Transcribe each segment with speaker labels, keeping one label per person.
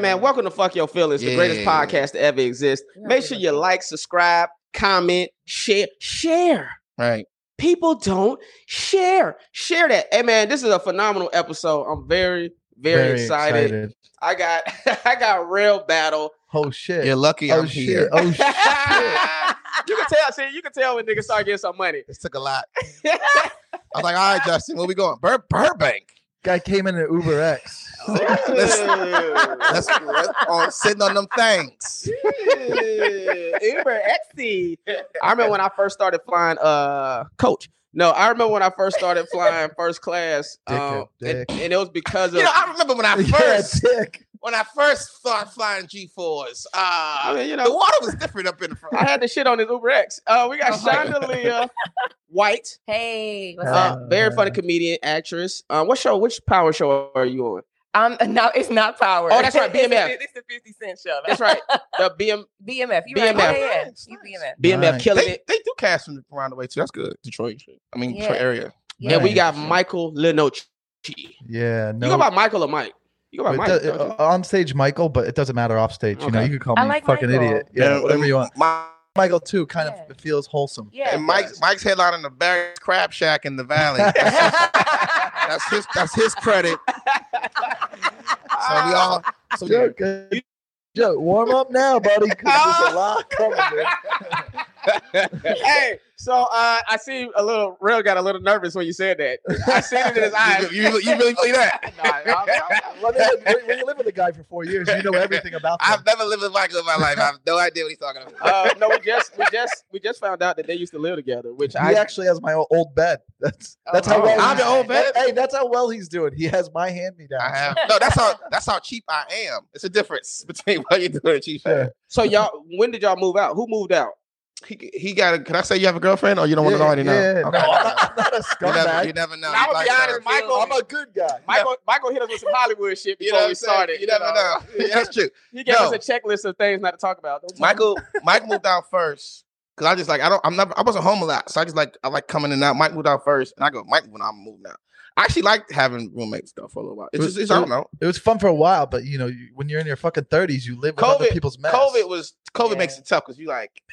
Speaker 1: man, welcome to Fuck Your Feelings, the greatest
Speaker 2: Yeah.
Speaker 1: podcast to ever exist. Make sure you like, subscribe, comment, share, share.
Speaker 2: Right.
Speaker 1: People don't share. Share that. Hey man, this is a phenomenal episode. I'm very, very, excited. I got I got real battle.
Speaker 3: Oh shit.
Speaker 2: You're lucky
Speaker 3: oh
Speaker 2: I'm
Speaker 3: shit.
Speaker 2: here.
Speaker 3: Oh
Speaker 1: you
Speaker 3: shit.
Speaker 1: can tell, see, you can tell when niggas start getting some money.
Speaker 2: This took a lot. I was like, all right, Justin, where we going? Bur- Burbank.
Speaker 3: Guy came in an Uber X.
Speaker 1: Let's
Speaker 2: That's that's on sitting on them things.
Speaker 1: Uber XC. I remember when I first started flying uh coach. No, I remember when I first started flying first class. Um,
Speaker 3: Dick and
Speaker 1: and, and it was because of
Speaker 2: You know, I remember when I first
Speaker 3: yeah, dick.
Speaker 2: when I first started flying G4s. Uh,
Speaker 1: I mean, you
Speaker 2: the
Speaker 1: know,
Speaker 2: water was different up in the
Speaker 1: I
Speaker 2: front.
Speaker 1: had the shit on his Uber X. Uh, we got
Speaker 2: Uh-huh.
Speaker 1: Chandelier White,
Speaker 4: Hey, what's
Speaker 1: uh,
Speaker 4: up?
Speaker 3: Uh-huh.
Speaker 1: very funny comedian, actress. Uh, what show? Which power show are you on?
Speaker 4: Um, no, it's not power.
Speaker 1: Oh, that's right,
Speaker 4: It's a-
Speaker 1: BMF.
Speaker 4: It's, the Fifty Cent show.
Speaker 1: That's right, the BM,
Speaker 4: BMF. You
Speaker 1: BMF.
Speaker 4: right? Oh, Yeah, yeah, yeah.
Speaker 2: Nice,
Speaker 4: You
Speaker 2: nice.
Speaker 4: BMF.
Speaker 1: BMF
Speaker 3: Nice.
Speaker 1: killing
Speaker 2: They,
Speaker 1: it.
Speaker 2: they do cast from around the way too. That's good. Detroit. shit. I mean,
Speaker 4: Yeah.
Speaker 2: Detroit area.
Speaker 3: Yeah.
Speaker 1: And we
Speaker 3: Nice.
Speaker 1: got Michael Lenoci.
Speaker 3: Yeah, no.
Speaker 1: You go by Michael or Mike? You go by
Speaker 3: it
Speaker 1: Mike.
Speaker 3: does-
Speaker 1: don't you?
Speaker 3: uh, on stage, Michael, but it doesn't matter off stage. You know,
Speaker 1: Okay.
Speaker 3: you could call
Speaker 4: I
Speaker 3: me
Speaker 4: like
Speaker 3: fucking
Speaker 4: Michael.
Speaker 3: idiot. Yeah,
Speaker 2: And-
Speaker 3: whatever you want.
Speaker 2: My-
Speaker 3: Michael too kind
Speaker 4: Yeah.
Speaker 3: of feels wholesome.
Speaker 4: Yeah.
Speaker 2: and Mike, Mike's headline in the Barry Crab Shack in the Valley. that's his. That's his credit. So we all. So we,
Speaker 3: Joe, good. Joe, warm up now, buddy. 'cause there's a lot coming. dude.
Speaker 1: hey, so uh, I see a little real got a little nervous when you said that. I seen it in his eyes.
Speaker 2: You, you, you really believe that?
Speaker 1: Nah, I'm- I'm-
Speaker 3: Well, I mean, when- when you live with a guy for four years, you know everything about him.
Speaker 2: I've never lived with Michael in my life. I have no idea what he's talking about.
Speaker 1: uh, no, we just we just we just found out that they used to live together, which
Speaker 3: He
Speaker 1: I
Speaker 3: actually has my o- old bed. That's
Speaker 4: Oh,
Speaker 3: that's how
Speaker 1: wow.
Speaker 3: well
Speaker 2: I'm
Speaker 3: he's-
Speaker 2: your old bed?
Speaker 3: Hey, that's how well he's doing. He has my hand me down.
Speaker 2: I have no. That's how. That's how cheap I am. It's a difference between what you do and cheap. I am.
Speaker 3: Sure.
Speaker 1: so y'all when did y'all move out? Who moved out?
Speaker 2: He, he got. A, can I say you have a girlfriend or you don't want
Speaker 3: Yeah,
Speaker 2: to already know?
Speaker 3: yeah,
Speaker 2: Okay.
Speaker 3: No, I'm not, I'm not a
Speaker 2: You never, you never
Speaker 3: scumbag.
Speaker 2: know.
Speaker 1: I'ma
Speaker 2: You
Speaker 1: be
Speaker 2: like
Speaker 1: honest,
Speaker 2: her.
Speaker 1: Michael-
Speaker 3: I'm a good guy.
Speaker 1: Michael Michael hit us with some Hollywood shit
Speaker 2: You
Speaker 1: before
Speaker 2: know what
Speaker 1: we
Speaker 2: I'm
Speaker 1: started.
Speaker 2: started. You never know. That's true.
Speaker 1: He gave
Speaker 2: No.
Speaker 1: us a checklist of things not to talk about. Don't talk
Speaker 2: Michael Mike moved out first because I just like I don't I'm not I wasn't home a lot, so I just like I like coming in and out. Mike moved out first, and I go Mike when I'm moving out. I actually like having roommates though for a little while. It's
Speaker 3: Who-
Speaker 2: just it's, I
Speaker 3: who-
Speaker 2: don't know.
Speaker 3: It was fun for a while, but you know, you, when you're in your fucking thirties, you live with
Speaker 2: COVID-
Speaker 3: other people's mess.
Speaker 2: COVID was COVID
Speaker 4: Yeah.
Speaker 2: makes it tough because you like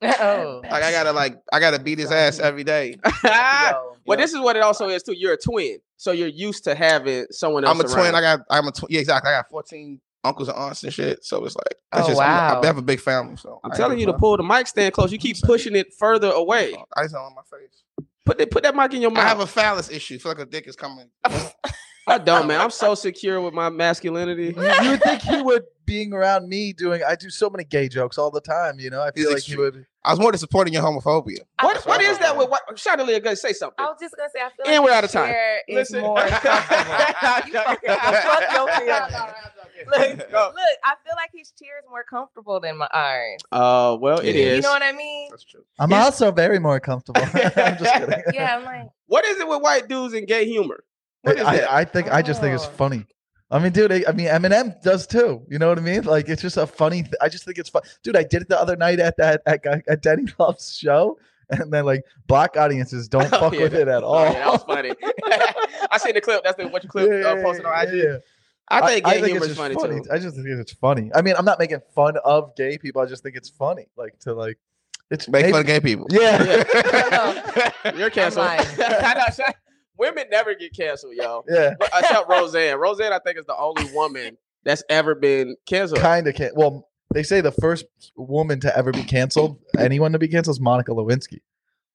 Speaker 4: oh.
Speaker 2: like I gotta like I gotta beat his ass every day.
Speaker 1: about.
Speaker 4: Yo.
Speaker 1: well, this is what it also is too. You're a twin, so you're used to having someone else.
Speaker 2: I'm a twin.
Speaker 1: around.
Speaker 2: I got I'm a twin. Yeah, exactly. I got 14 uncles and aunts and shit. So it's like that's
Speaker 4: Oh,
Speaker 2: just I'm-
Speaker 4: wow.
Speaker 2: I have a big family. So
Speaker 1: I'm
Speaker 2: I
Speaker 1: telling
Speaker 2: ain't
Speaker 1: you to
Speaker 2: gonna-
Speaker 1: pull the mic stand close. You keep pushing it further away.
Speaker 2: I just don't want my face.
Speaker 1: Put that put that mic in your mouth.
Speaker 2: I have a phallus issue. Feel like a dick is coming.
Speaker 1: I don't, man. I'm so secure with my masculinity.
Speaker 3: You, you would think he would being around me doing. I do so many gay jokes all the time. You know, I
Speaker 2: He's
Speaker 3: feel like he would.
Speaker 2: I was more disappointed in your homophobia.
Speaker 1: What, what
Speaker 2: I
Speaker 1: is
Speaker 2: thought.
Speaker 1: that with what Chandelier gonna say something?
Speaker 4: I was just gonna say, I feel
Speaker 1: And
Speaker 4: like
Speaker 1: we're out of time.
Speaker 4: share is
Speaker 1: Listen.
Speaker 4: more comfortable. You fucking- fuck your feelings. Look,
Speaker 1: Go.
Speaker 4: look, I feel like his chair is more comfortable than my iron.
Speaker 1: Uh well it
Speaker 2: Yeah.
Speaker 1: is.
Speaker 4: You know what I mean?
Speaker 2: That's true.
Speaker 3: I'm
Speaker 1: He's-
Speaker 3: also very more comfortable. I'm just kidding.
Speaker 4: Yeah, I'm like,
Speaker 1: what is it with white dudes and gay humor? What is
Speaker 3: I,
Speaker 1: that?
Speaker 3: I think I just think it's
Speaker 4: Oh.
Speaker 3: funny. I mean, dude, I, I mean, Eminem does too. You know what I mean? Like, it's just a funny. Th- I just think it's fun, dude. I did it the other night at that at, Guy- at Danny Love's show, and then like black audiences don't
Speaker 1: Oh,
Speaker 3: fuck
Speaker 1: yeah,
Speaker 3: with it at
Speaker 1: Oh,
Speaker 3: all.
Speaker 1: yeah, that was funny. I seen the clip. That's the what you clip uh, posted on IG.
Speaker 3: yeah.
Speaker 1: I think gay humor
Speaker 3: it's
Speaker 1: is
Speaker 3: just
Speaker 1: funny, too.
Speaker 3: I just think it's funny. I mean, I'm not making fun of gay people. I just think it's funny, like to like, it's
Speaker 2: Make
Speaker 3: maybe-
Speaker 2: fun of gay people.
Speaker 3: Yeah, yeah.
Speaker 1: You're canceled.
Speaker 4: lying.
Speaker 1: I know, Sha- Women never get canceled, y'all. uh,
Speaker 3: yeah.
Speaker 1: Except Roseanne. Roseanne, I think, is the only woman that's ever been canceled.
Speaker 3: Kind of can. Well, they say the first woman to ever be canceled, anyone to be canceled, is Monica Lewinsky.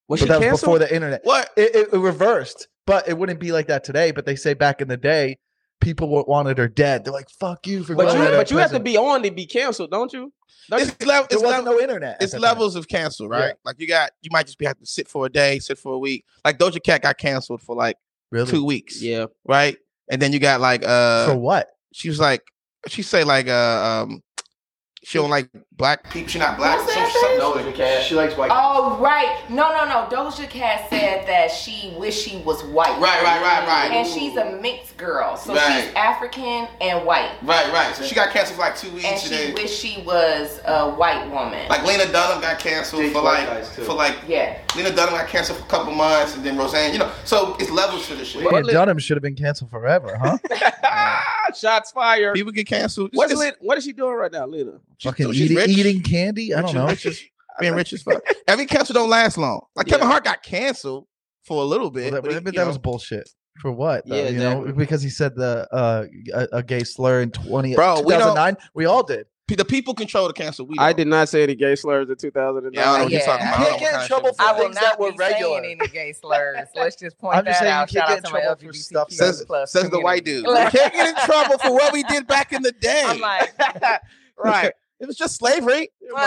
Speaker 1: Was
Speaker 3: but
Speaker 1: she
Speaker 3: that was
Speaker 1: canceled?
Speaker 3: before the internet.
Speaker 2: What?
Speaker 3: it, it, it reversed, but it wouldn't be like that today. But they say back in the day, people wa- wanted her dead. They're like, "Fuck you for."
Speaker 1: but
Speaker 3: going
Speaker 1: you,
Speaker 3: out of
Speaker 1: but you have to
Speaker 3: prison."
Speaker 1: be on to be canceled, don't you? Don't you-
Speaker 2: It's, level,
Speaker 3: There
Speaker 2: it's,
Speaker 3: wasn't
Speaker 2: level,
Speaker 3: no internet. at
Speaker 2: it's
Speaker 3: that time.
Speaker 2: levels of cancel, right?
Speaker 3: Yeah.
Speaker 2: Like you got, you might just be have to sit for a day, sit for a week. Like Doja Cat got canceled for like
Speaker 3: Really?
Speaker 2: two weeks,
Speaker 1: Yeah.
Speaker 2: right? And then you got like,
Speaker 3: for
Speaker 2: uh,
Speaker 3: what?
Speaker 2: she was like, she say like, uh, um, She don't like black people. She not black.
Speaker 5: What's that thing?
Speaker 1: Doja Cat.
Speaker 2: She likes white.
Speaker 5: Oh right, no, no, no. Doja Cat said that she wished she was white.
Speaker 1: Right, right, right, right.
Speaker 5: And she's a mixed girl, so
Speaker 1: Right.
Speaker 5: she's African and white.
Speaker 1: Right, right.
Speaker 2: She got canceled for like two
Speaker 5: And
Speaker 2: weeks
Speaker 5: she
Speaker 2: today.
Speaker 5: wished she was a white woman.
Speaker 2: Like Lena Dunham got canceled
Speaker 4: Jake
Speaker 2: for like
Speaker 4: White guys, too.
Speaker 2: for like
Speaker 5: yeah.
Speaker 2: Lena Dunham got canceled for a couple months, and then Roseanne. You know, so it's levels to the shit.
Speaker 1: What
Speaker 3: Lena
Speaker 1: li-
Speaker 3: Dunham should have been canceled forever, huh?
Speaker 1: Shots fired.
Speaker 2: People get canceled. It's-
Speaker 1: What's
Speaker 2: it's-
Speaker 1: Lena, what is she doing right now, Lena?
Speaker 2: she's-
Speaker 3: Fucking
Speaker 2: she's
Speaker 3: eating,
Speaker 2: rich.
Speaker 3: eating candy. I don't
Speaker 2: Rich
Speaker 3: know.
Speaker 2: as- rich as- being rich as fuck. Every cancel don't last long. Like Kevin
Speaker 1: Yeah.
Speaker 2: Hart got canceled for a little bit.
Speaker 3: Well, that,
Speaker 2: but he-
Speaker 3: but
Speaker 2: you
Speaker 3: that
Speaker 2: know,
Speaker 3: was bullshit. For what? Though,
Speaker 1: Yeah,
Speaker 3: you know,
Speaker 1: exactly.
Speaker 3: because he said the uh, a, a gay slur in 20,
Speaker 2: Bro, we don't-
Speaker 3: 2009. We, all did.
Speaker 2: pe- the people control the cancel. We
Speaker 1: I
Speaker 2: don't.
Speaker 1: did not say any gay slurs in 2009.
Speaker 2: Yeah, I don't know what
Speaker 5: Yeah.
Speaker 2: you're talking
Speaker 5: You
Speaker 2: about. I
Speaker 3: can't
Speaker 2: don't know
Speaker 3: get in
Speaker 2: what kind of
Speaker 3: trouble
Speaker 2: shit
Speaker 3: for
Speaker 2: it
Speaker 5: I
Speaker 2: is.
Speaker 5: will
Speaker 3: things that
Speaker 5: not
Speaker 3: were
Speaker 5: be saying
Speaker 3: regular.
Speaker 5: any gay slurs. Let's just point
Speaker 3: I'm
Speaker 5: that
Speaker 3: just saying you
Speaker 5: out.
Speaker 3: can't
Speaker 5: Shout
Speaker 3: get
Speaker 5: out
Speaker 3: in
Speaker 5: to my
Speaker 3: trouble for stuff-
Speaker 5: LGBTQ
Speaker 2: Says-
Speaker 5: plus
Speaker 2: Says the white
Speaker 5: community.
Speaker 2: dude. We can't get in trouble for what we did back in the day.
Speaker 5: I'm like,
Speaker 2: right. It was just slavery.
Speaker 3: Louis,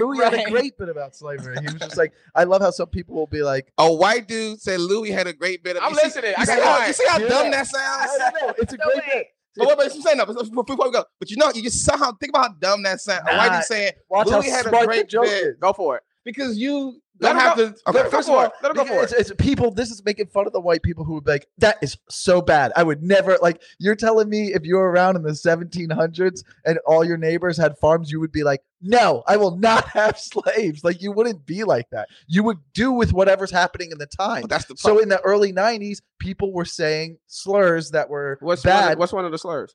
Speaker 3: Louis had
Speaker 5: Right.
Speaker 3: a great bit about slavery. He was just like, I love how some people will be like,
Speaker 2: A white dude said Louis had a great bit of.
Speaker 1: I'm
Speaker 2: you see-
Speaker 1: listening.
Speaker 2: You
Speaker 1: I
Speaker 2: see,
Speaker 1: got
Speaker 2: how,
Speaker 1: mine.
Speaker 2: you see how
Speaker 3: Yeah.
Speaker 2: dumb that
Speaker 3: I
Speaker 2: sounds?
Speaker 3: don't know. It's a
Speaker 5: No
Speaker 3: great
Speaker 5: way.
Speaker 3: bit.
Speaker 2: But what about you saying that? Before we go, but you know, you just somehow think about how dumb that sounds. A white
Speaker 3: Nah.
Speaker 2: dude saying
Speaker 3: Watch
Speaker 2: Louis
Speaker 3: how
Speaker 2: had a
Speaker 3: smart the
Speaker 2: great
Speaker 3: joke
Speaker 2: bit.
Speaker 3: is.
Speaker 1: Go for it.
Speaker 2: because you
Speaker 1: Let
Speaker 2: don't
Speaker 1: him
Speaker 2: have
Speaker 1: go.
Speaker 2: to. Okay,
Speaker 1: Let her go
Speaker 2: first of
Speaker 1: for
Speaker 2: all,
Speaker 1: it. Let her go for
Speaker 3: Because
Speaker 1: it.
Speaker 3: It's, it's people. This is making fun of the white people who would be like, "That is so bad. I would never like." You're telling me if you were around in the 1700s and all your neighbors had farms, you would be like, "No, I will not have slaves." Like you wouldn't be like that. You would do with whatever's happening in the time.
Speaker 2: but that's the
Speaker 3: So
Speaker 2: problem.
Speaker 3: in the early 90s, people were saying slurs that were
Speaker 1: What's One
Speaker 3: bad.
Speaker 1: of, what's one of the slurs?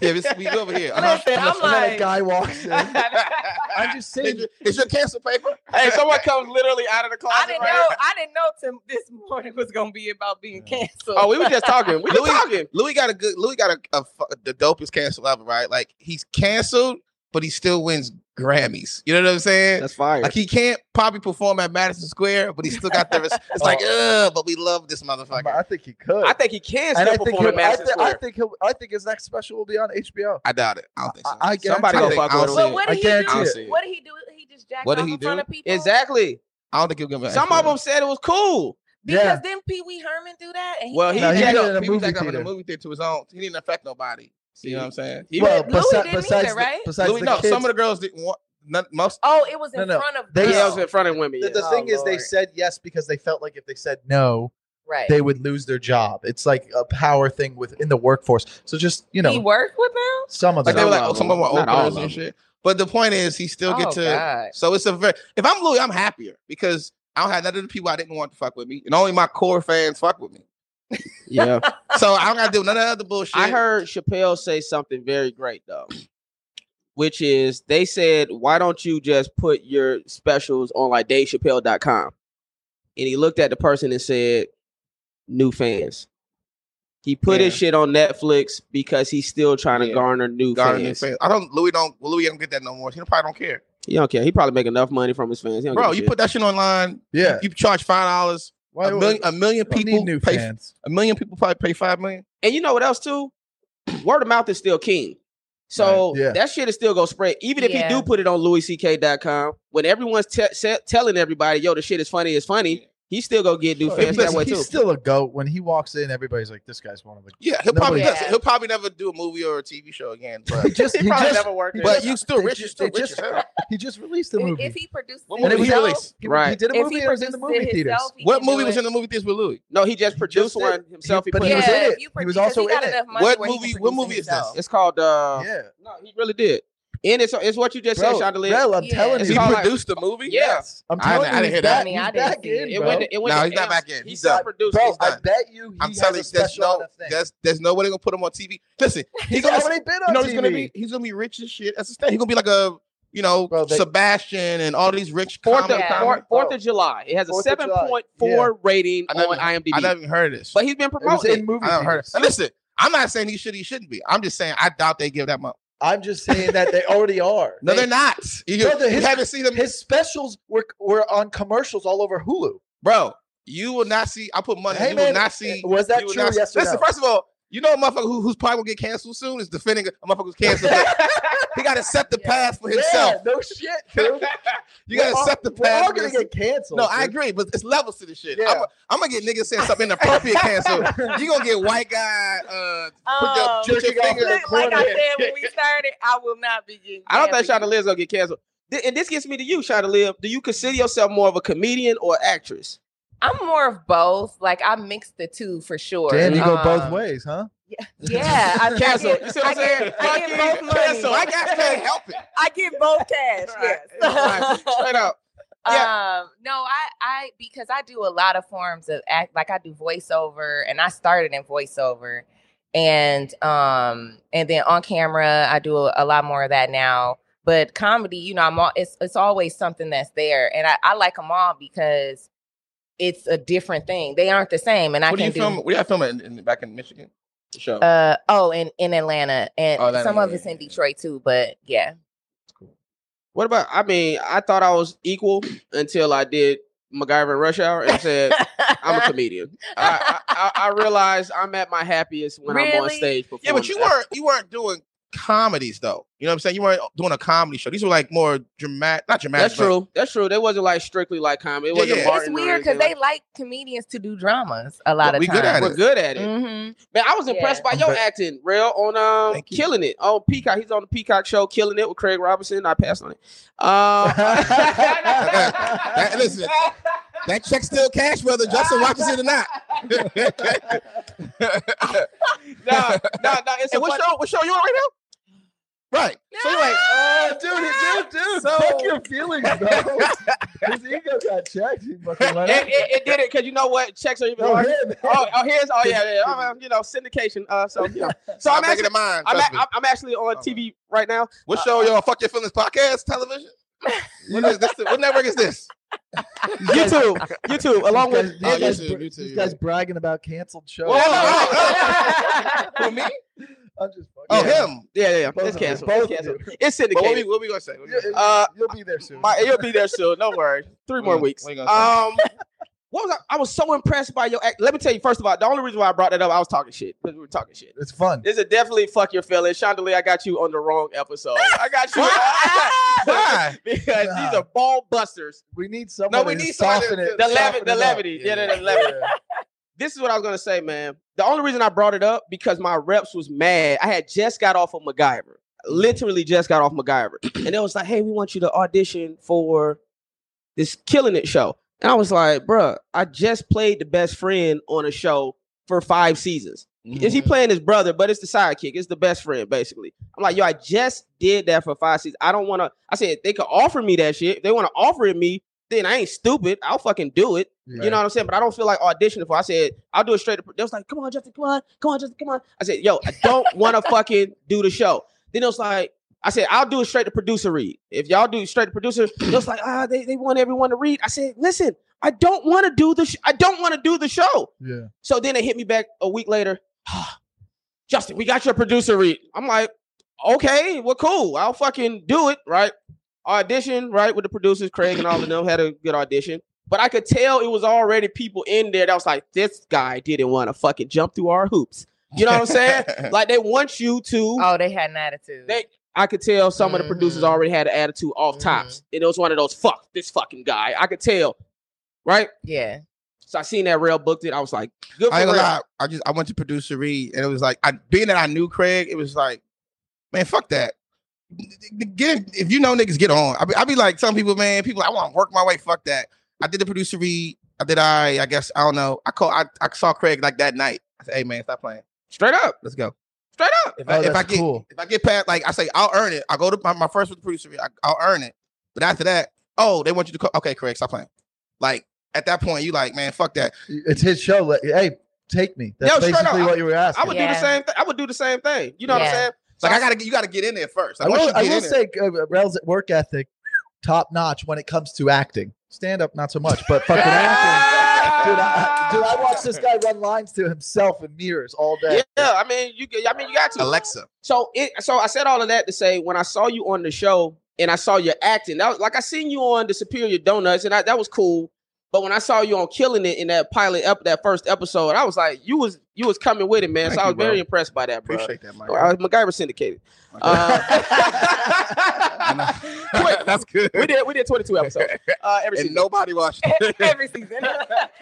Speaker 2: yeah, this, we go over here. Uh-huh.
Speaker 5: listen, I'm
Speaker 3: and then a
Speaker 5: like,
Speaker 3: guy walks in. I'm just
Speaker 2: Is
Speaker 3: saying.
Speaker 2: your- Is your cancel paper?
Speaker 1: hey, someone comes literally out of the closet.
Speaker 5: I didn't know.
Speaker 1: right
Speaker 5: I didn't know Tim, this morning was gonna be about being canceled.
Speaker 1: now. Oh, we were just talking. We were
Speaker 2: Louis,
Speaker 1: talking.
Speaker 2: Louis got a good. Louis got a, a fu- the dopest cancel ever, right? Like he's canceled, but he still wins Grammys. You know what I'm saying?
Speaker 1: That's fire.
Speaker 2: Like he can't probably perform at Madison Square, but he still got the. res- It's like, ugh, but we love this motherfucker.
Speaker 3: I think he could.
Speaker 1: I think he can
Speaker 3: and I
Speaker 1: still
Speaker 3: think,
Speaker 1: perform at
Speaker 3: he'll, I,
Speaker 1: Madison
Speaker 3: thi- I
Speaker 1: Square.
Speaker 3: think he'll. I think his next special will be on HBO.
Speaker 2: I doubt it. I don't think so.
Speaker 3: I, I guarantee
Speaker 1: Somebody
Speaker 3: it.
Speaker 1: go
Speaker 2: think-
Speaker 1: fuck
Speaker 2: I
Speaker 1: with
Speaker 2: don't
Speaker 1: him.
Speaker 5: But what did
Speaker 3: I
Speaker 5: he
Speaker 3: guarantee
Speaker 5: do?
Speaker 1: it. see it.
Speaker 5: What did he do? He just jacked
Speaker 2: What did
Speaker 5: off
Speaker 2: he
Speaker 5: in front
Speaker 2: do?
Speaker 5: of people.
Speaker 1: Exactly.
Speaker 2: I don't think he'll give him. an
Speaker 1: Some
Speaker 2: extra.
Speaker 1: of them said it was cool.
Speaker 5: Because
Speaker 3: Yeah.
Speaker 5: didn't Pee Wee Herman do that? And
Speaker 1: Well, he
Speaker 3: No, he
Speaker 1: jacked
Speaker 3: did
Speaker 1: up.
Speaker 3: it in a
Speaker 2: He was
Speaker 3: movie
Speaker 2: acting up in
Speaker 3: theater.
Speaker 2: the movie theater to his own. He didn't affect nobody. See what I'm saying? He
Speaker 3: well,
Speaker 5: Louis
Speaker 3: besi-
Speaker 5: didn't
Speaker 3: besides,
Speaker 5: either, right?
Speaker 3: the, besides
Speaker 2: Louis,
Speaker 3: the
Speaker 2: no,
Speaker 3: kids,
Speaker 2: some of the girls didn't want none, most.
Speaker 5: oh, it was in
Speaker 3: No, no.
Speaker 5: front of
Speaker 3: They-
Speaker 1: Yeah,
Speaker 5: girls.
Speaker 1: I was in front of women.
Speaker 3: the, the
Speaker 1: yeah.
Speaker 5: Oh,
Speaker 3: thing is, they
Speaker 5: Lord.
Speaker 3: said yes because they felt like if they said no,
Speaker 5: right.
Speaker 3: they would lose their job. It's like a power thing with in the workforce. So just you know,
Speaker 5: he worked with them.
Speaker 3: some of
Speaker 2: Like
Speaker 3: them.
Speaker 2: they were
Speaker 1: Some
Speaker 2: like,
Speaker 1: of
Speaker 2: oh, some of them
Speaker 1: them.
Speaker 2: are
Speaker 1: Not all
Speaker 2: openers
Speaker 1: of
Speaker 2: and
Speaker 1: them.
Speaker 2: shit. But the point is, he still get
Speaker 5: oh,
Speaker 2: to.
Speaker 5: God.
Speaker 2: So it's a very. If I'm Louis, I'm happier because I don't have none of the people I didn't want to fuck with me, and only my core fans fuck with me.
Speaker 1: Yeah.
Speaker 2: So I don't gotta do none of the other bullshit.
Speaker 1: I heard Chappelle say something very great though, which is they said, "Why don't you just put your specials on like DaveChappelle.com?" And he looked at the person and said, "New fans." He put his shit on Netflix because he's still trying to
Speaker 2: Yeah.
Speaker 1: garner new
Speaker 2: Garner
Speaker 1: fans.
Speaker 2: fans. I don't. Louis don't. Louis don't get that no more. He probably don't care.
Speaker 1: He don't care. He probably make enough money from his fans. He don't give
Speaker 2: Bro,
Speaker 1: a
Speaker 2: you
Speaker 1: shit.
Speaker 2: put that shit online.
Speaker 3: yeah,
Speaker 2: You charge five dollars.
Speaker 3: why
Speaker 2: A
Speaker 3: would-
Speaker 2: million. A million
Speaker 3: you don't
Speaker 2: people
Speaker 3: need new
Speaker 2: pay.
Speaker 3: fans.
Speaker 2: A million people probably pay five million.
Speaker 1: and you know what else too? Word of mouth is still king. So
Speaker 3: Right, yeah.
Speaker 1: that shit is still gonna spread. Even if
Speaker 5: Yeah.
Speaker 1: he do put it on louisck.com, when everyone's te- se- telling everybody, "Yo, the shit is funny, it's funny," he's still gonna get new
Speaker 2: Oh,
Speaker 1: fans that
Speaker 2: listen,
Speaker 1: way
Speaker 3: he's
Speaker 1: too.
Speaker 3: still a goat. When he walks in, everybody's like, "This guy's one of the."
Speaker 2: Yeah, he'll
Speaker 3: Nobody-
Speaker 2: probably
Speaker 5: Yeah.
Speaker 2: he'll probably never do a movie or a TV show again.
Speaker 3: He
Speaker 2: But,
Speaker 3: just, he just,
Speaker 1: worked.
Speaker 3: he
Speaker 2: but
Speaker 3: just-
Speaker 2: you still
Speaker 3: they
Speaker 2: rich. You
Speaker 3: just-
Speaker 2: still
Speaker 3: they
Speaker 2: rich.
Speaker 3: just-
Speaker 2: as hell.
Speaker 3: he just released the
Speaker 5: If,
Speaker 3: movie.
Speaker 5: if he produced
Speaker 2: What
Speaker 3: and it was
Speaker 2: movie he
Speaker 5: himself,
Speaker 2: released?
Speaker 3: He,
Speaker 1: Right.
Speaker 3: he did a
Speaker 5: if
Speaker 3: movie.
Speaker 5: he
Speaker 3: and It was in the
Speaker 5: produced
Speaker 3: movie
Speaker 5: it
Speaker 3: theaters.
Speaker 5: himself, he
Speaker 2: What
Speaker 5: can
Speaker 2: movie
Speaker 5: do
Speaker 2: was
Speaker 5: it.
Speaker 2: in the movie theaters with Louis?
Speaker 1: No, he just produced
Speaker 3: did.
Speaker 1: one himself. He,
Speaker 3: but
Speaker 1: put it
Speaker 3: he
Speaker 5: yeah,
Speaker 1: on
Speaker 3: was in
Speaker 1: his-
Speaker 3: it.
Speaker 5: if you
Speaker 3: He was
Speaker 5: produ- 'cause
Speaker 3: also
Speaker 5: he got
Speaker 3: in it.
Speaker 5: enough money
Speaker 2: What
Speaker 5: where he
Speaker 2: movie-
Speaker 5: can
Speaker 2: what
Speaker 5: produce
Speaker 2: movie is
Speaker 5: himself.
Speaker 2: this?
Speaker 1: It's called. uh
Speaker 3: Yeah,
Speaker 1: No, he really did. And it's it's what you just
Speaker 3: bro,
Speaker 1: said, Chandelier.
Speaker 3: Rel, I'm
Speaker 5: Yeah.
Speaker 3: telling
Speaker 1: It's
Speaker 3: you,
Speaker 2: he
Speaker 1: called like-
Speaker 2: produced the movie.
Speaker 1: yeah,
Speaker 3: I'm
Speaker 2: I didn't-
Speaker 3: telling you,
Speaker 2: I
Speaker 3: he's
Speaker 2: didn't hear that.
Speaker 3: back,
Speaker 5: I mean, I
Speaker 3: he's
Speaker 5: didn't
Speaker 3: back
Speaker 5: see it.
Speaker 3: in,
Speaker 1: it
Speaker 3: bro.
Speaker 1: went. It went
Speaker 2: No,
Speaker 1: to
Speaker 2: he's not
Speaker 1: M's.
Speaker 2: back in.
Speaker 1: He
Speaker 2: He's
Speaker 1: still
Speaker 2: done.
Speaker 1: produced.
Speaker 3: Bro,
Speaker 1: it.
Speaker 2: He's
Speaker 3: I
Speaker 2: done.
Speaker 3: bet you he
Speaker 2: I'm
Speaker 3: has
Speaker 2: telling
Speaker 3: a
Speaker 2: you, there's
Speaker 3: special
Speaker 2: no,
Speaker 3: on a thing.
Speaker 2: there's, there's no way they're gonna put him on TV. Listen, he's
Speaker 3: He's
Speaker 2: gonna,
Speaker 3: already been
Speaker 2: you
Speaker 3: on
Speaker 2: know,
Speaker 3: TV.
Speaker 2: he's gonna be, he's gonna be rich as shit. That's the thing. He's gonna be like a, you know,
Speaker 3: Bro, they-
Speaker 2: Sebastian and all these rich
Speaker 1: Fourth of,
Speaker 2: comedy-
Speaker 5: Yeah.
Speaker 1: fourth, fourth
Speaker 3: Bro.
Speaker 1: of July. It has a
Speaker 3: Fourth of
Speaker 1: seven
Speaker 3: July.
Speaker 1: point four rating
Speaker 2: I never-
Speaker 1: on IMDb.
Speaker 2: I never even heard of this.
Speaker 1: but he's been
Speaker 3: It was
Speaker 1: promoting. it.
Speaker 3: in movie
Speaker 2: I never heard. Of
Speaker 3: theaters.
Speaker 2: And listen, I'm not saying he should. He shouldn't be. I'm just saying I doubt they give that much.
Speaker 3: I'm just saying that they already are.
Speaker 2: No,
Speaker 3: They-
Speaker 2: they're not. You,
Speaker 3: No, the-
Speaker 2: you
Speaker 3: his-
Speaker 2: haven't seen them,
Speaker 3: His specials were were on commercials all over Hulu.
Speaker 2: bro. You will not see. I put money.
Speaker 3: Hey,
Speaker 2: you
Speaker 3: man,
Speaker 2: will not see.
Speaker 3: was that
Speaker 2: you will
Speaker 3: true?
Speaker 2: not see-
Speaker 3: Yes or
Speaker 2: listen,
Speaker 3: no?
Speaker 2: first of all, you know a motherfucker who, who's probably gonna get canceled soon is defending a motherfucker who's canceled. he got to set the path for
Speaker 3: Yeah,
Speaker 2: himself.
Speaker 3: no shit, dude.
Speaker 2: You gotta
Speaker 3: We're all-
Speaker 2: accept the
Speaker 3: We're
Speaker 2: past.
Speaker 3: all gonna
Speaker 2: because-
Speaker 3: get canceled.
Speaker 2: no, I
Speaker 3: dude.
Speaker 2: agree, but it's levels to this shit.
Speaker 3: Yeah.
Speaker 2: I'm, I'm gonna get niggas saying something inappropriate canceled. You gonna get white guy. Uh, Put your-
Speaker 4: Um,
Speaker 2: put your
Speaker 4: look,
Speaker 2: finger in the
Speaker 4: like I
Speaker 2: corner.
Speaker 4: said when we started, I will not be getting.
Speaker 1: I don't think
Speaker 4: canceled.
Speaker 1: Shonda Liv's gonna get canceled. Th- and this gets me to you, Shonda Liv. Do you consider yourself more of a comedian or actress?
Speaker 5: I'm more of both. Like I mix the two for sure.
Speaker 3: Damn, you go both
Speaker 5: Um,
Speaker 3: ways, huh?
Speaker 5: Yeah, I, I
Speaker 1: Cancel.
Speaker 5: get-
Speaker 1: You see what I'm
Speaker 5: I get-
Speaker 1: saying?
Speaker 5: I
Speaker 1: Fuck
Speaker 5: get,
Speaker 1: you.
Speaker 5: both money.
Speaker 1: Cancel.
Speaker 2: my guys can't help it.
Speaker 4: I get both cash.
Speaker 1: Right.
Speaker 4: Yes.
Speaker 1: Right. Straight up.
Speaker 5: Um, no, I, I, because I do a lot of forms of act, like I do voiceover and I started in voiceover and, um, and then on camera, I do a, a lot more of that now, but comedy, you know, I'm all, it's, it's always something that's there. And I, I like them all because it's a different thing. They aren't the same. And I
Speaker 2: What do
Speaker 5: can
Speaker 2: you
Speaker 5: do,
Speaker 2: film? What do you film in, in, back in Michigan? The show.
Speaker 5: uh, oh, in, in Atlanta and
Speaker 2: Oh, Atlanta,
Speaker 5: some of
Speaker 2: yeah,
Speaker 5: it's
Speaker 2: yeah,
Speaker 5: in
Speaker 2: yeah.
Speaker 5: Detroit too, but yeah.
Speaker 1: What about? I mean, I thought I was equal until I did MacGyver and Rush Hour and said I'm a comedian. I, I, I I realized I'm at my happiest when I'm on
Speaker 4: Really?
Speaker 1: stage.
Speaker 2: yeah, but you
Speaker 1: performing.
Speaker 2: weren't you weren't doing comedies though. You know what I'm saying? You weren't doing a comedy show. These were like more dramatic, not dramatic.
Speaker 1: That's
Speaker 2: but-
Speaker 1: true. That's true. They wasn't like strictly like comedy. It
Speaker 2: Yeah,
Speaker 1: wasn't
Speaker 2: yeah.
Speaker 1: Martin
Speaker 5: it's
Speaker 1: or
Speaker 5: weird because
Speaker 1: anything
Speaker 5: they
Speaker 1: like
Speaker 5: like comedians to do dramas a lot
Speaker 2: But
Speaker 5: of
Speaker 2: we
Speaker 5: times.
Speaker 2: good at
Speaker 1: that.
Speaker 2: they-
Speaker 1: we're good at it.
Speaker 5: hmm
Speaker 1: Man, I was impressed
Speaker 5: Yeah.
Speaker 1: by your
Speaker 2: Okay.
Speaker 1: acting, real on um
Speaker 2: Thank you.
Speaker 1: killing it on Peacock. He's on the Peacock show, killing it with Craig Robinson. I passed on it. Uh,
Speaker 2: That- listen, that check still cash whether Justin watches it or not.
Speaker 1: no, no, no. It's a
Speaker 2: and what
Speaker 1: funny-
Speaker 2: show? What show you on right now? Right.
Speaker 1: So you're like,
Speaker 3: Oh, dude, dude, dude!
Speaker 1: So-
Speaker 3: Fuck your feelings, though. His ego got checked. He fucking went
Speaker 1: it,
Speaker 3: up.
Speaker 1: it, it did it because you know what? Checks are even
Speaker 3: No,
Speaker 1: harder.
Speaker 3: him.
Speaker 1: Oh, oh, here's oh yeah, yeah. I'm, I'm, you know, syndication. Uh, so you know. so I'm actually,
Speaker 2: mine.
Speaker 1: I'm, a, I'm, I'm actually on
Speaker 2: Okay.
Speaker 1: TV right now.
Speaker 2: what show y'all? Fuck your feelings podcast television. what, is this, what network is this?
Speaker 1: YouTube, YouTube, along with
Speaker 3: these
Speaker 2: Oh, you
Speaker 3: guys,
Speaker 2: too,
Speaker 3: bra-
Speaker 2: you too,
Speaker 3: these
Speaker 2: you
Speaker 3: guys
Speaker 2: too.
Speaker 3: bragging about canceled shows.
Speaker 2: Whoa, whoa, whoa. Who, me?
Speaker 3: I'm just fucking.
Speaker 2: Oh,
Speaker 1: Yeah.
Speaker 2: him.
Speaker 1: yeah, yeah, yeah.
Speaker 3: Both
Speaker 1: It's
Speaker 3: of you.
Speaker 1: canceled.
Speaker 3: Both
Speaker 1: It's
Speaker 3: of you.
Speaker 1: canceled. It's
Speaker 2: But what we
Speaker 1: syndicated.
Speaker 2: what we gonna say? What we gonna say?
Speaker 3: You-
Speaker 1: Uh,
Speaker 3: You'll be there soon.
Speaker 1: My, it'll be there soon. Don't worry. Three
Speaker 2: What
Speaker 1: more
Speaker 2: you-
Speaker 1: weeks.
Speaker 2: what you gonna
Speaker 1: Um, what was I, I was so impressed by your act. Let me tell you, first of all, the only reason why I brought that up, I was talking shit because we were talking shit.
Speaker 3: it's fun.
Speaker 1: This is definitely fuck your feelings, Chandelier. I got you on the wrong episode. I got you
Speaker 2: Why?
Speaker 1: because these are ball busters.
Speaker 3: We need someone.
Speaker 2: we
Speaker 3: to
Speaker 2: need somebody
Speaker 3: soften
Speaker 2: to-
Speaker 3: it.
Speaker 1: The levity,
Speaker 3: soften
Speaker 1: the
Speaker 3: it up.
Speaker 1: levity. Yeah, the, the levity. This is what I was gonna say, man. The only reason I brought it up because my reps was mad. I had just got off of MacGyver, literally just got off MacGyver, and they was like, "Hey, we want you to audition for this Killing It show." And I was like, "Bruh, I just played the best friend on a show for five seasons. Is
Speaker 5: Mm-hmm.
Speaker 1: he playing his brother? But it's the sidekick. It's the best friend, basically. I'm like, yo, I just did that for five seasons. I don't want to. I said they could offer me that shit. If they want to offer it me, then I ain't stupid. I'll fucking do it. You know what I'm saying? But I don't feel like auditioning for. I said I'll do it straight. To, they was like, come on, Justin, come on, come on, Justin, come on. I said, yo, I don't want to fucking do the show. Then it was like, I said, I'll do it straight to producer read. If y'all do it straight to producer, it was like, ah, they, they want everyone to read. I said, listen, I don't want to do the. Sh- I don't want to do the show.
Speaker 3: Yeah.
Speaker 1: So then they hit me back a week later. Justin, we got your producer read. I'm like, okay, well, cool. I'll fucking do it, right? Audition, right, with the producers, Craig and all of them had a good audition. But I could tell it was already people in there that was like, this guy didn't want to fucking jump through our hoops. You know what I'm saying? like they want you to.
Speaker 5: Oh, they had an attitude.
Speaker 1: They- I could tell some of the producers
Speaker 2: Mm-hmm.
Speaker 5: Mhm.
Speaker 1: already had an attitude off
Speaker 5: Mhm.
Speaker 1: tops. And it was one of those, fuck this fucking guy. I could tell, right?
Speaker 5: yeah.
Speaker 1: So I seen that rail booked it. I was like, good for
Speaker 2: I ain't gonna
Speaker 1: Rail.
Speaker 2: lie. I just I went to producer Reed, and it was like I being that I knew Craig, it was like, man, fuck that. Get in- if you know niggas, get on. I be, I be like some people, man. People, I want to work my way. Fuck that. I did the producer Reed. I did I. I guess I don't know. I call. I, I saw Craig like that night. I said, hey man, stop playing.
Speaker 1: Straight up,
Speaker 2: Let's go.
Speaker 1: straight up.
Speaker 2: If
Speaker 3: Oh,
Speaker 2: I, if
Speaker 3: that's
Speaker 2: I get
Speaker 3: cool.
Speaker 2: if I get past like I say, I'll earn it. I go to my, my first with the producer Reed. I, I'll earn it. But after that, oh, they want you to call. Okay, Craig, stop playing. Like at that point, you like, man, fuck that.
Speaker 3: It's his show. Like, hey, take me. That's
Speaker 1: Yo, straight
Speaker 3: basically
Speaker 1: up,
Speaker 3: what you were asking.
Speaker 1: I would do
Speaker 5: Yeah.
Speaker 1: the same thing. I would do the same thing. You know what I'm
Speaker 5: Yeah.
Speaker 1: saying?
Speaker 2: Like I gotta get you gotta get in there first.
Speaker 3: I
Speaker 2: Like, once
Speaker 3: will,
Speaker 2: you
Speaker 3: I
Speaker 2: get
Speaker 3: will
Speaker 2: in there-
Speaker 3: say, uh, Rel's work ethic, top notch when it comes to acting. Stand up, not so much, but fucking acting. Dude, I, dude, I watch this guy run lines to himself in mirrors all day.
Speaker 1: Yeah, I mean, you. get- I mean, you got to.
Speaker 2: Alexa.
Speaker 1: So it. So I said all of that to say when I saw you on the show and I saw your acting, that was, like I seen you on the Superior Donuts, and I, that was cool. But when I saw you on Killing It in that pilot up that first episode, I was like, you was you was coming with it, man. so
Speaker 2: Thank
Speaker 1: I
Speaker 2: you,
Speaker 1: was very
Speaker 2: bro.
Speaker 1: impressed by that, bro.
Speaker 2: Appreciate that, Mike.
Speaker 1: I was MacGyver syndicated. Uh, Wait.
Speaker 2: That's good.
Speaker 1: we did we did 22 episodes. Uh, every
Speaker 2: And
Speaker 1: season.
Speaker 2: nobody watched. it.
Speaker 5: every season.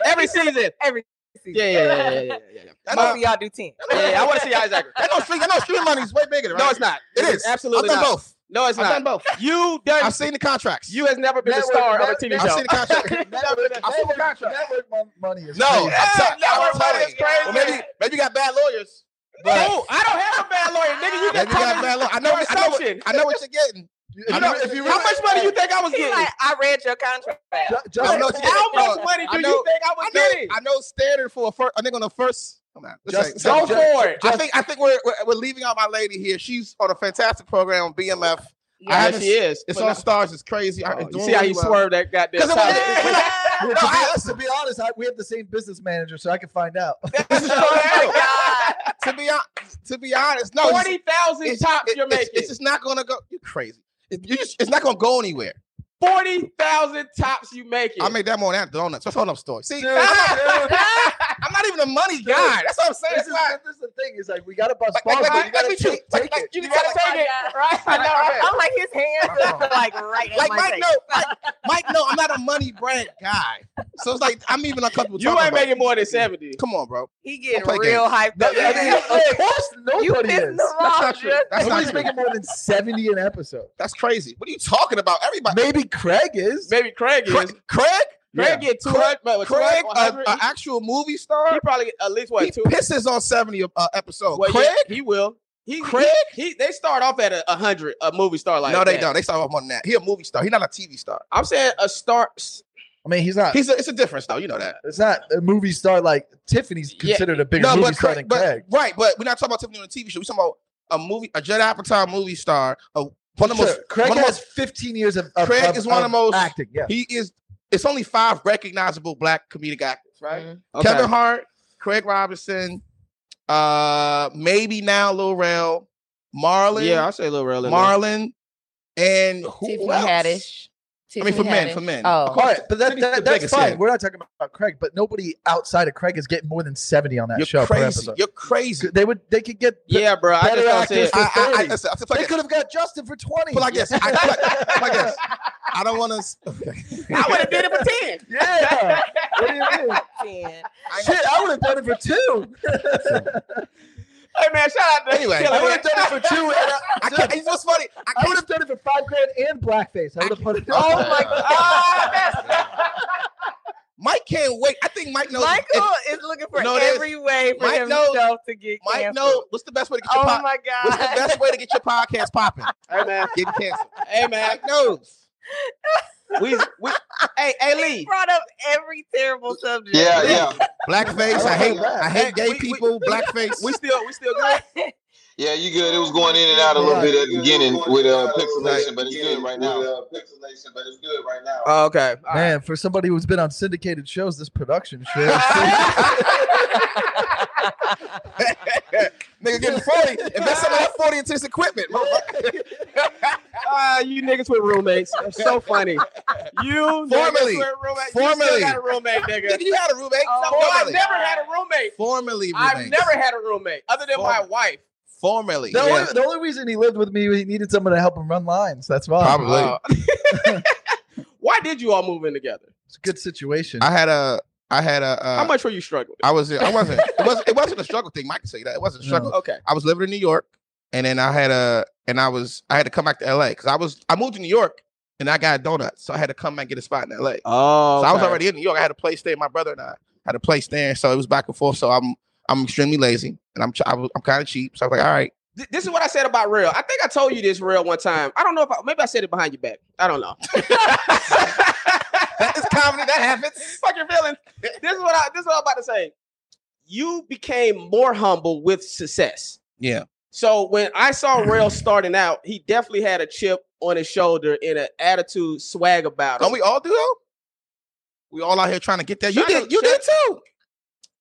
Speaker 1: every season.
Speaker 5: every season.
Speaker 1: Yeah, yeah, yeah, yeah, yeah, yeah.
Speaker 5: Most
Speaker 2: That don't-
Speaker 5: of y'all do ten.
Speaker 1: yeah, yeah I want to see Isaac.
Speaker 2: that don't stream. That don't stream money is way bigger. Right?
Speaker 1: No, it's not.
Speaker 2: It is
Speaker 1: absolutely
Speaker 2: I've done
Speaker 1: not.
Speaker 2: both.
Speaker 1: No, it's
Speaker 2: I've
Speaker 1: not.
Speaker 2: done both.
Speaker 1: You done.
Speaker 2: I've seen the contracts.
Speaker 1: You has never been the
Speaker 3: Network,
Speaker 1: star of a
Speaker 3: net-
Speaker 1: TV
Speaker 2: I've
Speaker 1: show.
Speaker 2: seen the contracts.
Speaker 3: network, network mon- money is
Speaker 2: No,
Speaker 3: crazy.
Speaker 2: I'm,
Speaker 4: Yeah,
Speaker 2: tell- I'm
Speaker 4: network
Speaker 2: telling
Speaker 4: money is
Speaker 2: you.
Speaker 4: crazy.
Speaker 2: Well, maybe maybe you got bad lawyers. But
Speaker 1: No, I don't have a bad lawyer, nigga. You just
Speaker 2: maybe you got
Speaker 1: talking
Speaker 2: bad lawyers. I know.
Speaker 1: your
Speaker 2: I know, what,
Speaker 1: assumption.
Speaker 2: I know what you're getting.
Speaker 3: If
Speaker 2: I
Speaker 3: you-
Speaker 2: know-
Speaker 3: if you
Speaker 1: How
Speaker 3: really-
Speaker 1: much money you think I was
Speaker 5: He
Speaker 1: getting?
Speaker 5: like, I read your contract.
Speaker 3: Ju- just-
Speaker 2: I know what you're
Speaker 1: How
Speaker 2: getting.
Speaker 1: much
Speaker 2: No,
Speaker 1: money
Speaker 2: I
Speaker 1: do
Speaker 2: know-
Speaker 1: you think I was
Speaker 2: I know,
Speaker 1: getting?
Speaker 2: I know standard for a first. I think on the first. Come on, let's
Speaker 3: Just-
Speaker 2: say-
Speaker 1: Go
Speaker 3: know-
Speaker 2: say-
Speaker 3: just-
Speaker 1: for it.
Speaker 2: I think I think we're, we're we're leaving out my lady here. She's on a fantastic program on BMF. I
Speaker 1: Yeah,
Speaker 2: haven't
Speaker 1: she is.
Speaker 2: It's
Speaker 1: But
Speaker 2: on Stars. It's crazy.
Speaker 1: no-
Speaker 2: It's
Speaker 1: Oh, you
Speaker 2: doing
Speaker 1: see how
Speaker 2: really
Speaker 1: he
Speaker 2: well.
Speaker 1: swerved that goddamn.
Speaker 2: 'Cause it
Speaker 5: Oh
Speaker 1: topic.
Speaker 2: was-
Speaker 1: We're not-
Speaker 3: to, be
Speaker 2: No, I-
Speaker 3: honest, to be honest, I, we have the same business manager, so I can find out.
Speaker 2: This is
Speaker 1: Oh,
Speaker 2: true.
Speaker 5: God.
Speaker 2: to be hon- to be honest, no, it's-
Speaker 1: Forty thousand
Speaker 2: it's-
Speaker 1: tops
Speaker 2: it-
Speaker 1: you're
Speaker 2: it's-
Speaker 1: making.
Speaker 2: It's just not gonna go. You crazy? It- you just- it's not gonna go anywhere.
Speaker 1: Forty thousand tops you making.
Speaker 2: I made that more than that donuts. That's hold up story. See,
Speaker 1: Dude,
Speaker 2: I'm,
Speaker 1: dude.
Speaker 2: not, I'm not even a money guy. That's what I'm saying.
Speaker 3: this,
Speaker 2: That's
Speaker 3: is,
Speaker 2: why.
Speaker 3: this is the thing. It's like we got to bust
Speaker 2: Like,
Speaker 3: balls,
Speaker 2: like,
Speaker 3: but
Speaker 2: like,
Speaker 3: you
Speaker 2: like,
Speaker 3: got
Speaker 2: like
Speaker 3: to
Speaker 2: with you,
Speaker 3: take,
Speaker 2: like,
Speaker 3: take
Speaker 2: like
Speaker 3: it.
Speaker 2: you
Speaker 5: You
Speaker 2: just
Speaker 5: gotta
Speaker 2: gotta
Speaker 5: take it, right? I know. I'm, I'm like his hands are like right at
Speaker 2: Like
Speaker 5: my
Speaker 2: Mike,
Speaker 5: face.
Speaker 2: no, Mike, Mike, no, I'm not a money brand guy. So it's like I'm even uncomfortable.
Speaker 1: You
Speaker 2: talking
Speaker 1: ain't
Speaker 2: about it.
Speaker 1: making more than seventy.
Speaker 2: Come on, bro.
Speaker 5: He getting
Speaker 2: Don't play
Speaker 5: real hyped
Speaker 3: No,
Speaker 5: up.
Speaker 3: I mean, of course,
Speaker 5: you
Speaker 3: nobody
Speaker 5: pissing the
Speaker 3: is.
Speaker 2: That's
Speaker 5: wrong
Speaker 2: not true. That's not
Speaker 3: Nobody's
Speaker 2: true.
Speaker 3: making more than seventy an episode.
Speaker 2: That's crazy. What are you talking about? Everybody.
Speaker 3: Maybe Craig is.
Speaker 1: Maybe Craig is.
Speaker 2: Craig, Craig,
Speaker 1: Craig get two hundred.
Speaker 2: Craig, uh, a-
Speaker 1: he,
Speaker 2: an actual movie star.
Speaker 1: he probably get at least
Speaker 2: he
Speaker 1: what two.
Speaker 2: pisses on seventy a- uh, episode.
Speaker 1: Well,
Speaker 2: Craig.
Speaker 1: yeah, he will. He,
Speaker 2: Craig?
Speaker 1: He, he- they start off at a, a hundred. A movie star like
Speaker 2: no, they
Speaker 1: that.
Speaker 2: don't. They start off more than that. He a movie star. He not a TV star.
Speaker 1: I'm saying a star.
Speaker 3: I mean, he's not.
Speaker 2: He's a, it's a difference though. You know that.
Speaker 3: it's not a movie star like Tiffany's
Speaker 1: Yeah.
Speaker 3: considered a bigger movie star than
Speaker 2: but
Speaker 3: Craig.
Speaker 2: right, but we're not talking about Tiffany on a TV show. We're talking about a movie, a Judd Apatow movie star. A, one of the most.
Speaker 3: Sure, Craig
Speaker 2: one of the
Speaker 3: has 15 years of, of-
Speaker 2: Craig is one of the most-
Speaker 3: acting. Yeah,
Speaker 2: He is. It's only five recognizable black comedic actors, right?
Speaker 5: Mm-hmm.
Speaker 1: Okay.
Speaker 2: Kevin Hart, Craig Robinson, uh, maybe now Lil Rel, Marlon,
Speaker 1: Yeah, I'll say Lil Rel. in there.
Speaker 2: Marlon, and who
Speaker 5: Tiffany
Speaker 2: else?
Speaker 5: Haddish.
Speaker 2: I mean, for
Speaker 5: Tiffany
Speaker 2: men,
Speaker 5: Haddish.
Speaker 2: for men.
Speaker 5: Oh.
Speaker 2: Of
Speaker 3: all right, but that,
Speaker 2: Tiffany's the
Speaker 3: that, that's
Speaker 2: biggest
Speaker 3: fine.
Speaker 2: hit.
Speaker 3: We're not talking about Craig, but nobody outside of Craig is getting more than 70 on that
Speaker 2: You're
Speaker 3: show per
Speaker 2: crazy.
Speaker 3: episode.
Speaker 2: You're crazy.
Speaker 3: They would, they could get.
Speaker 1: Yeah, bro. I
Speaker 3: Better
Speaker 1: just don't see
Speaker 3: actors
Speaker 1: it.
Speaker 3: for
Speaker 2: I, I, I,
Speaker 3: 30.
Speaker 2: listen, I just
Speaker 3: They
Speaker 2: like
Speaker 3: could have got Justin for 20.
Speaker 2: But like this, I, like, like this. I don't want to.
Speaker 4: I would have did it for ten.
Speaker 3: yeah. What do you mean?
Speaker 5: Ten.
Speaker 3: Shit, I would have done it for two.
Speaker 1: Hey man, shout out to
Speaker 2: Anyway.
Speaker 1: Killer
Speaker 3: I would have
Speaker 1: Mike.
Speaker 3: done it for two. And I,
Speaker 2: I can't. It's what's funny. I
Speaker 3: I would
Speaker 2: can't.
Speaker 3: have done it for five grand and blackface. I would have put it.
Speaker 2: Oh my
Speaker 5: Ah,
Speaker 2: Mike can't wait. I think Mike knows.
Speaker 5: Michael is looking for
Speaker 2: No, it is.
Speaker 5: every way for
Speaker 2: Mike
Speaker 5: himself
Speaker 2: knows-
Speaker 5: to get
Speaker 2: Mike
Speaker 5: canceled.
Speaker 2: knows. What's the best way to get your
Speaker 5: Oh
Speaker 2: po-
Speaker 5: my
Speaker 2: What's the
Speaker 5: god!
Speaker 2: best way to get your podcast popping?
Speaker 1: Hey man.
Speaker 2: Getting canceled.
Speaker 1: Hey man.
Speaker 2: Mike knows.
Speaker 1: We we. Hey hey
Speaker 5: He
Speaker 1: Lee.
Speaker 5: brought up every terrible subject.
Speaker 4: Yeah, yeah,
Speaker 2: Blackface. I hate. I hate
Speaker 1: Hey,
Speaker 2: gay
Speaker 1: we- we-
Speaker 2: people. Blackface.
Speaker 1: We still we still good.
Speaker 4: yeah. You good? It was going in and out a little bit at the beginning with uh, pixelation, but it's good right now.
Speaker 1: Oh, okay. All right.
Speaker 3: Man, for somebody who's been on syndicated shows, this production shit.
Speaker 2: Nigga getting forty. Invest some of that forty into this equipment.
Speaker 1: Ah, you niggas with roommates. That's so funny. You
Speaker 2: Formerly.
Speaker 1: niggas with roommates. You
Speaker 2: Formally.
Speaker 1: still got a roommate, nigga.
Speaker 2: Nigga, you had a roommate.
Speaker 5: Oh,
Speaker 1: No, I
Speaker 2: Formerly.
Speaker 1: never had a roommate.
Speaker 2: Formerly.
Speaker 1: I've
Speaker 2: roommates.
Speaker 1: never had a roommate other than my
Speaker 2: Formerly.
Speaker 1: wife.
Speaker 2: Formerly.
Speaker 3: The,
Speaker 2: Yeah.
Speaker 3: only, the only reason he lived with me, he needed someone to help him run lines. That's why.
Speaker 2: Probably.
Speaker 1: Uh, why did you all move in together?
Speaker 3: It's a good situation.
Speaker 2: I had a. I had a. Uh,
Speaker 1: How much were you struggling?
Speaker 2: I was. I wasn't. It wasn't. It wasn't a struggle thing. Mike can say that. It wasn't a
Speaker 3: No.
Speaker 2: struggle.
Speaker 1: Okay.
Speaker 2: I was living in New York, and then I had a. And I was. I had to come back to L.A. because I was. I moved to New York, and I got a donut, so I had to come back and get a spot in L.A.
Speaker 1: Oh,
Speaker 2: So I was already in New York. I had a place there. My brother and I had a place there, so it was back and forth. So I'm. I'm extremely lazy, and I'm. ch- I was- I'm kind of cheap. So I was like, all right.
Speaker 1: Th- This is what I said about real. I think I told you this real one time. I don't know if I, maybe I said it behind your back. I don't know.
Speaker 2: That is comedy. That happens.
Speaker 1: Fuck your feelings. This is what I this is what I'm about to say. You became more humble with success.
Speaker 2: Yeah.
Speaker 1: So when I saw Rail starting out, he definitely had a chip on his shoulder and an attitude swag about him.
Speaker 2: Don't we all do though? We all out here trying to get that. You
Speaker 1: Trying
Speaker 2: did.
Speaker 1: to-
Speaker 2: You did too.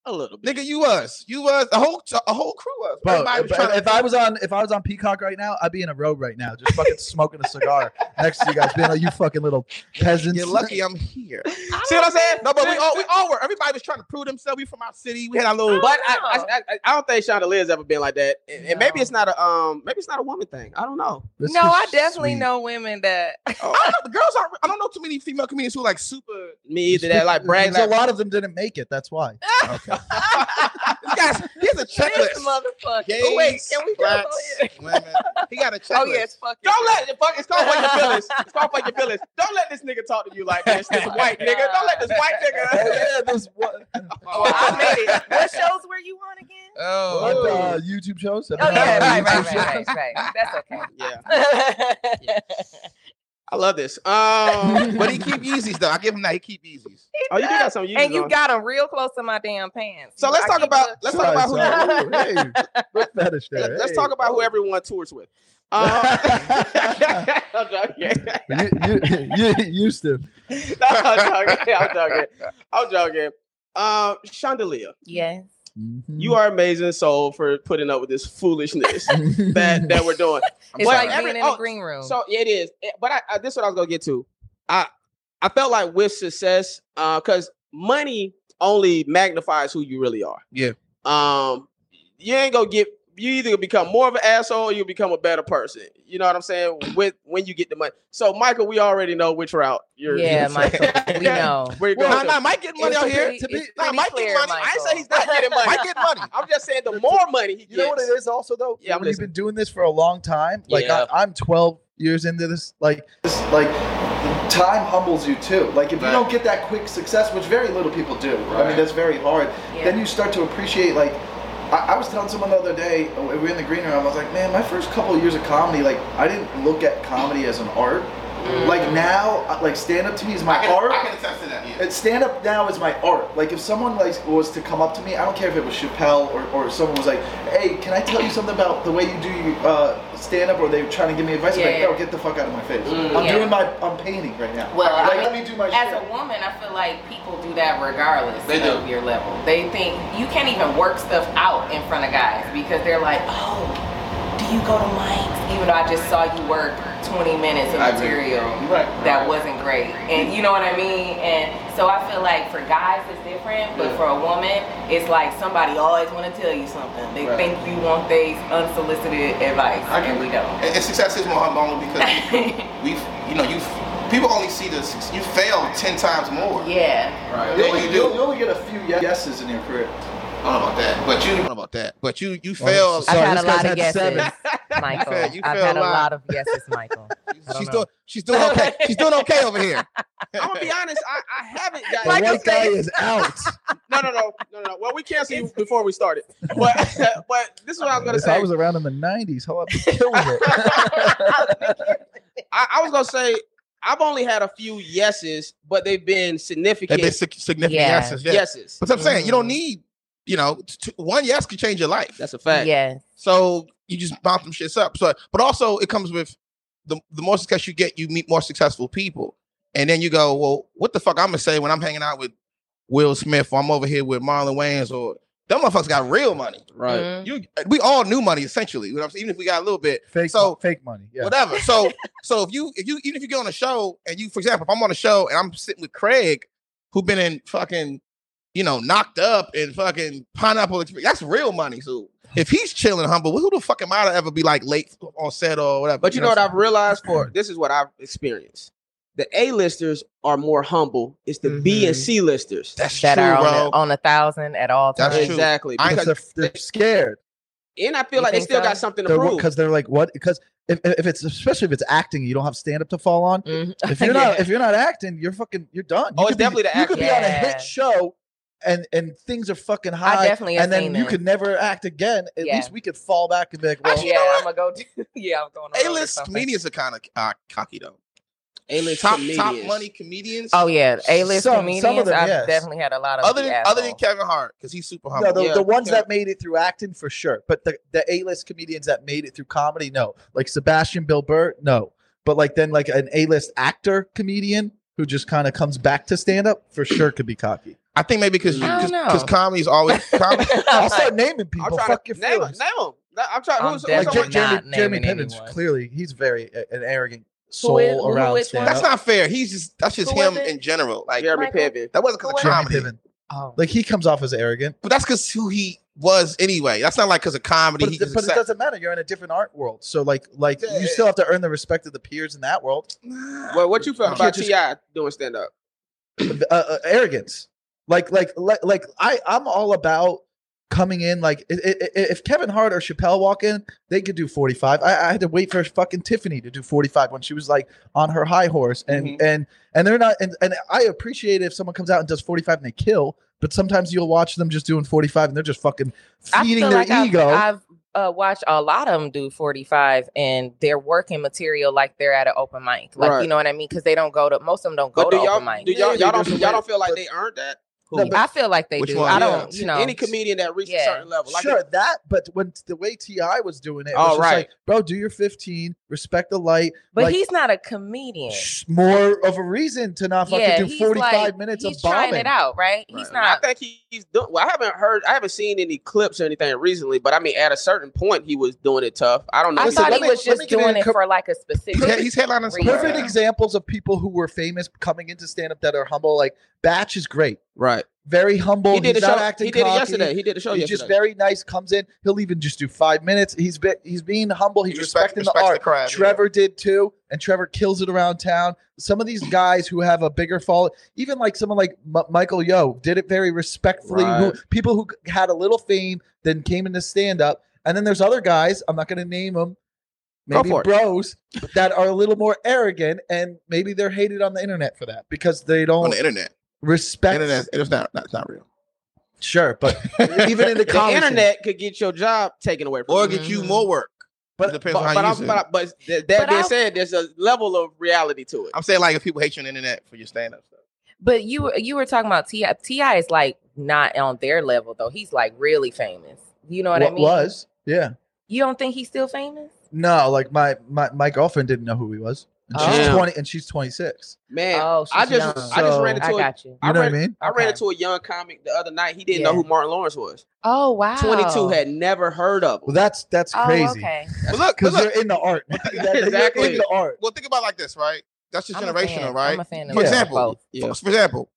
Speaker 1: a little bit.
Speaker 2: Nigga, you was. You was. A whole a whole crew was.
Speaker 3: Bro,
Speaker 2: Everybody
Speaker 3: if,
Speaker 2: was trying to-
Speaker 3: if I was on if I was on Peacock right now, I'd be in a robe right now, just fucking smoking a cigar next to you guys, being like, "You fucking little peasants."
Speaker 2: You're lucky I'm here.
Speaker 5: I
Speaker 2: See what I'm
Speaker 5: don't
Speaker 2: saying? No, but we
Speaker 5: think-
Speaker 2: all we all were. Everybody was trying to prove themselves. We from our city. We had our little.
Speaker 1: But I, I, I, I don't think Chandelier's ever been like that, and, and maybe
Speaker 5: Oh, No.
Speaker 1: it's not a um, maybe it's not a woman thing. I don't know.
Speaker 3: This
Speaker 5: No,
Speaker 3: is
Speaker 5: I definitely
Speaker 3: sweet.
Speaker 5: know women that.
Speaker 2: I don't know, the girls aren't. I don't know too many female comedians who like super.
Speaker 1: Me either. That like brags
Speaker 3: There's a
Speaker 1: up.
Speaker 3: lot of them didn't make it. That's why.
Speaker 5: Oh,
Speaker 2: This guy's here's a
Speaker 5: this
Speaker 2: checklist.
Speaker 5: motherfucker.
Speaker 2: Gays,
Speaker 5: Oh, wait, can we go
Speaker 2: blacks,
Speaker 5: here?
Speaker 2: women. He got a checklist.
Speaker 5: Oh yes, fuck it.
Speaker 1: Don't let it fuck. It's called fuck your feelings. It's called fuck your feelings. Don't let this nigga talk to you like this. This white nigga. Don't let this white nigga.
Speaker 3: Oh, yeah, this one.
Speaker 5: Well, I made it. What shows were you on again?
Speaker 3: What,
Speaker 2: Oh,
Speaker 3: uh, YouTube shows.
Speaker 5: Oh yeah, right, right,
Speaker 3: YouTube
Speaker 5: right,
Speaker 3: shows.
Speaker 5: right, right. That's okay.
Speaker 1: yeah, I love this. Um,
Speaker 2: but he keep Yeezys though. I give him that. He keep Yeezys.
Speaker 1: oh, you do got some.
Speaker 5: and you
Speaker 1: on.
Speaker 5: got them real close to my damn pants.
Speaker 2: So let's
Speaker 5: I
Speaker 2: talk
Speaker 5: keep
Speaker 2: about
Speaker 5: looking.
Speaker 2: let's talk about who.
Speaker 5: Right, so-
Speaker 3: Ooh, hey, good fetish there.
Speaker 1: Let's
Speaker 3: hey.
Speaker 1: talk about who everyone tours with. Um, I'm joking.
Speaker 3: You, you, you used to.
Speaker 1: No, I'm joking. I'm joking. I'm joking. Um, Chandelier,
Speaker 5: Yes.
Speaker 3: Mm-hmm.
Speaker 1: you are amazing soul for putting up with this foolishness that that we're doing.
Speaker 5: It's
Speaker 1: Well,
Speaker 5: like
Speaker 1: every-
Speaker 5: being in
Speaker 1: oh,
Speaker 5: a green room.
Speaker 1: So it is, Eh, but I, I this is what I was gonna get to. I I felt like with success, because money only magnifies who you really are.
Speaker 2: Yeah.
Speaker 1: Um, you ain't gonna get. You either gonna become more of an asshole, or you become a better person. You know what I'm saying? With when you get the money. So Michael, we already know which route you're.
Speaker 5: yeah, Michael. We know.
Speaker 1: Where you're
Speaker 2: Well,
Speaker 1: going.
Speaker 2: nah, nah, Mike getting money
Speaker 5: It's
Speaker 2: out here.
Speaker 5: pretty-
Speaker 2: To be,
Speaker 5: it's
Speaker 2: nah,
Speaker 5: pretty
Speaker 2: Mike
Speaker 5: clear,
Speaker 2: getting money. I ain't saying he's not
Speaker 5: Michael.
Speaker 2: getting money. Mike getting money.
Speaker 1: I'm just saying the more money he
Speaker 3: You know what it
Speaker 1: gets-
Speaker 3: is also though?
Speaker 1: Yeah, I'm
Speaker 3: when you've been doing this for a long time. Like
Speaker 1: Yeah.
Speaker 3: I, I'm 12 years into this. Like, this, like time humbles you too. Like if
Speaker 4: Right.
Speaker 3: you don't get that quick success, which very little people do. I
Speaker 4: Right.
Speaker 3: mean, that's very hard.
Speaker 5: Yeah.
Speaker 3: Then you start to appreciate like. I I was telling someone the other day, we were in the green room. I was like, "Man, my first couple of years of comedy, like I didn't look at comedy as an art. Like now, I- like stand up to me is my
Speaker 2: Mm. I can-
Speaker 3: art.
Speaker 2: I can attest to that. Yeah.
Speaker 3: And stand up now is my art. Like if someone like was to come up to me, I don't care if it was Chappelle or, or someone was like, "Hey, can I tell you something about the way you do your, uh, stand up?" Or they were trying to give me advice. I'm like,
Speaker 5: Yeah.
Speaker 3: "No, get the fuck out of my face.
Speaker 1: Mm.
Speaker 3: I'm
Speaker 5: Yeah.
Speaker 3: doing my I'm painting right now.
Speaker 5: Well, I
Speaker 3: like,
Speaker 5: mean,
Speaker 3: let me do my
Speaker 5: As
Speaker 3: shit."
Speaker 5: a woman, I feel like people do that regardless
Speaker 4: They
Speaker 5: of your level. They think you can't even work stuff out in front of guys because they're like, oh, do you go to mics? Even though I just saw you work 20 minutes of
Speaker 2: I agree.
Speaker 5: material
Speaker 3: right.
Speaker 5: that wasn't great. And you know what I mean? And so I feel like for guys it's different, but
Speaker 3: Yeah.
Speaker 5: for a woman, it's like somebody always want to tell you something. They
Speaker 3: Right.
Speaker 5: think you want these unsolicited advice,
Speaker 2: I
Speaker 5: and
Speaker 2: agree.
Speaker 5: we don't.
Speaker 2: And, and success is more humble only because we've, you know, you've people only see the suc- you fail ten times more.
Speaker 5: yeah.
Speaker 2: Right.
Speaker 3: You
Speaker 2: Than
Speaker 3: only,
Speaker 2: you do.
Speaker 3: you only get a few yes- yeses in your career.
Speaker 2: I don't know about that, but you I don't know about that, but you you fail.
Speaker 3: Sorry, this guy's had seven.
Speaker 5: Michael.
Speaker 2: You fail- you fail a lot.
Speaker 5: of yeses, Michael. I
Speaker 2: She's
Speaker 5: don't
Speaker 2: doing she's doing okay. She's doing okay over here.
Speaker 1: I'm gonna be honest. I, I haven't
Speaker 3: The
Speaker 1: got
Speaker 5: Like I
Speaker 3: white guy
Speaker 5: said-
Speaker 3: is out.
Speaker 1: no, no, no, no, no. Well, we canceled you before we started, but but this is what I was gonna
Speaker 3: If
Speaker 1: say.
Speaker 3: I was around in the '90s, how I killed it.
Speaker 1: I, I was gonna say I've only had a few yeses, but they've been significant
Speaker 2: They've been sig- significant
Speaker 5: Yeah.
Speaker 2: yeses. Yeah.
Speaker 1: yeses.
Speaker 2: But I'm saying you don't need, you know, t- t- one yes could change your life.
Speaker 1: That's a fact.
Speaker 5: Yes.
Speaker 2: So you just bounce them shits up. So, but also it comes with the the more success you get, you meet more successful people, and then you go, well, what the fuck I'm gonna say when I'm hanging out with Will Smith or I'm over here with Marlon Wayans or them motherfuckers got real money.
Speaker 5: Mm-hmm.
Speaker 1: Right.
Speaker 2: You, we all knew money essentially. You know what I'm saying? Even if we got a little bit,
Speaker 3: Fake,
Speaker 2: So-
Speaker 3: fake money. Yeah.
Speaker 2: whatever. So, so if you if you even if you get on a show and you, for example, if I'm on a show and I'm sitting with Craig, who been in fucking, you know, knocked up and fucking pineapple, Express, that's real money. So if he's chilling humble, who the fuck am I to ever be like late on set or whatever?
Speaker 1: But you know what I've realized for this is what I've experienced. The A-listers are more humble. It's the B and
Speaker 5: Mhm.
Speaker 1: C listers.
Speaker 2: Mm-hmm. That's
Speaker 5: that
Speaker 2: true,
Speaker 5: are on,
Speaker 2: bro.
Speaker 5: a, on a thousand at all
Speaker 2: That's
Speaker 5: times.
Speaker 2: true.
Speaker 1: exactly.
Speaker 2: I ain't
Speaker 3: Because
Speaker 1: Because,
Speaker 3: they're, they're scared.
Speaker 1: and I feel
Speaker 5: You
Speaker 1: like they
Speaker 5: think
Speaker 1: still
Speaker 5: so?
Speaker 1: got something to prove.
Speaker 3: because they're like what because if, if it's especially if it's acting you don't have stand up to fall on
Speaker 5: Mhm.
Speaker 3: if you're not if you're not acting you're fucking you're done
Speaker 1: Oh,
Speaker 3: you
Speaker 1: it's
Speaker 3: could be-
Speaker 1: definitely the
Speaker 3: you could be on a
Speaker 5: acting. Yeah.
Speaker 3: hit show and and things are fucking high
Speaker 5: definitely have
Speaker 3: and then
Speaker 5: seen
Speaker 3: you
Speaker 5: this.
Speaker 3: could never act again at
Speaker 5: Yeah.
Speaker 3: least we could fall back and be like well
Speaker 5: yeah, I'm gonna go. Do, yeah, I'm going. on road or
Speaker 2: A-list
Speaker 5: something.
Speaker 2: comedians are kind of uh, cocky though.
Speaker 1: A-list
Speaker 2: top top
Speaker 1: comedians.
Speaker 2: money comedians.
Speaker 5: Oh yeah, A-list
Speaker 3: Some- some of
Speaker 5: comedians.
Speaker 3: them,
Speaker 5: I've
Speaker 3: yes.
Speaker 5: definitely had a lot of.
Speaker 2: other
Speaker 5: the
Speaker 2: than
Speaker 5: assholes.
Speaker 2: other than Kevin Hart because he's super humble.
Speaker 3: no, the,
Speaker 1: Yeah.
Speaker 3: the ones that made it through acting for sure, but the, the A list comedians that made it through comedy, no. Like Sebastian Bill Burr, no. But like then like an A list actor comedian who just kind of comes back to stand up for sure could be cocky.
Speaker 2: I think maybe because
Speaker 5: I don't know.
Speaker 2: because comedy's always comedy.
Speaker 3: I'll
Speaker 5: I'm
Speaker 3: start naming people.
Speaker 1: I'm trying
Speaker 3: Fuck
Speaker 1: to
Speaker 3: your
Speaker 1: name, name
Speaker 3: feelings.
Speaker 1: 'em. No, I'm trying.
Speaker 5: I'm
Speaker 1: Who's, who's
Speaker 5: dead.
Speaker 3: Like
Speaker 5: Like,
Speaker 1: someone-
Speaker 3: Jer-
Speaker 5: I'm
Speaker 3: Jeremy,
Speaker 5: not
Speaker 3: Jeremy
Speaker 5: naming
Speaker 3: Piven's
Speaker 5: anyone.
Speaker 3: clearly he's very a- an arrogant soul
Speaker 5: Who is- who-
Speaker 3: around
Speaker 5: which one?
Speaker 3: stand
Speaker 2: That's not fair. He's just that's just
Speaker 5: Who was
Speaker 2: him
Speaker 5: it?
Speaker 2: in general. Like
Speaker 1: Jeremy
Speaker 5: Michael.
Speaker 1: Piven.
Speaker 2: that wasn't because of
Speaker 5: Who was
Speaker 3: Jeremy
Speaker 2: comedy,
Speaker 3: Piven.
Speaker 5: Oh.
Speaker 3: Like he comes off as arrogant,
Speaker 2: but that's because who he was anyway. That's not like because of comedy.
Speaker 3: but,
Speaker 2: he
Speaker 3: it,
Speaker 2: was
Speaker 3: but it
Speaker 2: accept-
Speaker 3: doesn't matter. You're in a different art world, so like like
Speaker 2: Yeah,
Speaker 3: you
Speaker 2: yeah.
Speaker 3: still have to earn the respect of the peers in that world.
Speaker 2: Nah.
Speaker 1: Well, what you felt
Speaker 2: You
Speaker 1: about
Speaker 2: can't just-
Speaker 1: Ti doing stand up?
Speaker 3: uh, uh, arrogance. Like like like like I I'm all about coming in like i- i- i- if Kevin Hart or Chappelle walk in, they could do 45. I, I had to wait for fucking Tiffany to do 45 when she was like on her high horse and
Speaker 1: Mm-hmm.
Speaker 3: and and they're not and, and I appreciate if someone comes out and does 45 and they kill, but sometimes you'll watch them just doing 45 and they're just fucking
Speaker 5: I
Speaker 3: feeding
Speaker 5: feel
Speaker 3: their
Speaker 5: like I've-
Speaker 3: ego.
Speaker 5: I've, uh, watched a lot of them do 45 and they're working material like they're at an open mic. Like,
Speaker 1: Right.
Speaker 5: you know what I mean? Because they don't go to, most of them don't go
Speaker 1: But do
Speaker 5: to
Speaker 1: y'all
Speaker 5: open mic.
Speaker 1: do y'all
Speaker 2: Yeah,
Speaker 1: y'all don't
Speaker 2: just
Speaker 1: y'all
Speaker 2: wait.
Speaker 1: don't feel like
Speaker 2: But-
Speaker 1: they earned that?
Speaker 3: No, but-
Speaker 5: I feel like they
Speaker 2: Which
Speaker 5: do.
Speaker 2: one?
Speaker 5: I
Speaker 2: Yeah.
Speaker 5: don't, you know.
Speaker 1: any comedian that reaches a
Speaker 5: Yeah.
Speaker 1: certain level, like
Speaker 3: sure that, but when the way Ti was doing it, it was
Speaker 1: All
Speaker 3: just
Speaker 1: right.
Speaker 3: like, bro, do your 15, respect the light,
Speaker 5: but
Speaker 3: like-
Speaker 5: he's not a comedian.
Speaker 3: sh- more of a reason to not fucking
Speaker 5: yeah,
Speaker 3: do
Speaker 5: he's
Speaker 3: 45
Speaker 5: like-
Speaker 3: minutes
Speaker 5: he's
Speaker 3: of
Speaker 5: trying
Speaker 3: bombing.
Speaker 5: it out, right? He's
Speaker 1: Right. I
Speaker 5: not.
Speaker 1: think he- he's doing. Well, I haven't heard. I haven't seen any clips or anything recently. But I mean, at a certain point, he was doing it tough. I don't know.
Speaker 5: I
Speaker 3: Listen,
Speaker 5: thought
Speaker 3: let
Speaker 5: he
Speaker 3: me-
Speaker 5: was
Speaker 3: let me
Speaker 5: just
Speaker 3: get in
Speaker 5: doing it
Speaker 3: co-
Speaker 5: for like a
Speaker 2: He's, head-
Speaker 5: specific.
Speaker 2: he's headlining some
Speaker 5: Perfect
Speaker 3: Perfect
Speaker 5: Yeah.
Speaker 3: examples of people who were famous coming into stand up that are humble. Like Batch is great,
Speaker 1: right.
Speaker 3: very humble.
Speaker 1: he did a
Speaker 3: he's
Speaker 1: show.
Speaker 3: not acting
Speaker 1: He did
Speaker 3: cocky.
Speaker 1: it yesterday. He did a show
Speaker 3: He's just
Speaker 1: yesterday.
Speaker 3: very nice. Comes in, he'll even just do five minutes. He's be, he's being humble. He's respecting the art.
Speaker 2: craft.
Speaker 3: Trevor did too, and Trevor kills it around town. Some of these guys who have a bigger fall, even like someone like M- Michael Yo, did it very respectfully. Who
Speaker 1: Right.
Speaker 3: people who had a little fame then came into stand up, and then there's other guys. I'm not going to name them.
Speaker 1: Go
Speaker 3: Maybe
Speaker 1: for it.
Speaker 3: bros that are a little more arrogant, and maybe they're hated on the internet for that because they
Speaker 2: on
Speaker 3: don't
Speaker 2: the internet.
Speaker 3: respect.
Speaker 2: Internet, it's not, that's not real.
Speaker 3: Sure, but even in the,
Speaker 1: the
Speaker 3: comedy scene.
Speaker 1: internet could get your job taken away from
Speaker 2: or
Speaker 1: you.
Speaker 2: get you
Speaker 5: Mhm.
Speaker 2: more work.
Speaker 3: But-
Speaker 2: It depends on
Speaker 1: But,
Speaker 2: how
Speaker 1: but,
Speaker 2: you
Speaker 1: I'm-
Speaker 2: use it.
Speaker 1: but, I- but th- that
Speaker 5: But
Speaker 1: being
Speaker 5: I-
Speaker 1: said, there's a level of reality to it.
Speaker 2: I'm saying like if people hate you on the internet for your stand up stuff.
Speaker 5: But you were- you were talking about Ti. Ti is like not on their level though. He's like really famous. You know what,
Speaker 3: what
Speaker 5: I mean?
Speaker 3: was yeah.
Speaker 5: You don't think he's still famous?
Speaker 3: No, like my my my girlfriend didn't know who he was, and she's
Speaker 1: Oh.
Speaker 3: twenty, and she's twenty six.
Speaker 1: Man,
Speaker 5: oh,
Speaker 1: I
Speaker 5: she's
Speaker 1: just
Speaker 5: young.
Speaker 1: I just ran
Speaker 3: So-
Speaker 1: into
Speaker 5: I
Speaker 1: a-
Speaker 5: got you.
Speaker 3: You know
Speaker 1: read,
Speaker 3: what I mean?
Speaker 1: I ran
Speaker 5: Okay.
Speaker 1: into a young comic the other night. He didn't know
Speaker 5: Yeah.
Speaker 1: who Martin Lawrence was.
Speaker 5: Oh wow.
Speaker 1: 22 had never heard of him.
Speaker 3: Well, that's that's
Speaker 5: Oh,
Speaker 3: crazy.
Speaker 5: okay.
Speaker 2: But look, but
Speaker 3: Because
Speaker 2: look,
Speaker 3: you're in the art. You're in
Speaker 1: Exactly.
Speaker 3: the art.
Speaker 2: well, think about it like this, right? That's just
Speaker 5: I'm a
Speaker 2: generational,
Speaker 5: fan.
Speaker 2: right?
Speaker 5: I'm a fan of
Speaker 2: For
Speaker 5: both.
Speaker 2: example,
Speaker 1: Yeah.
Speaker 2: for example,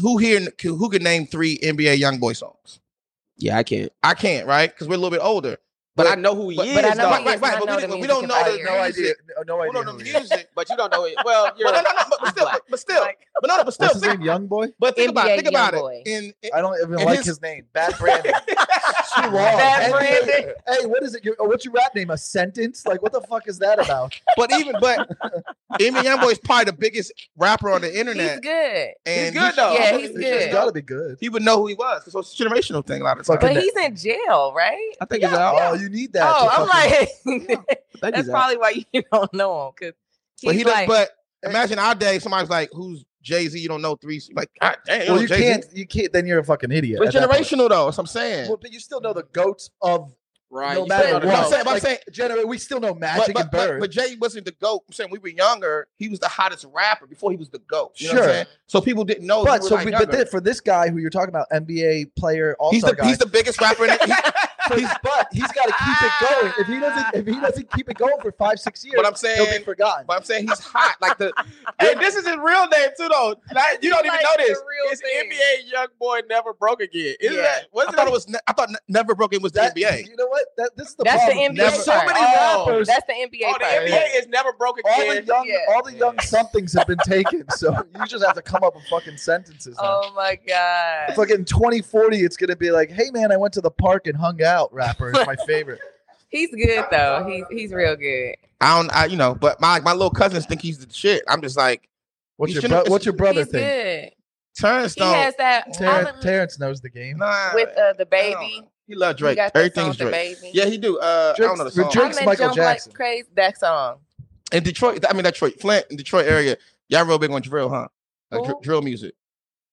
Speaker 2: who here who could name three NBA Young Boy songs?
Speaker 1: yeah, I can't.
Speaker 2: I can't, right? Because we're a little bit older.
Speaker 1: But,
Speaker 2: But-
Speaker 1: I know who he
Speaker 2: but-
Speaker 1: is.
Speaker 5: but I know
Speaker 1: though.
Speaker 5: he
Speaker 2: right, right,
Speaker 5: is,
Speaker 2: right,
Speaker 5: and I know
Speaker 2: but we
Speaker 5: the
Speaker 2: don't- we
Speaker 5: music
Speaker 2: don't know
Speaker 5: about
Speaker 2: the
Speaker 5: it.
Speaker 3: No idea. No, no
Speaker 2: We
Speaker 3: idea.
Speaker 2: don't know
Speaker 3: who
Speaker 2: the
Speaker 3: he is.
Speaker 2: music.
Speaker 1: but you don't know it. Well, you're
Speaker 2: Well, no, no, no, but, but still, but, but still, but no, no, but still,
Speaker 3: What's his
Speaker 2: think,
Speaker 3: name? Young boy.
Speaker 2: but think about,
Speaker 5: NBA
Speaker 2: think about
Speaker 5: Youngboy.
Speaker 2: it. In, in
Speaker 3: I don't even
Speaker 2: And
Speaker 3: like
Speaker 2: his-
Speaker 3: his, name. Bad Brandon. Too long.
Speaker 5: Bad
Speaker 3: And-
Speaker 5: Brandon.
Speaker 3: Hey, what is it? Your, what's your rap name? A sentence? Like, what the fuck is that about?
Speaker 2: but even, but NBA Youngboy is probably the biggest rapper on the internet.
Speaker 5: He's good.
Speaker 2: And
Speaker 1: good, though.
Speaker 5: Yeah, he's
Speaker 3: It's
Speaker 5: good.
Speaker 3: gotta be good.
Speaker 2: he would know who he was. So it's a generational thing a lot of times.
Speaker 5: But he's in jail, right?
Speaker 1: I think it's out.
Speaker 3: Oh, you need that.
Speaker 5: Oh,
Speaker 3: to
Speaker 5: I'm
Speaker 3: fucking-
Speaker 5: like,
Speaker 1: I think
Speaker 5: that's
Speaker 1: it's out.
Speaker 5: probably why you don't know him because
Speaker 2: but he
Speaker 5: he's
Speaker 2: does.
Speaker 5: like,
Speaker 2: but imagine our day, somebody's like, "Who's Jay Z?" You don't know three. You're Like, God damn,
Speaker 3: Well, you
Speaker 2: Jay-Z.
Speaker 3: can't. You can't. Then you're a fucking idiot.
Speaker 2: But
Speaker 3: at that point.
Speaker 2: generational though. That's what I'm saying.
Speaker 3: Well, but you still know the goats of
Speaker 1: Right.
Speaker 3: no
Speaker 1: you
Speaker 3: matter
Speaker 1: still
Speaker 3: what.
Speaker 1: don't know.
Speaker 2: I'm saying- but I'm
Speaker 3: Like,
Speaker 2: saying-
Speaker 3: Jenna, we still know
Speaker 2: but,
Speaker 3: Magic
Speaker 2: but,
Speaker 3: and Bird.
Speaker 2: but, but Jay wasn't the goat. I'm saying we were younger. He was the hottest rapper before he was the goat. You know what I'm
Speaker 3: Sure.
Speaker 2: saying? So people didn't know.
Speaker 3: But so,
Speaker 2: like
Speaker 3: we, but
Speaker 2: younger.
Speaker 3: then for this guy who you're talking about, NBA player, all
Speaker 2: he's
Speaker 3: star
Speaker 2: the
Speaker 3: guy,
Speaker 2: he's the biggest rapper. in the, he's-
Speaker 3: so he's- but he's got to keep it going. If he doesn't, if he doesn't keep it going for five, six years,
Speaker 2: but I'm
Speaker 3: he'll be
Speaker 2: saying,
Speaker 3: forgotten.
Speaker 2: but I'm saying he's hot. Like the
Speaker 1: Hey, this is his real name too, though. Like, you don't even
Speaker 5: Like
Speaker 1: know
Speaker 5: the
Speaker 1: this.
Speaker 5: real
Speaker 1: It's
Speaker 5: thing.
Speaker 1: NBA young boy never broke again. Isn't
Speaker 5: Yeah.
Speaker 1: that?
Speaker 2: I
Speaker 1: Wasn't
Speaker 2: thought
Speaker 1: that
Speaker 2: it was. Ne- I thought ne- never broken was the
Speaker 3: That-
Speaker 2: NBA.
Speaker 3: You know what? That this is the
Speaker 5: That's the
Speaker 3: problem.
Speaker 5: NBA
Speaker 3: Never- so
Speaker 5: part.
Speaker 3: many
Speaker 1: Oh,
Speaker 3: rappers.
Speaker 5: that's the NBA
Speaker 1: Oh, the
Speaker 5: part.
Speaker 1: NBA is never broke
Speaker 3: all the
Speaker 1: again.
Speaker 3: young,
Speaker 5: Yeah.
Speaker 3: all the young somethings have been taken. So you just have to come up with fucking sentences. Now.
Speaker 5: Oh my god.
Speaker 3: Fucking 2040, it's gonna be like, hey man, I went to the park and hung out. Rapper is my favorite.
Speaker 5: He's good though. He's he's real good.
Speaker 2: I don't. I you know. But my my little cousins think he's the shit. I'm just like
Speaker 3: What's
Speaker 2: You
Speaker 3: your
Speaker 2: shouldn't-
Speaker 3: bro- what's your brother
Speaker 5: he's
Speaker 3: think?
Speaker 5: good.
Speaker 2: Terrence.
Speaker 5: He
Speaker 2: don't,
Speaker 5: has that
Speaker 3: Ter-
Speaker 5: I li-
Speaker 3: Terrence knows the game.
Speaker 2: Nah,
Speaker 5: with uh, the baby.
Speaker 2: He love
Speaker 5: He
Speaker 2: Drake.
Speaker 5: got that song
Speaker 2: Everything's
Speaker 5: with the
Speaker 2: Drake.
Speaker 5: baby.
Speaker 2: Yeah, he do. Uh, I don't know the
Speaker 3: Drake's-
Speaker 2: song.
Speaker 3: Drake's-
Speaker 5: I'm in
Speaker 3: Michael
Speaker 5: Jump
Speaker 3: Jackson.
Speaker 5: Like crazy. That song.
Speaker 2: In Detroit, I mean Detroit, Flint, in Detroit area, y'all real big on drill, huh? Like dr-
Speaker 5: Who?
Speaker 2: drill music.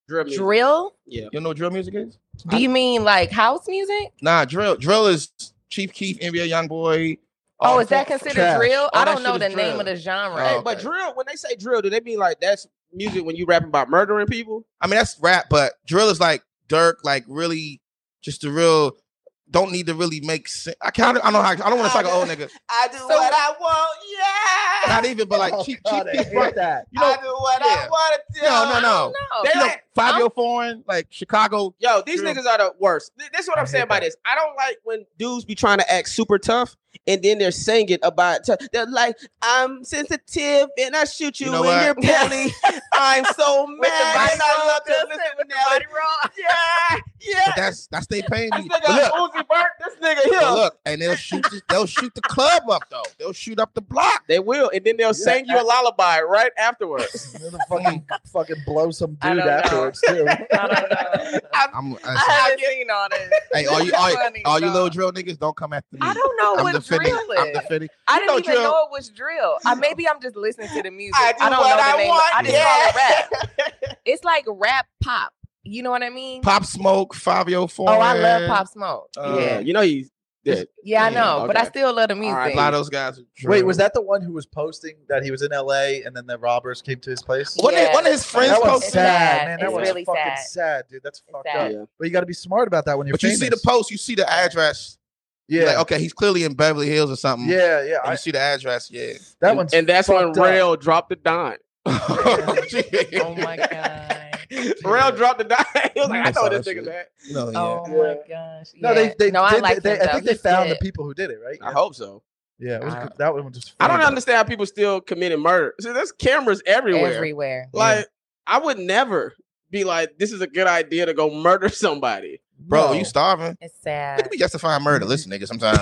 Speaker 1: Drill music.
Speaker 5: Drill?
Speaker 1: Yeah.
Speaker 2: You know what drill music is?
Speaker 5: Do you mean like house music?
Speaker 2: Nah, drill. Drill is Chief Keef, NBA YoungBoy.
Speaker 5: Oh,
Speaker 2: all
Speaker 5: is that
Speaker 2: the-
Speaker 5: considered
Speaker 3: trash.
Speaker 5: drill?
Speaker 2: All
Speaker 5: I
Speaker 2: that
Speaker 5: don't know
Speaker 2: shit
Speaker 5: the
Speaker 2: is
Speaker 5: name
Speaker 2: drill.
Speaker 5: of the genre.
Speaker 1: Hey,
Speaker 2: Oh.
Speaker 1: but
Speaker 2: okay.
Speaker 1: drill. When they say drill, do they mean like that's music when you rapping about murdering people?
Speaker 2: I mean, that's rap, but drill is like Dirk, like really just the real. Don't need to really make sense. I kind of, I don't know how, I don't want to sound like an old nigga.
Speaker 6: I do what I want, yeah.
Speaker 2: Not even, but like
Speaker 3: oh,
Speaker 2: cheap, cheap,
Speaker 3: God, I
Speaker 2: cheap,
Speaker 3: hate
Speaker 2: right?
Speaker 3: that.
Speaker 2: You know,
Speaker 6: I do what
Speaker 2: yeah.
Speaker 6: I want to do.
Speaker 2: No, no,
Speaker 5: I
Speaker 2: no.
Speaker 5: don't know.
Speaker 2: you know,
Speaker 1: They-
Speaker 2: five year foreign, like Chicago.
Speaker 1: Yo, these
Speaker 2: True.
Speaker 1: niggas are the worst. Th- This is what
Speaker 3: I
Speaker 1: I'm saying
Speaker 3: hate
Speaker 1: about
Speaker 3: that.
Speaker 1: this. I don't like when dudes be trying to act super tough and then they're singing about. t- they're like, "I'm sensitive and I shoot you,
Speaker 2: You know
Speaker 1: in
Speaker 2: what?
Speaker 1: your belly. I'm so
Speaker 6: Man,
Speaker 1: mad and I love to listen to Nelly." Yeah,
Speaker 2: But
Speaker 1: yeah.
Speaker 2: that's that's they paying
Speaker 1: This
Speaker 2: you. But look,
Speaker 1: nigga Uzi Burke. This nigga
Speaker 2: but
Speaker 1: here.
Speaker 2: look, and they'll shoot the, they'll shoot the club up though. They'll shoot up the block.
Speaker 1: They will, and then they'll sing you a lullaby right afterwards.
Speaker 3: They'll fucking fucking blow some
Speaker 5: I
Speaker 3: dude
Speaker 5: don't know.
Speaker 3: afterwards too.
Speaker 5: I don't know. I,
Speaker 2: I'm, I
Speaker 5: I
Speaker 2: said,
Speaker 5: haven't seen all this.
Speaker 2: hey, all you all,
Speaker 5: Funny,
Speaker 2: all you
Speaker 5: dog.
Speaker 2: little drill niggas, don't come after me.
Speaker 5: I don't know
Speaker 2: I'm
Speaker 5: what
Speaker 2: defending.
Speaker 5: drill
Speaker 2: I'm
Speaker 5: is.
Speaker 2: defending.
Speaker 5: I didn't
Speaker 2: know
Speaker 5: even
Speaker 2: drill.
Speaker 5: know it was drill. I, maybe I'm just listening to the music.
Speaker 6: I do
Speaker 5: I don't
Speaker 6: what
Speaker 5: know the
Speaker 6: I
Speaker 5: name.
Speaker 6: want,
Speaker 5: I just
Speaker 6: yeah.
Speaker 5: call it rap. It's like rap pop. You know what I mean?
Speaker 2: Pop Smoke, Fabio
Speaker 5: oh,
Speaker 2: Foreign.
Speaker 5: I love Pop Smoke.
Speaker 2: Uh,
Speaker 5: yeah,
Speaker 1: you know he's dead.
Speaker 5: yeah, I
Speaker 2: yeah,
Speaker 5: know, but I
Speaker 1: okay.
Speaker 5: still love the
Speaker 1: All
Speaker 5: music.
Speaker 1: right,
Speaker 2: A lot of those guys. Are drill.
Speaker 3: Wait, was that the one who was posting that he was in LA and then the robbers came to his place?
Speaker 2: One, of, one of his friends
Speaker 3: that
Speaker 5: one's
Speaker 3: was
Speaker 5: It's
Speaker 2: posted?
Speaker 3: sad,
Speaker 5: sad.
Speaker 3: man. That
Speaker 5: It's
Speaker 3: was
Speaker 5: really
Speaker 3: fucking sad.
Speaker 5: sad.
Speaker 3: dude. That's fucked
Speaker 5: sad.
Speaker 3: up.
Speaker 1: Yeah.
Speaker 3: But you got to be smart about that when you're.
Speaker 2: But you see the
Speaker 3: famous.
Speaker 2: post, you see the address.
Speaker 3: Yeah,
Speaker 2: Like, okay, he's clearly in Beverly Hills or something.
Speaker 3: yeah, yeah.
Speaker 2: And
Speaker 3: I,
Speaker 2: you see the address. Yeah.
Speaker 3: that
Speaker 1: And-
Speaker 3: one's.
Speaker 1: and that's when
Speaker 3: fucked up.
Speaker 1: Rail dropped the dime.
Speaker 5: Oh my god.
Speaker 1: Rail dropped the dime. He was like, I
Speaker 2: I
Speaker 1: know
Speaker 2: saw
Speaker 1: what this
Speaker 2: that
Speaker 1: nigga's
Speaker 2: shit.
Speaker 1: at.
Speaker 2: No, yeah.
Speaker 5: Oh
Speaker 3: Yeah.
Speaker 5: my gosh.
Speaker 3: no, they
Speaker 5: Yeah.
Speaker 3: they
Speaker 5: no, I
Speaker 3: did-
Speaker 5: like
Speaker 3: they,
Speaker 5: him,
Speaker 3: I think
Speaker 5: though.
Speaker 3: they found
Speaker 5: He
Speaker 3: the
Speaker 5: did.
Speaker 3: people who did it, right?
Speaker 1: I hope so.
Speaker 3: Yeah, it was
Speaker 5: I-
Speaker 3: good. that one was just.
Speaker 1: I don't
Speaker 3: funny.
Speaker 1: understand how people still committing murder. See, there's cameras everywhere.
Speaker 5: everywhere.
Speaker 1: Like, I would never be like, this is a good idea to go murder somebody.
Speaker 2: Bro,
Speaker 3: No.
Speaker 2: you starving.
Speaker 5: It's
Speaker 2: Look
Speaker 5: sad.
Speaker 2: at me justifying murder. Listen, nigga, sometimes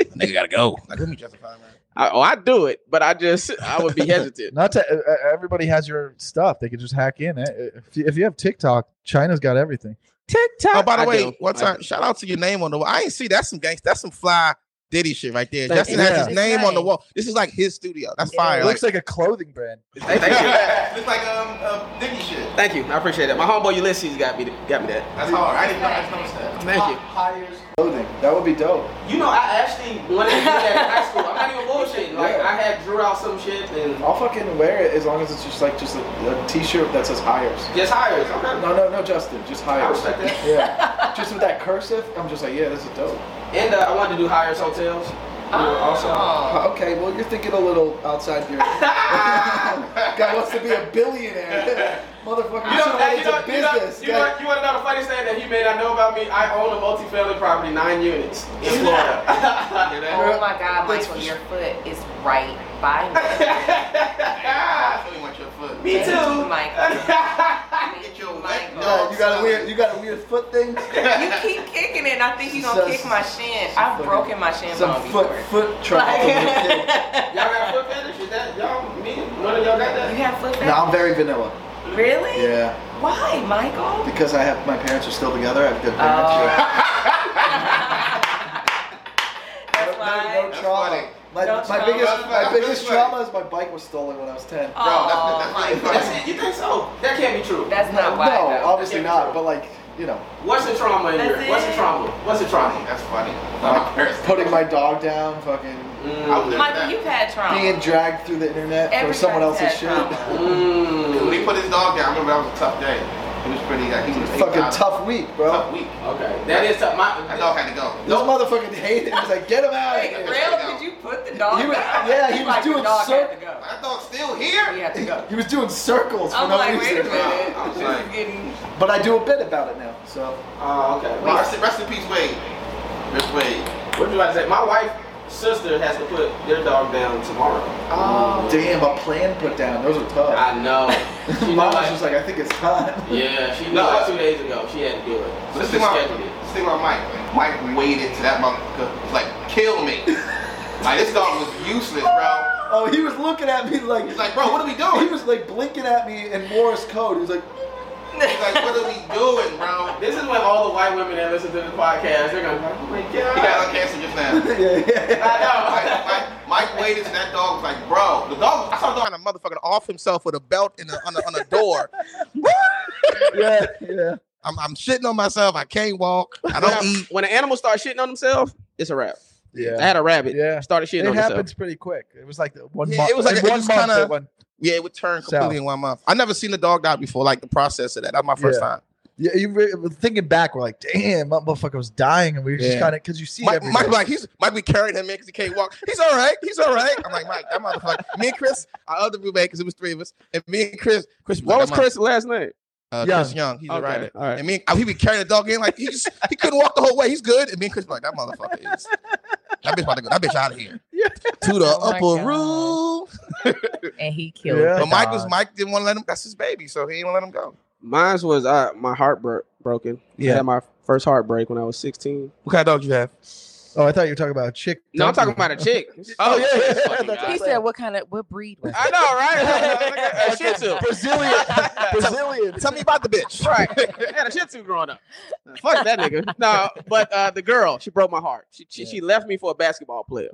Speaker 2: a nigga gotta go. Like, let me justify murder.
Speaker 1: I, oh, I do it, but I just I would be hesitant.
Speaker 3: Not to, uh, uh, everybody has your stuff. They could just hack in. Uh, If you, if you have TikTok, China's got everything.
Speaker 1: TikTok.
Speaker 2: Oh, by the
Speaker 1: I
Speaker 2: way,
Speaker 1: do.
Speaker 2: one
Speaker 1: I
Speaker 2: time,
Speaker 1: do.
Speaker 2: shout out to your name on the wall. I ain't see that's some gangsta. That's some fly Diddy shit right there.
Speaker 1: Thank
Speaker 2: Justin
Speaker 3: you.
Speaker 2: has
Speaker 3: Yeah.
Speaker 2: his name on the
Speaker 5: Nice.
Speaker 2: wall. This is like his studio. That's
Speaker 5: It
Speaker 2: fire.
Speaker 3: It
Speaker 5: is.
Speaker 2: Like,
Speaker 3: looks like a clothing brand.
Speaker 1: Thank, thank you.
Speaker 4: It's like um, um Diddy shit.
Speaker 1: Thank you. I appreciate that. My homeboy Ulysses got me got me that.
Speaker 4: That's hard. I didn't know. I just noticed that.
Speaker 1: Thank you.
Speaker 3: Clothing. That would be dope.
Speaker 1: You know, I actually when I did that in high school, I'm not even bullshitting. Like I had drew out some shit and
Speaker 7: I'll fucking wear it as long as it's just like just a, a t-shirt that says hires.
Speaker 1: just hires. Okay.
Speaker 7: No, no, no, Justin, just
Speaker 1: I
Speaker 7: hires.
Speaker 1: respect that.
Speaker 7: Yeah, just with that cursive, I'm just like, yeah, this is dope.
Speaker 1: And uh, I wanted to do hires hotels. you know, also.
Speaker 7: Uh, okay, well, you're thinking a little outside your. Guy wants to be a billionaire, motherfucker.
Speaker 1: You
Speaker 7: You
Speaker 1: know,
Speaker 7: should have
Speaker 1: you know,
Speaker 7: went into
Speaker 1: you know,
Speaker 7: business.
Speaker 1: you know, you want to know the funniest thing that he may not know about me? I own a multifamily property, nine units in Florida.
Speaker 5: Oh my god,
Speaker 7: That's-
Speaker 5: Michael, your foot is right by me.
Speaker 4: I feel you want your foot.
Speaker 1: me
Speaker 5: Thank you,
Speaker 1: too.
Speaker 5: Michael.
Speaker 4: Get
Speaker 5: Thank
Speaker 4: your
Speaker 5: you,
Speaker 4: leg
Speaker 5: Michael.
Speaker 7: Yeah, you got a weird, you got a weird foot thing.
Speaker 5: You keep kicking it, and I think you're gonna
Speaker 7: Some-
Speaker 5: kick my shin. I've
Speaker 7: fucking-
Speaker 5: broken my shin
Speaker 7: Some
Speaker 5: bone
Speaker 7: foot
Speaker 5: before.
Speaker 7: foot
Speaker 5: Like-
Speaker 7: trouble.
Speaker 1: y'all got foot fetish? Is that y'all? Me? One of y'all got
Speaker 5: you
Speaker 1: that?
Speaker 5: have foot
Speaker 7: no, I'm
Speaker 5: fetish?
Speaker 7: very vanilla.
Speaker 5: Really?
Speaker 7: Yeah,
Speaker 5: Why, Michael?
Speaker 7: because I have my parents are still together. I have good parents. yeah.
Speaker 5: Oh.
Speaker 7: No,
Speaker 5: That's
Speaker 7: no,
Speaker 5: why.
Speaker 7: no
Speaker 4: That's
Speaker 7: trauma.
Speaker 4: funny.
Speaker 7: My,
Speaker 5: No
Speaker 7: my
Speaker 5: trauma.
Speaker 7: biggest my
Speaker 4: That's
Speaker 7: biggest
Speaker 4: funny.
Speaker 7: trauma is my bike was stolen when I was ten.
Speaker 5: Oh,
Speaker 4: that's- that's-
Speaker 5: Michael.
Speaker 1: That's it. You think so? That can't be true.
Speaker 5: That's
Speaker 7: no,
Speaker 5: not why.
Speaker 7: no,
Speaker 5: though.
Speaker 7: obviously
Speaker 1: Yeah,
Speaker 7: not.
Speaker 1: sure.
Speaker 7: But like you know,
Speaker 1: What's the trauma in here?
Speaker 5: That's
Speaker 1: What's the
Speaker 5: it.
Speaker 1: trauma? What's the trauma?
Speaker 4: That's funny.
Speaker 7: like,
Speaker 4: That's funny.
Speaker 7: putting my dog down, fucking
Speaker 1: Mm.
Speaker 5: Michael, you've had trauma.
Speaker 7: being dragged through the internet for
Speaker 5: Everybody's
Speaker 7: someone else's
Speaker 5: had
Speaker 7: shit.
Speaker 5: trauma.
Speaker 4: When
Speaker 1: Mm.
Speaker 4: he put his dog down, I remember that was a tough day. It was pretty. Like, he was
Speaker 7: fucking
Speaker 4: eight
Speaker 7: tough week, bro.
Speaker 4: Tough week.
Speaker 1: Okay, that is tough.
Speaker 4: That
Speaker 1: My,
Speaker 4: dog had to go.
Speaker 7: Those motherfucking hated. He was like, get him out of
Speaker 5: Wait,
Speaker 7: here.
Speaker 5: real? Could you put the dog
Speaker 7: He was-
Speaker 5: down?
Speaker 7: yeah, he was
Speaker 5: like,
Speaker 7: doing
Speaker 5: the dog
Speaker 7: cir-
Speaker 5: had to go.
Speaker 4: That dog's still here.
Speaker 5: He had to go.
Speaker 7: He was doing circles for
Speaker 5: I'm
Speaker 7: no
Speaker 5: like,
Speaker 7: reason.
Speaker 5: Oh wait a minute.
Speaker 4: I'm
Speaker 5: This is
Speaker 4: like-
Speaker 5: getting.
Speaker 7: But I do a bit about it now. So
Speaker 1: oh, okay.
Speaker 4: Well,
Speaker 1: My,
Speaker 4: Rest, in- rest in peace, Wade. Rest Wade.
Speaker 1: what did you about to say? My wife's sister has to put their dog down tomorrow. Oh.
Speaker 7: damn, a plan put down. Those are tough.
Speaker 1: I know. She
Speaker 7: Mom
Speaker 1: know
Speaker 7: was
Speaker 1: I-
Speaker 7: just like, I think it's time.
Speaker 1: Yeah, she knew
Speaker 4: No,
Speaker 1: like
Speaker 4: I-
Speaker 1: two days ago. She had to do it.
Speaker 4: But
Speaker 1: So
Speaker 4: the
Speaker 1: she
Speaker 4: thing about,
Speaker 1: scheduled it.
Speaker 4: the thing about Mike, Mike waited to that motherfucker was like, kill me. like this dog was useless, bro.
Speaker 7: Oh, he was looking at me like
Speaker 4: He's like, bro, what are we doing?
Speaker 2: "Oh."
Speaker 7: he was like blinking at me in Morse code. He was like,
Speaker 4: He's like, what are we doing, bro?
Speaker 1: This is when all the white women that listen to this podcast, they're gonna be like, oh my
Speaker 4: He got
Speaker 1: god.
Speaker 4: on cancer just now.
Speaker 7: yeah, yeah.
Speaker 4: Mike,
Speaker 1: I know.
Speaker 4: Mike, Mike waited to that dog was like, bro, the dog. I saw the dog.
Speaker 2: Trying to motherfucking off himself with a belt and a, on, a, on a door.
Speaker 7: yeah, yeah.
Speaker 2: I'm, I'm shitting on myself. I can't walk. I don't eat.
Speaker 1: When an animal starts shitting on themselves, it's a wrap. I had a rabbit.
Speaker 3: yeah.
Speaker 1: Started shitting
Speaker 3: It
Speaker 1: on itself.
Speaker 3: happens pretty quick. It was like the one
Speaker 2: Yeah,
Speaker 3: month.
Speaker 2: it was like-
Speaker 3: in
Speaker 2: it
Speaker 3: one
Speaker 2: just
Speaker 3: month.
Speaker 2: kinda-
Speaker 3: it went-
Speaker 2: Yeah, it would turn
Speaker 3: South.
Speaker 2: completely in one month. I never seen a dog die before, like the process of that. That's my first
Speaker 3: Yeah.
Speaker 2: time.
Speaker 3: yeah, you re- thinking back, we're like, damn, that motherfucker was dying, and we were just
Speaker 2: Yeah.
Speaker 3: kind of because you see it
Speaker 2: Mike,
Speaker 3: every
Speaker 2: Mike
Speaker 3: day.
Speaker 2: be like he's Mike be carrying him in because he can't walk. He's all right. He's all right. I'm like Mike, that motherfucker. Me and Chris, our other roommate, because it was three of us, and me and Chris, Chris,
Speaker 1: What was
Speaker 2: that mother-
Speaker 1: Chris' last name?
Speaker 2: Uh,
Speaker 3: Young.
Speaker 2: Chris Young, he's a
Speaker 1: Okay,
Speaker 2: writer.
Speaker 1: all right.
Speaker 2: And me, and, he be carrying the dog in like he just, he couldn't walk the whole way. He's good. And me and Chris be like that motherfucker is. That bitch about to go. That bitch out of here.
Speaker 3: Yeah.
Speaker 2: To the
Speaker 5: Oh my
Speaker 2: upper
Speaker 5: God.
Speaker 2: room.
Speaker 5: and he killed
Speaker 3: Yeah.
Speaker 5: the
Speaker 2: But Mike was
Speaker 5: dog.
Speaker 2: Mike didn't want to let him. That's his baby, so he didn't want to let him go.
Speaker 1: Mine was uh, my heart bro- broken. I
Speaker 2: Yeah.
Speaker 1: had my first heartbreak when I was 16.
Speaker 2: What kind of dog you have?
Speaker 3: oh, I thought you were talking about a chick.
Speaker 1: No, I'm talking
Speaker 3: donkey.
Speaker 1: about a chick.
Speaker 3: Oh, yeah, yeah,
Speaker 1: Fucking
Speaker 3: that's what
Speaker 1: guy.
Speaker 5: He said, "What kind of what breed was
Speaker 1: I
Speaker 5: it?"
Speaker 1: know, right? I had a Shih Tzu.
Speaker 3: Brazilian, Brazilian.
Speaker 2: Tell me about the bitch.
Speaker 1: Right. I had a Shih Tzu growing up. Fuck that nigga. No, but uh, the girl, she broke my heart. She she, she left me for a basketball player.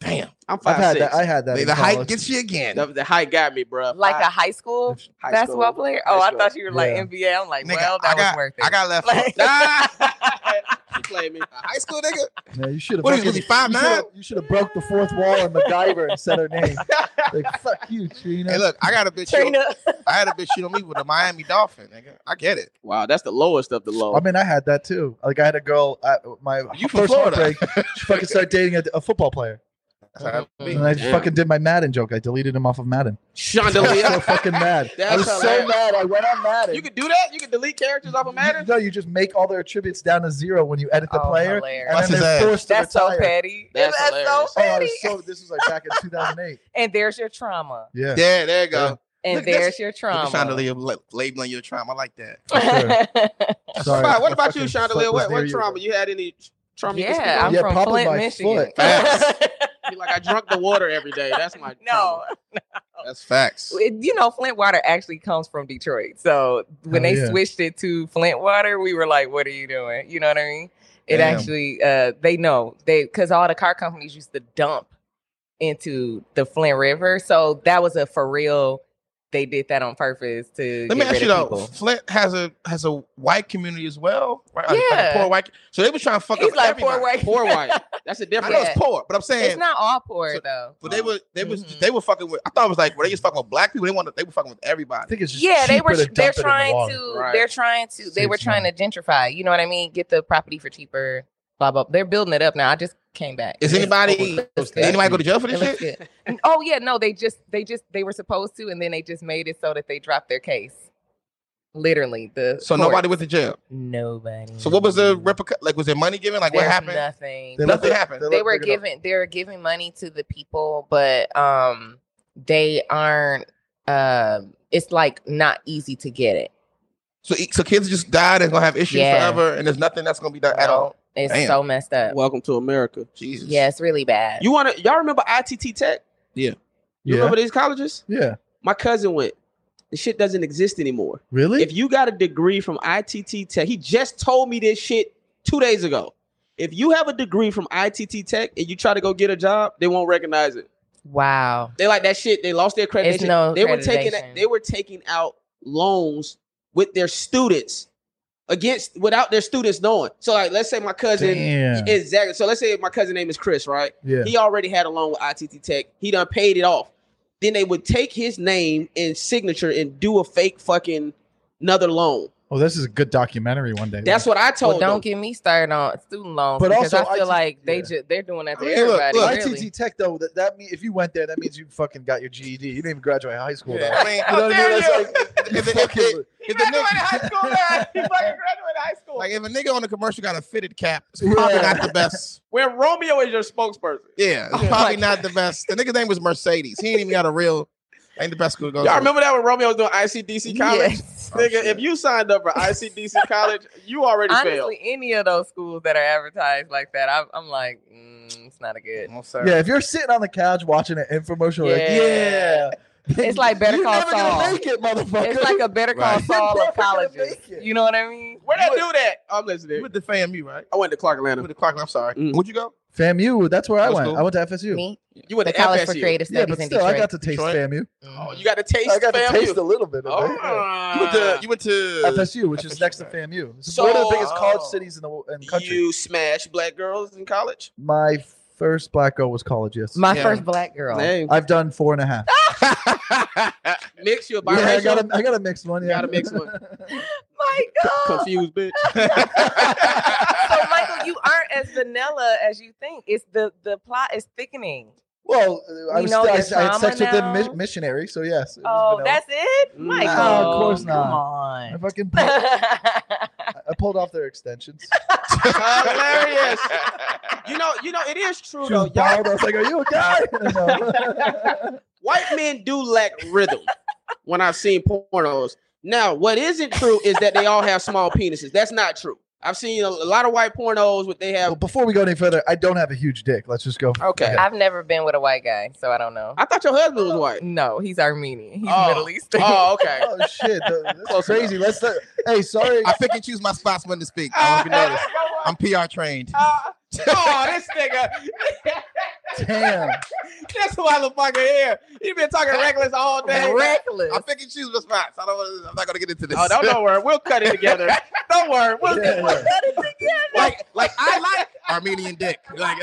Speaker 2: Damn.
Speaker 1: I'm five
Speaker 3: I've had
Speaker 1: six.
Speaker 3: that. I had that.
Speaker 2: The,
Speaker 3: in
Speaker 2: the height
Speaker 3: college.
Speaker 2: gets you again.
Speaker 1: the, the height got me, bro.
Speaker 5: Like a high school basketball player? Oh, I thought you were like
Speaker 3: Yeah.
Speaker 5: NBA. I'm like,
Speaker 2: Nigga,
Speaker 5: well,
Speaker 2: I
Speaker 5: that was
Speaker 2: got-
Speaker 5: worth it.
Speaker 2: I got left. Ah,
Speaker 5: Like-
Speaker 1: she played me.
Speaker 2: high school nigga.
Speaker 3: Yeah, you should have.
Speaker 2: What is he, five nine?
Speaker 3: You should have broke the fourth wall and MacGyver and said her name. Like fuck you, Trina.
Speaker 2: Hey, look, I got a bitch. Shoot,
Speaker 5: Trina.
Speaker 2: I had a bitch shoot on me with a Miami Dolphin, nigga. I get it.
Speaker 1: Wow, that's the lowest of the low.
Speaker 3: I mean, I had that too. Like I had a girl at my
Speaker 2: You from
Speaker 3: first
Speaker 2: Florida?
Speaker 3: heartbreak. She fucking started dating a, a football player,
Speaker 2: That's how it be.
Speaker 3: and I just
Speaker 1: Damn.
Speaker 3: fucking did my Madden joke. I deleted him off of Madden. I was so
Speaker 1: Chandelier.
Speaker 3: fucking mad. I
Speaker 1: That's
Speaker 3: was so
Speaker 1: hilarious.
Speaker 3: mad. I went on Madden.
Speaker 1: you could do that? You could delete characters off of Madden?
Speaker 3: No, you just make all their attributes down to zero when you edit the
Speaker 5: Oh,
Speaker 3: player,
Speaker 5: hilarious.
Speaker 3: and
Speaker 2: Bust
Speaker 3: then
Speaker 2: his
Speaker 3: they're
Speaker 2: ass.
Speaker 3: forced to
Speaker 5: That's so
Speaker 3: retire.
Speaker 5: petty.
Speaker 1: That's
Speaker 5: so
Speaker 1: hilarious.
Speaker 3: Oh, I was
Speaker 5: petty.
Speaker 3: so. This was like back in 2008.
Speaker 5: and there's your trauma.
Speaker 3: Yeah.
Speaker 2: Yeah, there you go.
Speaker 5: And
Speaker 2: Look,
Speaker 5: there's
Speaker 2: that's-
Speaker 5: your
Speaker 2: Look at
Speaker 5: trauma.
Speaker 2: Chandelier la- labeling your trauma. I like that.
Speaker 3: Sorry.
Speaker 1: Fine, what
Speaker 3: My
Speaker 1: about you,
Speaker 3: fucking
Speaker 1: Chandelier?
Speaker 3: foot was
Speaker 1: What, what
Speaker 3: near you.
Speaker 1: trauma? You had any trauma? you can
Speaker 5: yeah, I'm
Speaker 1: speak
Speaker 3: Yeah,
Speaker 5: from
Speaker 3: probably
Speaker 5: Flint,
Speaker 3: my
Speaker 5: Michigan.
Speaker 3: foot.
Speaker 2: Facts.
Speaker 1: on? You like I drunk the water every day. That's my
Speaker 5: no,
Speaker 2: That's facts.
Speaker 5: it, you know, Flint water actually comes from Detroit. So when
Speaker 3: Hell
Speaker 5: they
Speaker 3: yeah.
Speaker 5: switched it to Flint water, we were like, "What are you doing?" You know what I mean? It
Speaker 2: Damn.
Speaker 5: actually, uh, they know they because all the car companies used to dump into the Flint River, so that was a for real. They did that on purpose to get
Speaker 2: Let me ask
Speaker 5: rid
Speaker 2: you
Speaker 5: of
Speaker 2: though.
Speaker 5: people.
Speaker 2: Flint has a has a white community as well, right? Like- like
Speaker 5: Yeah.
Speaker 2: a poor white. So they were trying to fuck
Speaker 5: He's
Speaker 2: up
Speaker 5: like
Speaker 2: everybody.
Speaker 5: poor white.
Speaker 1: poor white. That's a
Speaker 2: I
Speaker 1: difference.
Speaker 2: know it's poor, but I'm saying
Speaker 5: It's not all poor
Speaker 2: So-
Speaker 5: though.
Speaker 2: But they were they was
Speaker 5: Mhm.
Speaker 2: they were fucking with. I thought it was like were they just fucking with black people? They wanted they were fucking with
Speaker 3: I
Speaker 2: everybody.
Speaker 3: think it's just
Speaker 5: yeah, they were.
Speaker 3: cheaper to
Speaker 5: They're
Speaker 3: dump it in the
Speaker 5: trying
Speaker 3: water.
Speaker 5: to.
Speaker 1: Right.
Speaker 5: They're trying to. They were
Speaker 3: Saves
Speaker 5: trying to gentrify. You know what I mean? Get the property for cheaper. Blah blah. They're building it up now. I just came back.
Speaker 2: Is
Speaker 5: It's-
Speaker 2: anybody
Speaker 5: it looks
Speaker 2: did
Speaker 5: good.
Speaker 2: anybody go to jail for
Speaker 5: It
Speaker 2: this
Speaker 5: looks
Speaker 2: shit?
Speaker 5: good. oh yeah, no, they just they just they were supposed to, and then they just made it so that they dropped their case. Literally, the
Speaker 2: So
Speaker 5: court.
Speaker 2: nobody went to jail.
Speaker 5: nobody.
Speaker 2: So what was the replica? Like was there money given? Like
Speaker 5: There's
Speaker 2: what happened?
Speaker 5: Nothing.
Speaker 3: They
Speaker 2: Nothing
Speaker 3: let the-
Speaker 2: happened.
Speaker 3: let-
Speaker 5: they were
Speaker 3: they're gonna-
Speaker 5: giving they were giving money to the people, but um they aren't um it's like not easy to get it.
Speaker 2: So so kids just died and gonna have issues
Speaker 5: Yeah.
Speaker 2: forever, and there's nothing that's gonna be done at
Speaker 5: No,
Speaker 2: all.
Speaker 5: It's
Speaker 2: Damn.
Speaker 5: so messed up.
Speaker 1: Welcome to America.
Speaker 2: Jesus.
Speaker 5: yeah, it's really bad.
Speaker 1: You want to? Y'all remember ITT Tech? You
Speaker 3: Yeah.
Speaker 1: remember these colleges?
Speaker 3: Yeah.
Speaker 1: My cousin went. The shit doesn't exist anymore.
Speaker 3: Really?
Speaker 1: If you got a degree from ITT Tech, he just told me this shit two days ago. If you have a degree from ITT Tech and you try to go get a job, they won't recognize it.
Speaker 5: wow.
Speaker 1: They like that shit. They lost their accreditation.
Speaker 5: It's no
Speaker 1: they were taking
Speaker 5: accreditation.
Speaker 1: they were taking out loans with their students against without their students knowing. So like, let's say my cousin
Speaker 3: Damn.
Speaker 1: exactly. So let's say my cousin name is Chris, right?
Speaker 3: yeah.
Speaker 1: He already had a loan with ITT Tech. He done paid it off. Then they would take his name and signature and do a fake fucking another loan.
Speaker 3: Oh, this is a good documentary one day.
Speaker 1: That's what I told
Speaker 5: Well, don't
Speaker 1: them.
Speaker 5: get me started on student loans
Speaker 3: But
Speaker 5: because
Speaker 3: also
Speaker 5: I feel
Speaker 3: IT
Speaker 5: like they
Speaker 3: yeah.
Speaker 5: just they're doing that to
Speaker 2: I mean, look,
Speaker 5: everybody.
Speaker 2: look,
Speaker 5: really.
Speaker 3: ITT Tech though. That, that mean if you went there, that means you fucking got your GED. You didn't even graduate high school.
Speaker 2: Yeah,
Speaker 3: Though.
Speaker 2: I mean,
Speaker 3: You know what I mean?
Speaker 2: That's like-
Speaker 3: That's like,
Speaker 2: if,
Speaker 3: you
Speaker 2: if,
Speaker 3: fucking-
Speaker 2: if, if the nigga,
Speaker 5: high school, man. He fucking graduated high school.
Speaker 2: like if a nigga on the commercial got a fitted cap, it's probably
Speaker 3: Yeah.
Speaker 2: not the best.
Speaker 1: When Romeo is your spokesperson.
Speaker 2: Yeah, it's
Speaker 5: Oh
Speaker 2: probably
Speaker 5: my
Speaker 2: not the best. The nigga name was Mercedes. He ain't even got a real. Ain't the best school to go.
Speaker 1: Y'all
Speaker 2: to.
Speaker 1: remember that when Romeo was doing ICDC college?
Speaker 5: Yes.
Speaker 1: Nigga,
Speaker 2: shit.
Speaker 1: if you signed up for ICDC college, you already failed.
Speaker 5: Honestly, any of those schools that are advertised like that, I'm, I'm like, mm, it's not a good.
Speaker 2: Oh, sorry.
Speaker 3: yeah, if you're sitting on the couch watching an infomercial, like,
Speaker 5: Yeah.
Speaker 3: yeah.
Speaker 5: It's like Better
Speaker 3: You're
Speaker 5: Call
Speaker 3: never gonna
Speaker 5: Saul.
Speaker 3: make it, motherfucker.
Speaker 5: It's like a better call
Speaker 2: Right.
Speaker 5: Saul
Speaker 3: You're
Speaker 5: of
Speaker 3: never gonna
Speaker 5: colleges.
Speaker 3: make it.
Speaker 5: You know what I mean?
Speaker 1: Where'd I do that? I'm listening.
Speaker 2: You with the FAMU, right?
Speaker 1: I went to Clark Atlanta.
Speaker 2: With the clock. I'm sorry.
Speaker 1: Mm.
Speaker 2: Would you go?
Speaker 3: FAMU. That's where I
Speaker 2: That was
Speaker 3: went.
Speaker 2: cool.
Speaker 3: I went to FSU.
Speaker 5: Me,
Speaker 1: You went
Speaker 5: the
Speaker 1: to
Speaker 5: College for
Speaker 1: FSU.
Speaker 5: Creative
Speaker 3: Yeah,
Speaker 5: Studies
Speaker 3: but
Speaker 5: in
Speaker 3: still, I
Speaker 5: Detroit.
Speaker 3: got to taste
Speaker 2: Detroit.
Speaker 3: FAMU.
Speaker 1: Oh, you got to taste.
Speaker 3: I got to
Speaker 1: fam,
Speaker 3: taste
Speaker 1: you-
Speaker 3: a little bit of it. yeah.
Speaker 1: Oh.
Speaker 2: You went to you went to
Speaker 3: FSU, which is next to FAMU. It's one of
Speaker 1: So-
Speaker 3: the biggest college cities in the in the country.
Speaker 1: You smashed black girls in college.
Speaker 3: my first black girl was college. Yes,
Speaker 5: My
Speaker 2: Yeah.
Speaker 5: first black girl.
Speaker 1: Dang.
Speaker 3: I've done four and a half.
Speaker 1: mix your
Speaker 3: Yeah, I
Speaker 1: biracial.
Speaker 3: got a, I got a mixed one.
Speaker 1: You
Speaker 3: Yeah,
Speaker 1: got a mixed one.
Speaker 5: My God.
Speaker 1: Confused bitch.
Speaker 5: so Michael, you aren't as vanilla as you think. It's the the plot is thickening.
Speaker 3: Well, I
Speaker 5: We
Speaker 3: was
Speaker 5: know
Speaker 3: still, I,
Speaker 5: your
Speaker 3: s- I had
Speaker 5: trauma
Speaker 3: sex with the
Speaker 5: now.
Speaker 3: mi- missionary, so yes. it was
Speaker 5: Oh,
Speaker 3: vanilla.
Speaker 5: that's it,
Speaker 1: Mm.
Speaker 5: Michael.
Speaker 3: No, of course not.
Speaker 5: Come on.
Speaker 3: I fucking pulled,
Speaker 5: I
Speaker 3: I pulled off their extensions.
Speaker 1: Hilarious. You know, you know, it is true
Speaker 3: She
Speaker 1: though.
Speaker 3: was
Speaker 1: Y'all,
Speaker 3: bald. I was like, "Are you okay?" No.
Speaker 1: white men do lack rhythm. When I've seen pornos. Now, what isn't true is that they all have small penises. That's not true. I've seen a, a lot of white pornos with they
Speaker 3: well,
Speaker 1: have.
Speaker 3: before we go any further, I don't have a huge dick. Let's just go.
Speaker 1: Okay.
Speaker 5: I've never been with a white guy, so I don't know.
Speaker 1: I thought your husband was white.
Speaker 5: No, he's Armenian. He's
Speaker 1: Oh.
Speaker 5: Middle Eastern.
Speaker 1: Oh, okay.
Speaker 3: Oh shit, th- that's
Speaker 1: Close
Speaker 3: crazy. Let's. let- hey, sorry.
Speaker 2: I pick and choose my spots when to speak. I don't know if you noticed. I'm PR trained.
Speaker 1: oh, this nigga,
Speaker 3: Damn.
Speaker 1: this motherfucker here. He been talking reckless all day.
Speaker 5: Reckless.
Speaker 2: I pick and choose my spots. I don't. wanna- I'm not gonna get into this.
Speaker 1: Oh, don't, don't worry. We'll cut it together. Don't worry. We'll
Speaker 3: Yeah,
Speaker 1: get
Speaker 3: yeah.
Speaker 2: like, like I like Armenian dick. Like,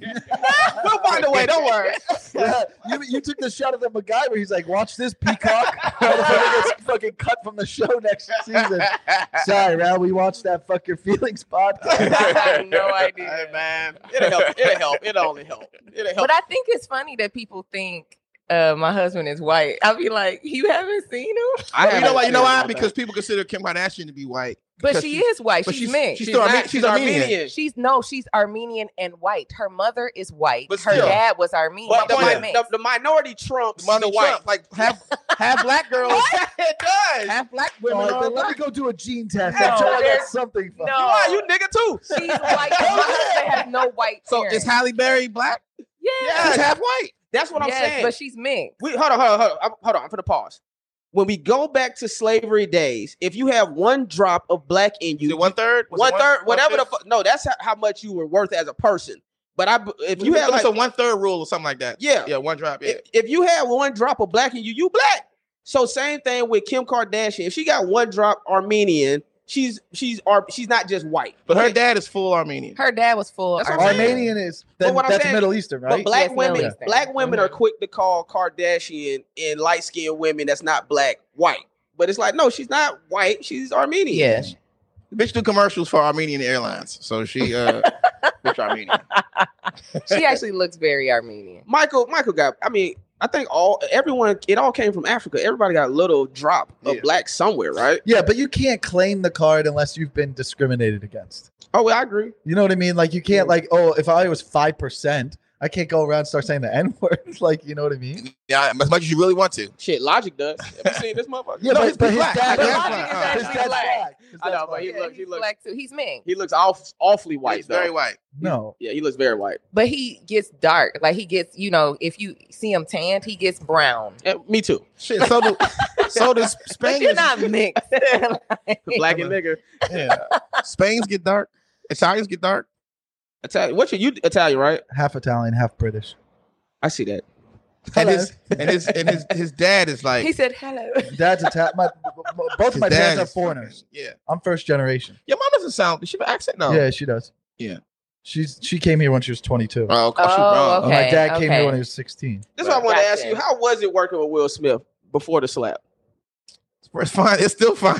Speaker 1: We'll find a way. Don't worry.
Speaker 3: Yeah, you, you took the shot of the MacGyver. He's like, watch this peacock. Motherfucker gets fucking cut from the show next season. Sorry, Ral. We watched that fuck your feelings podcast.
Speaker 5: I have no idea.
Speaker 1: Hey, man, it'll help. It'll help. It'll only help. It'll help.
Speaker 5: But I think it's funny that people think uh, my husband is white. I'll be like, you haven't seen him,
Speaker 2: you know why? You know why? Because people consider Kim Kardashian to be white.
Speaker 5: but
Speaker 2: Because
Speaker 5: she
Speaker 2: she's-
Speaker 5: is white.
Speaker 2: but
Speaker 5: She's,
Speaker 2: she's-
Speaker 5: mixed.
Speaker 2: she's
Speaker 1: she's,
Speaker 2: still Arme-
Speaker 1: not,
Speaker 2: she's
Speaker 1: she's
Speaker 2: Armenian.
Speaker 1: Armenian.
Speaker 5: She's no, she's Armenian and white. Her mother is white.
Speaker 2: But
Speaker 5: her
Speaker 2: still.
Speaker 5: dad was Armenian.
Speaker 1: But the,
Speaker 5: She's
Speaker 1: mi-
Speaker 2: Yeah.
Speaker 5: mixed.
Speaker 1: the, the minority trumps
Speaker 2: Mother
Speaker 1: the white.
Speaker 2: Trump, like half half black girls,
Speaker 1: It does.
Speaker 2: half black
Speaker 3: All
Speaker 2: women.
Speaker 3: right,
Speaker 2: are
Speaker 3: then let
Speaker 2: black.
Speaker 3: me go do a gene test.
Speaker 5: No,
Speaker 3: I'm sure I got
Speaker 5: there's-
Speaker 3: something. fuck.
Speaker 5: no.
Speaker 1: You are. You nigga too.
Speaker 5: She's white. My husband has no white.
Speaker 2: So
Speaker 5: parents.
Speaker 2: is Halle Berry black?
Speaker 5: yes.
Speaker 2: She's half white.
Speaker 1: That's what I'm
Speaker 5: Yes,
Speaker 1: saying.
Speaker 5: But she's mixed.
Speaker 1: we hold on, hold on, hold on. I'm, hold on. I'm gonna pause. When we go back to slavery days, if you have one drop of black in
Speaker 2: Is
Speaker 1: you,
Speaker 2: it one third? Was it
Speaker 1: one third, whatever the
Speaker 2: one-fifth?
Speaker 1: fuck. No, that's how, how much you were worth as a person. But I, b- if you
Speaker 2: It's
Speaker 1: had like,
Speaker 2: a one third rule or something like that.
Speaker 1: Yeah.
Speaker 2: yeah, one drop. Yeah.
Speaker 1: if, if you had one drop of black in you, you black. So same thing with Kim Kardashian. If she got one drop Armenian, she's she's Ar- she's not just white.
Speaker 2: but her
Speaker 1: Okay?
Speaker 2: dad is full Armenian.
Speaker 5: Her dad was full
Speaker 1: That's what I'm saying.
Speaker 5: Armenian.
Speaker 3: Armenian is
Speaker 1: But
Speaker 3: then
Speaker 1: what I'm
Speaker 3: that's
Speaker 1: saying-
Speaker 3: Middle Eastern,
Speaker 1: But
Speaker 3: right?
Speaker 1: black
Speaker 5: Yes,
Speaker 1: women,
Speaker 5: Middle Eastern.
Speaker 1: black women are
Speaker 2: Mm-hmm.
Speaker 5: Mhm.
Speaker 1: quick to call Kardashian and light skinned women that's not black white. But it's like no, she's not white. She's Armenian.
Speaker 5: Yes.
Speaker 2: Bitch do commercials for Armenian Airlines, so she uh, bitch Armenian.
Speaker 5: She actually looks very Armenian.
Speaker 1: Michael, Michael got. I mean, I think all everyone. It all came from Africa. Everybody got a little drop of
Speaker 2: Yeah.
Speaker 1: black somewhere, right?
Speaker 3: Yeah, but you can't claim the card unless you've been discriminated against.
Speaker 1: Oh, well, I agree.
Speaker 3: You know what I mean? Like you can't like, oh, if I was five percent, I can't go around and start saying the N word. Like, you know what I mean?
Speaker 2: Yeah, as much as you really want to.
Speaker 1: Shit, Logic does. Have you seen this motherfucker?
Speaker 3: Yeah,
Speaker 2: No,
Speaker 3: but,
Speaker 2: he's
Speaker 3: but his
Speaker 2: black.
Speaker 3: dad,
Speaker 2: His
Speaker 3: his
Speaker 2: dad's
Speaker 3: dad's
Speaker 2: black.
Speaker 5: Actually black.
Speaker 3: black. His
Speaker 1: I know,
Speaker 3: dad's
Speaker 1: but he
Speaker 3: black.
Speaker 5: Yeah,
Speaker 1: looks- he
Speaker 5: he's
Speaker 1: looks-
Speaker 5: black too. He's mixed,
Speaker 1: He looks off, awfully white
Speaker 2: He's
Speaker 1: though.
Speaker 2: very white.
Speaker 3: No,
Speaker 1: Yeah, he looks very white.
Speaker 5: but he gets dark. Like he gets, you know, if you see him tanned, he gets brown.
Speaker 1: Eh, me too.
Speaker 2: Shit, so do so does
Speaker 5: But you're
Speaker 2: Spain.
Speaker 5: not mixed. Like-
Speaker 1: Black and nigger.
Speaker 2: Yeah. Spain's get dark. Italians get dark.
Speaker 1: Italian. What you, you Italian, right?
Speaker 3: half Italian, half British.
Speaker 1: I see that.
Speaker 2: And
Speaker 3: Hello.
Speaker 2: his and his and his, his dad is like
Speaker 5: he said hello.
Speaker 3: Dad's Italian. My, my- both
Speaker 2: his
Speaker 3: my dads
Speaker 2: dad
Speaker 3: are
Speaker 2: is
Speaker 3: foreigners.
Speaker 2: fucking- Yeah.
Speaker 3: I'm first generation.
Speaker 2: Your mom doesn't sound does she have an accent no.
Speaker 3: Yeah, she does.
Speaker 2: Oh. Yeah.
Speaker 3: she's she came here when she was 22.
Speaker 2: Oh, okay.
Speaker 5: Oh,
Speaker 2: she wrong.
Speaker 3: And
Speaker 5: okay,
Speaker 3: my dad came
Speaker 5: okay.
Speaker 3: here when he was 16.
Speaker 1: This is what I want to ask
Speaker 5: Gotcha.
Speaker 1: you. How was it working with Will Smith before the slap?
Speaker 2: It's fine. It's still fine.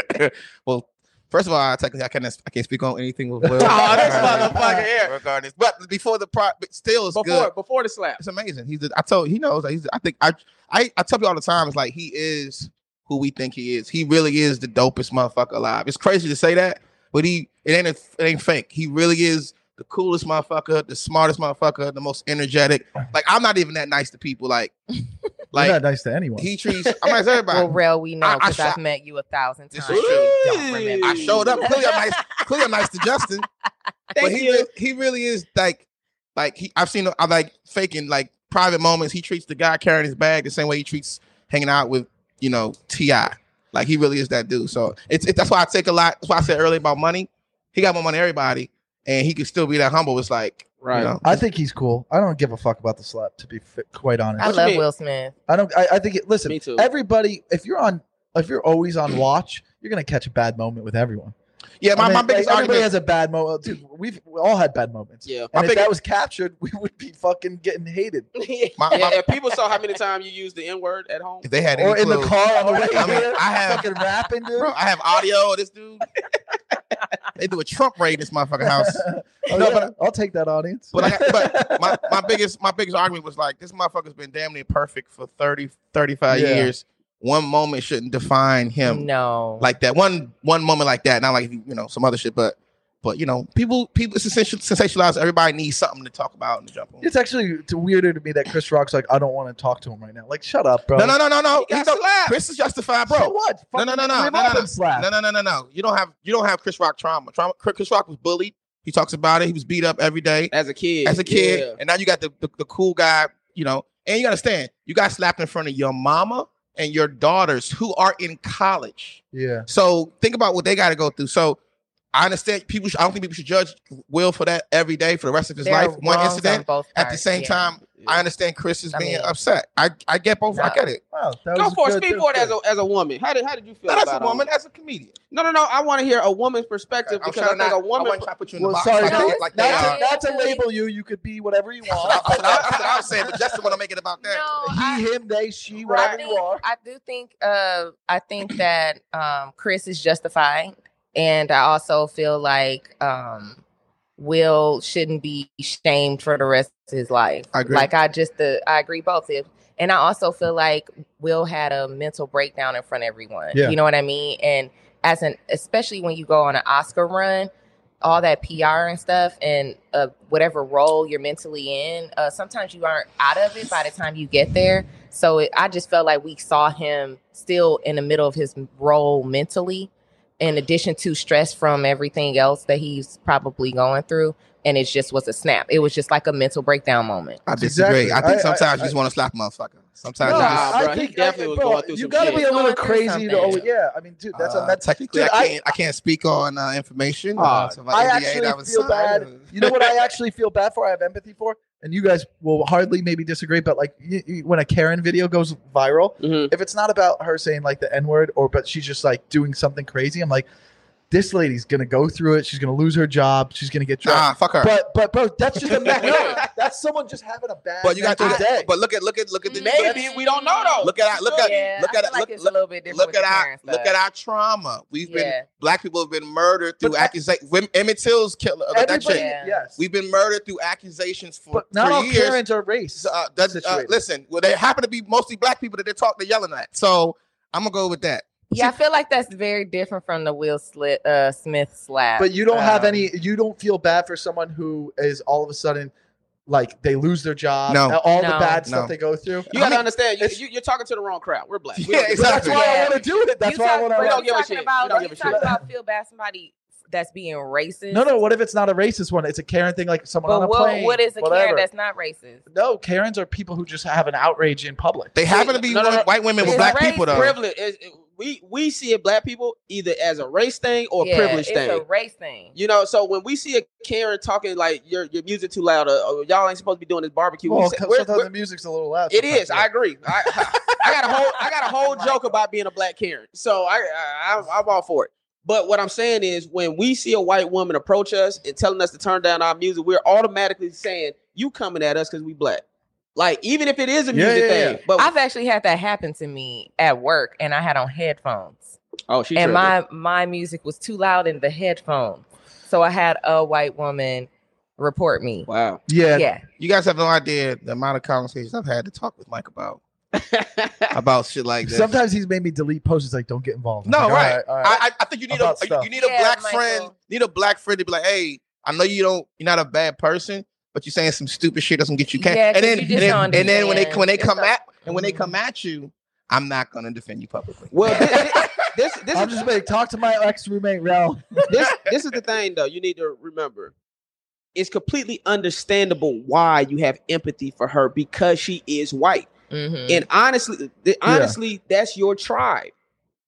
Speaker 2: well, first of all, I technically I can't I can't speak on anything with Will.
Speaker 1: Oh, this
Speaker 2: Regardless-
Speaker 1: motherfucker here.
Speaker 2: Regardless, but before the pro, but still it's
Speaker 1: Before
Speaker 2: good.
Speaker 1: before the slap.
Speaker 2: It's amazing. He's. the- I told he knows. He's. I think I I I tell you all the time. It's like he is who we think he is. He really is the dopest motherfucker alive. It's crazy to say that, but he it ain't a, it ain't fake. He really is the coolest motherfucker, the smartest motherfucker, the most energetic. Like I'm not even that nice to people. Like
Speaker 3: Like,
Speaker 2: like
Speaker 3: not nice to anyone.
Speaker 2: he treats. I'm nice to everybody.
Speaker 5: Well, real, we know
Speaker 2: I- I
Speaker 5: because I've
Speaker 2: shot-
Speaker 5: met you a thousand
Speaker 2: This
Speaker 5: times.
Speaker 2: is
Speaker 5: You
Speaker 1: true.
Speaker 5: don't remember.
Speaker 1: I
Speaker 2: I showed up. Clearly, I'm nice. Clearly, I'm nice to Justin. but
Speaker 1: Thank
Speaker 2: he
Speaker 1: you.
Speaker 2: Really, he really is like like he. I've seen him. I like faking like private moments. He treats the guy carrying his bag the same way he treats hanging out with you know Ti. Like he really is that dude. So it's it, that's why I take a lot. That's why I said earlier about money. He got more money than everybody, and he could still be that humble. It's like
Speaker 1: right.
Speaker 2: you know,
Speaker 3: I think he's cool. I don't give a fuck about the slap, to be fi- quite honest.
Speaker 5: I
Speaker 1: What you
Speaker 5: love
Speaker 1: mean?
Speaker 5: Will Smith.
Speaker 3: I don't. I, I think it. Listen,
Speaker 1: Me too.
Speaker 3: everybody. If you're on, if you're always on watch, you're gonna catch a bad moment with everyone.
Speaker 2: Yeah, my,
Speaker 3: I mean,
Speaker 2: my
Speaker 3: like,
Speaker 2: biggest
Speaker 3: everybody
Speaker 2: argument.
Speaker 3: has a bad moment. Dude, we've we all had bad moments.
Speaker 1: Yeah.
Speaker 2: My
Speaker 3: and if
Speaker 2: biggest-
Speaker 3: that was captured, we would be fucking getting hated.
Speaker 2: My-
Speaker 1: And-
Speaker 2: my-
Speaker 1: and people saw how many times you used the N word at home.
Speaker 2: if they had
Speaker 3: Or
Speaker 2: any
Speaker 3: in the
Speaker 2: clue-
Speaker 3: car on the way
Speaker 2: I mean,
Speaker 3: here,
Speaker 2: I have
Speaker 3: fucking rapping, dude.
Speaker 2: bro, I have audio of this dude. they do a Trump raid in this motherfucking house.
Speaker 3: Oh,
Speaker 2: No,
Speaker 3: yeah,
Speaker 2: but-
Speaker 3: I'll take that audience.
Speaker 2: But I, but my, my biggest my biggest argument was like this motherfucker's been damn near perfect for 30 35
Speaker 3: Yeah.
Speaker 2: years. One moment shouldn't define him
Speaker 5: No.
Speaker 2: like that. One one moment like that, not like you know some other shit, but but you know people people it's essential- sensationalized. Everybody needs something to talk about and to jump on.
Speaker 3: it's actually t- weirder to me that Chris Rock's like, I don't want to talk to him right now. Like, shut up, bro.
Speaker 2: No no no no no.
Speaker 1: He
Speaker 2: He's
Speaker 1: got
Speaker 2: no-
Speaker 1: slapped.
Speaker 2: Oh, Chris is justified,
Speaker 3: So
Speaker 2: Ah, bro.
Speaker 3: what?
Speaker 2: No, no, no, no,
Speaker 3: We've
Speaker 2: no,
Speaker 3: all
Speaker 2: no,
Speaker 3: been slapped.
Speaker 2: No, no, no, no, no. You don't have you don't have Chris Rock trauma. Trauma. Chris Rock was bullied. He talks about it. He was beat up every day
Speaker 1: As a kid.
Speaker 2: as a kid,
Speaker 1: yeah.
Speaker 2: and now you got the, the the cool guy. You know, and you understand you got slapped in front of your mama and your daughters who are in college.
Speaker 3: Yeah.
Speaker 2: So think about what they got to go through. So I understand people. Should, I don't think people should judge Will for that every day for the rest of his
Speaker 5: There are
Speaker 2: life. One
Speaker 5: wrongs
Speaker 2: incident.
Speaker 5: on both
Speaker 2: At the
Speaker 5: parts,
Speaker 2: same
Speaker 5: yeah.
Speaker 2: time, I understand Chris is
Speaker 5: I
Speaker 2: being
Speaker 5: mean-
Speaker 2: upset. I I get both. I
Speaker 5: No.
Speaker 2: get it.
Speaker 3: Wow. That
Speaker 1: Go
Speaker 3: was
Speaker 1: for it.
Speaker 3: good.
Speaker 1: Speak
Speaker 3: That
Speaker 1: for it
Speaker 3: was
Speaker 1: as a, as a woman. How did how did you feel?
Speaker 2: Not as
Speaker 1: about
Speaker 2: a
Speaker 1: all
Speaker 2: woman,
Speaker 1: that?
Speaker 2: as a comedian.
Speaker 1: No, no, no. I want to hear a woman's perspective
Speaker 2: I'm
Speaker 1: because I
Speaker 2: trying
Speaker 1: think
Speaker 2: to
Speaker 1: a
Speaker 2: not, I
Speaker 1: woman.
Speaker 2: wasn't trying to put you
Speaker 3: good.
Speaker 2: in the
Speaker 3: Well,
Speaker 2: box
Speaker 3: sorry,
Speaker 2: like,
Speaker 5: No,
Speaker 2: they-
Speaker 5: it's
Speaker 2: like they
Speaker 3: not,
Speaker 2: are.
Speaker 3: to, not to label you. You could be whatever you
Speaker 2: I, I,
Speaker 3: want.
Speaker 2: I, I, I was saying, but Justin want to make it about that.
Speaker 5: No,
Speaker 3: he,
Speaker 5: I-
Speaker 3: him, they, she, whatever
Speaker 5: I think,
Speaker 3: you are.
Speaker 5: I do think uh I think that um Chris is justified and I also feel like um Will shouldn't be shamed for the rest of his life.
Speaker 2: I agree.
Speaker 5: Like I just the I agree both if and I also feel like Will had a mental breakdown in front of everyone.
Speaker 3: Yeah.
Speaker 5: You know what I mean? And as an especially when you go on an Oscar run, all that PR and stuff and uh, whatever role you're mentally in, uh, sometimes you aren't out of it by the time you get there. So it, I just felt like we saw him still in the middle of his role mentally, in addition to stress from everything else that he's probably going through. And it just was a snap. It was just like a mental breakdown moment.
Speaker 2: I disagree.
Speaker 3: Exactly.
Speaker 2: I think
Speaker 3: I-
Speaker 2: sometimes
Speaker 3: I-
Speaker 2: you just want to slap a motherfucker. Sometimes
Speaker 1: No,
Speaker 2: you just,
Speaker 1: Nah,
Speaker 3: I
Speaker 1: bro, he
Speaker 3: think
Speaker 1: definitely was
Speaker 3: bro,
Speaker 1: going through
Speaker 3: You
Speaker 1: some
Speaker 3: gotta
Speaker 1: shit.
Speaker 3: be a little
Speaker 5: Going through
Speaker 3: crazy to. Oh,
Speaker 5: something.
Speaker 3: yeah, I mean, dude, that's
Speaker 2: uh,
Speaker 3: a that's
Speaker 2: technically
Speaker 3: dude,
Speaker 2: I
Speaker 3: I-
Speaker 2: can't. I, can't speak on uh, information.
Speaker 3: Uh,
Speaker 2: so my
Speaker 3: I
Speaker 2: NDA
Speaker 3: actually
Speaker 2: that was
Speaker 3: feel
Speaker 2: signed,
Speaker 3: bad. You know what I actually feel bad for? I have empathy for, and you guys will hardly maybe disagree, but like y y- when a Karen video goes viral,
Speaker 1: Mhm.
Speaker 3: if it's not about her saying like the N word or but she's just like doing something crazy, I'm like, this lady's gonna go through it. She's gonna lose her job. She's gonna get
Speaker 2: Nah,
Speaker 3: dropped.
Speaker 2: fuck her. But,
Speaker 3: But but bro, that's just a no, that's someone just having a bad.
Speaker 2: you got
Speaker 3: mental
Speaker 2: to.
Speaker 3: day.
Speaker 2: But look at look at look at the
Speaker 1: Maybe we don't know though.
Speaker 2: Look at look at
Speaker 5: Yeah,
Speaker 2: look
Speaker 5: I
Speaker 2: at
Speaker 5: feel like
Speaker 2: look
Speaker 5: it's
Speaker 2: look,
Speaker 5: a little bit different.
Speaker 2: look
Speaker 5: with
Speaker 2: at
Speaker 5: the
Speaker 2: our
Speaker 5: parents,
Speaker 2: look
Speaker 5: though.
Speaker 2: at our trauma. We've been
Speaker 5: yeah.
Speaker 2: black people have been murdered through
Speaker 3: But I-
Speaker 2: accusations. Emmett Till's killer. like that
Speaker 3: everybody,
Speaker 2: shit.
Speaker 5: Yeah.
Speaker 3: yes,
Speaker 2: We've been murdered through accusations for,
Speaker 3: but not
Speaker 2: for
Speaker 3: all
Speaker 2: years.
Speaker 3: Karens are race.
Speaker 2: uh, that's, uh,
Speaker 3: Situated.
Speaker 2: listen, well, they happen to be mostly black people that they talk, they're yelling at. So I'm gonna go with that.
Speaker 5: Yeah, I feel like that's very different from the Will Slit, uh, Smith slap.
Speaker 3: but you don't have
Speaker 5: Um,
Speaker 3: any you don't feel bad for someone who is all of a sudden like they lose their job
Speaker 2: No.
Speaker 3: all the
Speaker 5: No.
Speaker 3: bad stuff
Speaker 2: No.
Speaker 3: they go through
Speaker 1: You
Speaker 2: I
Speaker 1: gotta
Speaker 2: mean,
Speaker 1: understand. You,
Speaker 3: it's-
Speaker 1: you, you're talking to the wrong crowd. We're black. We
Speaker 2: Yeah,
Speaker 1: don't-
Speaker 3: But that's
Speaker 2: exactly.
Speaker 3: why i
Speaker 5: Yeah.
Speaker 3: want to do it that's
Speaker 5: you
Speaker 3: why
Speaker 5: talk,
Speaker 3: i want to
Speaker 5: but
Speaker 1: don't
Speaker 5: you
Speaker 1: give a
Speaker 5: talking
Speaker 1: shit.
Speaker 5: About,
Speaker 1: We don't
Speaker 5: you
Speaker 1: give a
Speaker 5: talking
Speaker 1: shit.
Speaker 5: about feel bad somebody that's being racist.
Speaker 3: no no what if it's not a racist one it's a karen thing like someone on
Speaker 5: But
Speaker 3: a
Speaker 5: what,
Speaker 3: plane
Speaker 5: what is a
Speaker 3: whatever.
Speaker 5: Karen that's not racist?
Speaker 3: no karens are people who just have an outrage in public
Speaker 2: They happen to be
Speaker 1: No, no,
Speaker 2: white-
Speaker 1: no.
Speaker 2: white women with
Speaker 5: It's
Speaker 2: black
Speaker 5: race,
Speaker 2: people though.
Speaker 1: privilege. Is, we we see it black people either as a race thing or a
Speaker 5: Yeah,
Speaker 1: privilege
Speaker 5: it's
Speaker 1: thing.
Speaker 5: a race thing.
Speaker 1: You know, so when we see a Karen talking like your your music too loud, or, or y'all ain't supposed to be doing this barbecue. we
Speaker 3: well,
Speaker 1: say-
Speaker 3: sometimes
Speaker 1: we're- we're-
Speaker 3: the music's a little loud
Speaker 1: it is. I
Speaker 3: sometimes,
Speaker 1: agree. I, I got a whole I got a whole joke about being a black Karen. So I, I I'm- I'm all for it. But what I'm saying is, when we see a white woman approach us and telling us to turn down our music, we're automatically saying you coming at us because we black. Like even if it is a
Speaker 3: Yeah,
Speaker 1: music
Speaker 3: yeah,
Speaker 1: thing,
Speaker 3: yeah.
Speaker 1: but
Speaker 5: I've actually had that happen to me at work, and I had on headphones,
Speaker 1: oh, she
Speaker 5: and
Speaker 1: tripping.
Speaker 5: my my music was too loud in the headphones, so I had a white woman report me.
Speaker 1: wow.
Speaker 3: yeah, yeah.
Speaker 5: Yeah,
Speaker 2: You guys have no idea the amount of conversations I've had to talk with Mike about about shit like this.
Speaker 3: sometimes he's made me delete posts He's like don't get involved I'm
Speaker 2: No,
Speaker 3: like, all
Speaker 2: right.
Speaker 3: all
Speaker 2: I, I I think you need a
Speaker 3: About
Speaker 2: you-
Speaker 3: stuff.
Speaker 2: you need a
Speaker 5: Yeah,
Speaker 2: black
Speaker 5: Michael.
Speaker 2: friend. Need a black friend to be like, hey, I know you don't. You're not a bad person, but you're saying some stupid shit doesn't get you. Can-
Speaker 5: Yeah, 'cause
Speaker 2: and then
Speaker 5: you
Speaker 2: and
Speaker 5: just
Speaker 2: then,
Speaker 5: don't
Speaker 2: and then when they
Speaker 5: defend.
Speaker 2: when they
Speaker 5: It's
Speaker 2: come
Speaker 5: a-
Speaker 2: at and when they come at you, I'm not gonna defend you publicly.
Speaker 1: Well, this this,
Speaker 3: I'm
Speaker 1: this, is,
Speaker 3: just like talk to my ex roommate Rel.
Speaker 1: this this is the thing though. You need to remember, it's completely understandable why you have empathy for her because she is white.
Speaker 3: Mm.
Speaker 5: Mhm.
Speaker 1: And honestly, th- honestly, that's your tribe.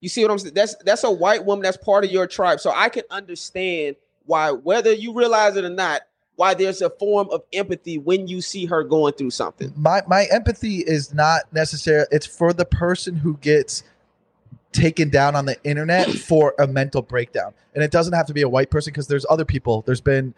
Speaker 1: You see what I'm saying? That's that's a white woman. That's part of your tribe. So I can understand why, whether you realize it or not, why there's a form of empathy when you see her going through something.
Speaker 3: my my empathy is not necessarily it's for the person who gets taken down on the internet for a mental breakdown. And it doesn't have to be a white person because there's other people. There's been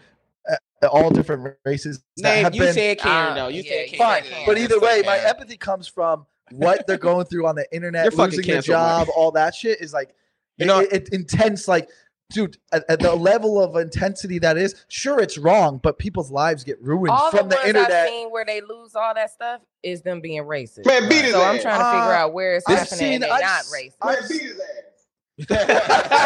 Speaker 3: uh, all different races that
Speaker 1: Name,
Speaker 3: have
Speaker 1: you
Speaker 3: been
Speaker 1: said Karen
Speaker 5: Ah,
Speaker 1: though. You
Speaker 5: yeah,
Speaker 1: said
Speaker 5: yeah,
Speaker 1: Karen.
Speaker 5: yeah.
Speaker 3: fine. But either
Speaker 4: that's
Speaker 3: way,
Speaker 4: okay.
Speaker 3: my empathy comes from what they're going through on the internet,
Speaker 1: You're fucking
Speaker 3: losing their
Speaker 1: canceled,
Speaker 3: job, all that shit is like,
Speaker 2: You
Speaker 3: you
Speaker 2: know-
Speaker 3: know, it, it- intense. Like, dude, at, at the level of intensity that is, sure, it's wrong, but people's lives get ruined
Speaker 5: all
Speaker 3: from
Speaker 5: the, ones
Speaker 3: the,
Speaker 5: I've
Speaker 3: internet.
Speaker 5: seen where they lose all that stuff is them being racist.
Speaker 4: Man, beat his
Speaker 5: so I'm
Speaker 4: ass.
Speaker 5: trying to figure
Speaker 3: Uh,
Speaker 5: out where it's
Speaker 3: I've
Speaker 5: happening
Speaker 3: seen-
Speaker 5: and they're
Speaker 3: I've
Speaker 5: not
Speaker 3: s-
Speaker 5: racist.
Speaker 3: I've
Speaker 4: Man, beat his ass.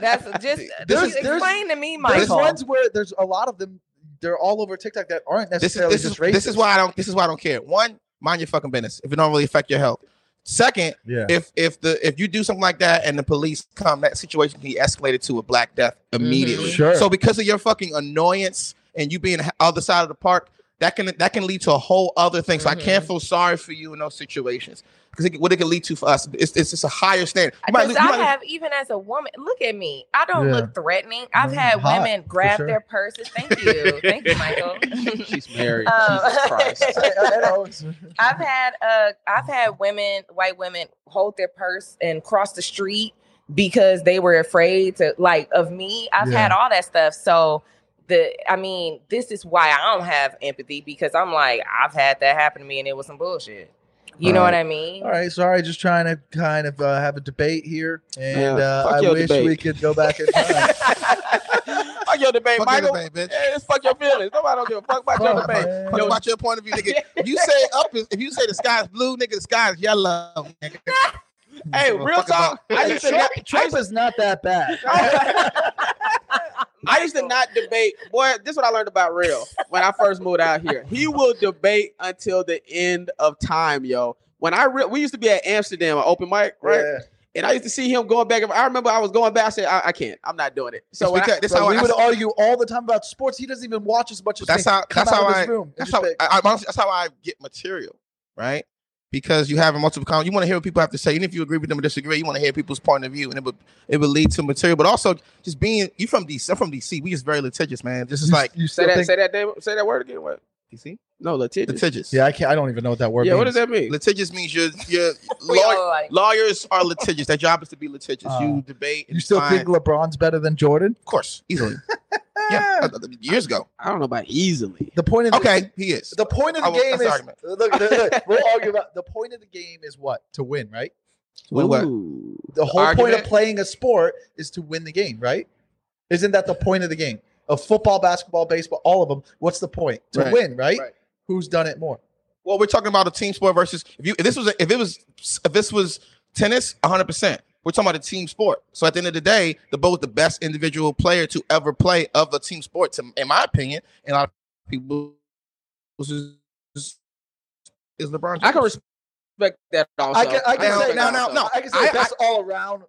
Speaker 5: That's just
Speaker 3: There's-
Speaker 5: just
Speaker 3: there's-
Speaker 5: explain to me,
Speaker 3: There's
Speaker 5: Michael.
Speaker 3: ones where there's a lot of them. They're all over TikTok that aren't
Speaker 2: this
Speaker 3: necessarily
Speaker 2: is this is
Speaker 3: just racist.
Speaker 2: this is why I don't this is why I don't care. One, mind your fucking business if it don't really affect your health. Second,
Speaker 3: Yeah.
Speaker 2: if if the if you do something like that and the police come, that situation can be escalated to a black death immediately.
Speaker 3: Mm-hmm. Sure.
Speaker 2: So because of your fucking annoyance and you being other side of the park, that can that can lead to a whole other thing. So
Speaker 5: Mhm.
Speaker 2: I
Speaker 3: Mm-hmm.
Speaker 2: can't feel sorry for you in those situations because what it can lead to for us, it's, it's just a higher standard. You might
Speaker 5: Because
Speaker 2: lose- you
Speaker 5: I
Speaker 2: might lose-
Speaker 5: have, even as a woman, look at me. I don't
Speaker 3: Yeah.
Speaker 5: look threatening. I've
Speaker 3: Mm,
Speaker 5: had
Speaker 3: hot,
Speaker 5: women
Speaker 3: for
Speaker 5: grab
Speaker 3: sure.
Speaker 5: their purses. Thank you, thank you, Michael.
Speaker 1: She's married.
Speaker 5: Um,
Speaker 1: Jesus Christ.
Speaker 3: I- I- I know, it's-
Speaker 5: I've had uh, I've had women, white women, hold their purse and cross the street because they were afraid to like of me. I've
Speaker 3: Yeah.
Speaker 5: had all that stuff. So the, I mean, this is why I don't have empathy because I'm like, I've had that happen to me and it was some bullshit. You know
Speaker 3: Right.
Speaker 5: what I mean?
Speaker 3: All right, sorry, just trying to kind of uh, have a debate here, and
Speaker 1: Yeah,
Speaker 3: uh,
Speaker 1: fuck
Speaker 3: I
Speaker 1: your
Speaker 3: wish
Speaker 1: debate.
Speaker 3: we could go back in time.
Speaker 1: fuck your debate,
Speaker 2: Fuck
Speaker 1: Michael.
Speaker 2: everything, bitch.
Speaker 1: Yeah, just fuck your feelings. Nobody don't give a fuck about your
Speaker 3: Fuck,
Speaker 1: debate.
Speaker 3: man.
Speaker 2: Fuck about your point of view, nigga. If you say up, is- if you say the sky is blue, nigga, the sky is yellow. Nigga.
Speaker 1: Hey,
Speaker 2: Give a
Speaker 1: real
Speaker 2: fuck about-
Speaker 1: talk. I used to not,
Speaker 3: Trump is not that bad.
Speaker 1: I used to not debate. Boy, this is what I learned about real when I first moved out here. He will debate until the end of time, yo. When I re- we used to be at Amsterdam, an open mic, right?
Speaker 3: Yeah.
Speaker 1: And I used to see him going back. and- I remember I was going back. I said, I, I can't. I'm not doing it. So
Speaker 2: So
Speaker 1: when I,
Speaker 2: because, that's
Speaker 3: Bro,
Speaker 2: how
Speaker 3: we
Speaker 2: I,
Speaker 3: would argue all the time about sports. He doesn't even watch as much as
Speaker 2: that's
Speaker 3: me.
Speaker 2: how
Speaker 3: Come
Speaker 2: that's
Speaker 3: out
Speaker 2: how
Speaker 3: of
Speaker 2: I
Speaker 3: this room.
Speaker 2: that's
Speaker 3: Just
Speaker 2: how
Speaker 3: be-
Speaker 2: I, I- honestly, that's how I get material, right? Because you have multiple comments, you want to hear what people have to say, even if you agree with them or disagree, you want to hear people's point of view, and it would it would lead to material. But also, just being you from DC, I'm from DC, we just very litigious, man. This is like
Speaker 3: you
Speaker 1: say
Speaker 3: still
Speaker 1: that,
Speaker 3: think-
Speaker 1: say that, name, say that word again. What?
Speaker 2: DC
Speaker 1: No, litigious.
Speaker 2: litigious.
Speaker 3: yeah, I can't. I don't even know what that word
Speaker 1: Yeah,
Speaker 3: means.
Speaker 1: what does that mean?
Speaker 2: litigious means you're you're
Speaker 5: We all
Speaker 2: law-
Speaker 5: like-
Speaker 2: lawyers are litigious. Their job is to be litigious.
Speaker 3: Oh.
Speaker 2: you debate. and
Speaker 3: You still
Speaker 2: find-
Speaker 3: think LeBron's better than Jordan?
Speaker 2: Of course, easily. yeah, uh, uh, years ago.
Speaker 1: I don't know about easily.
Speaker 3: The point of the,
Speaker 2: Okay, he is.
Speaker 3: The point of the
Speaker 2: I will-
Speaker 3: game
Speaker 2: that's the
Speaker 3: is
Speaker 2: argument.
Speaker 3: look, look, look, We're arguing about the point of the game is what to win, right?
Speaker 2: Well, what?
Speaker 1: Ooh.
Speaker 3: The whole point
Speaker 2: argument?
Speaker 3: of playing a sport is to win the game, right? Isn't that the point of the game? Of football, basketball, baseball, all of them. What's the point? To
Speaker 2: Right.
Speaker 3: win, right?
Speaker 1: Right.
Speaker 3: Who's done it more?
Speaker 2: Well, we're talking about a team sport versus if you if this was a, if it was if this was tennis, 100. percent We're talking about a team sport. So at the end of the day, the both the best individual player to ever play of a team sport, to, in my opinion, and a lot of people is, is LeBron. James.
Speaker 1: I can respect that also.
Speaker 3: I can, I can
Speaker 2: I
Speaker 3: say
Speaker 2: don't- no,
Speaker 3: no, no,
Speaker 2: no,
Speaker 3: no. I can say
Speaker 2: I-
Speaker 3: best all around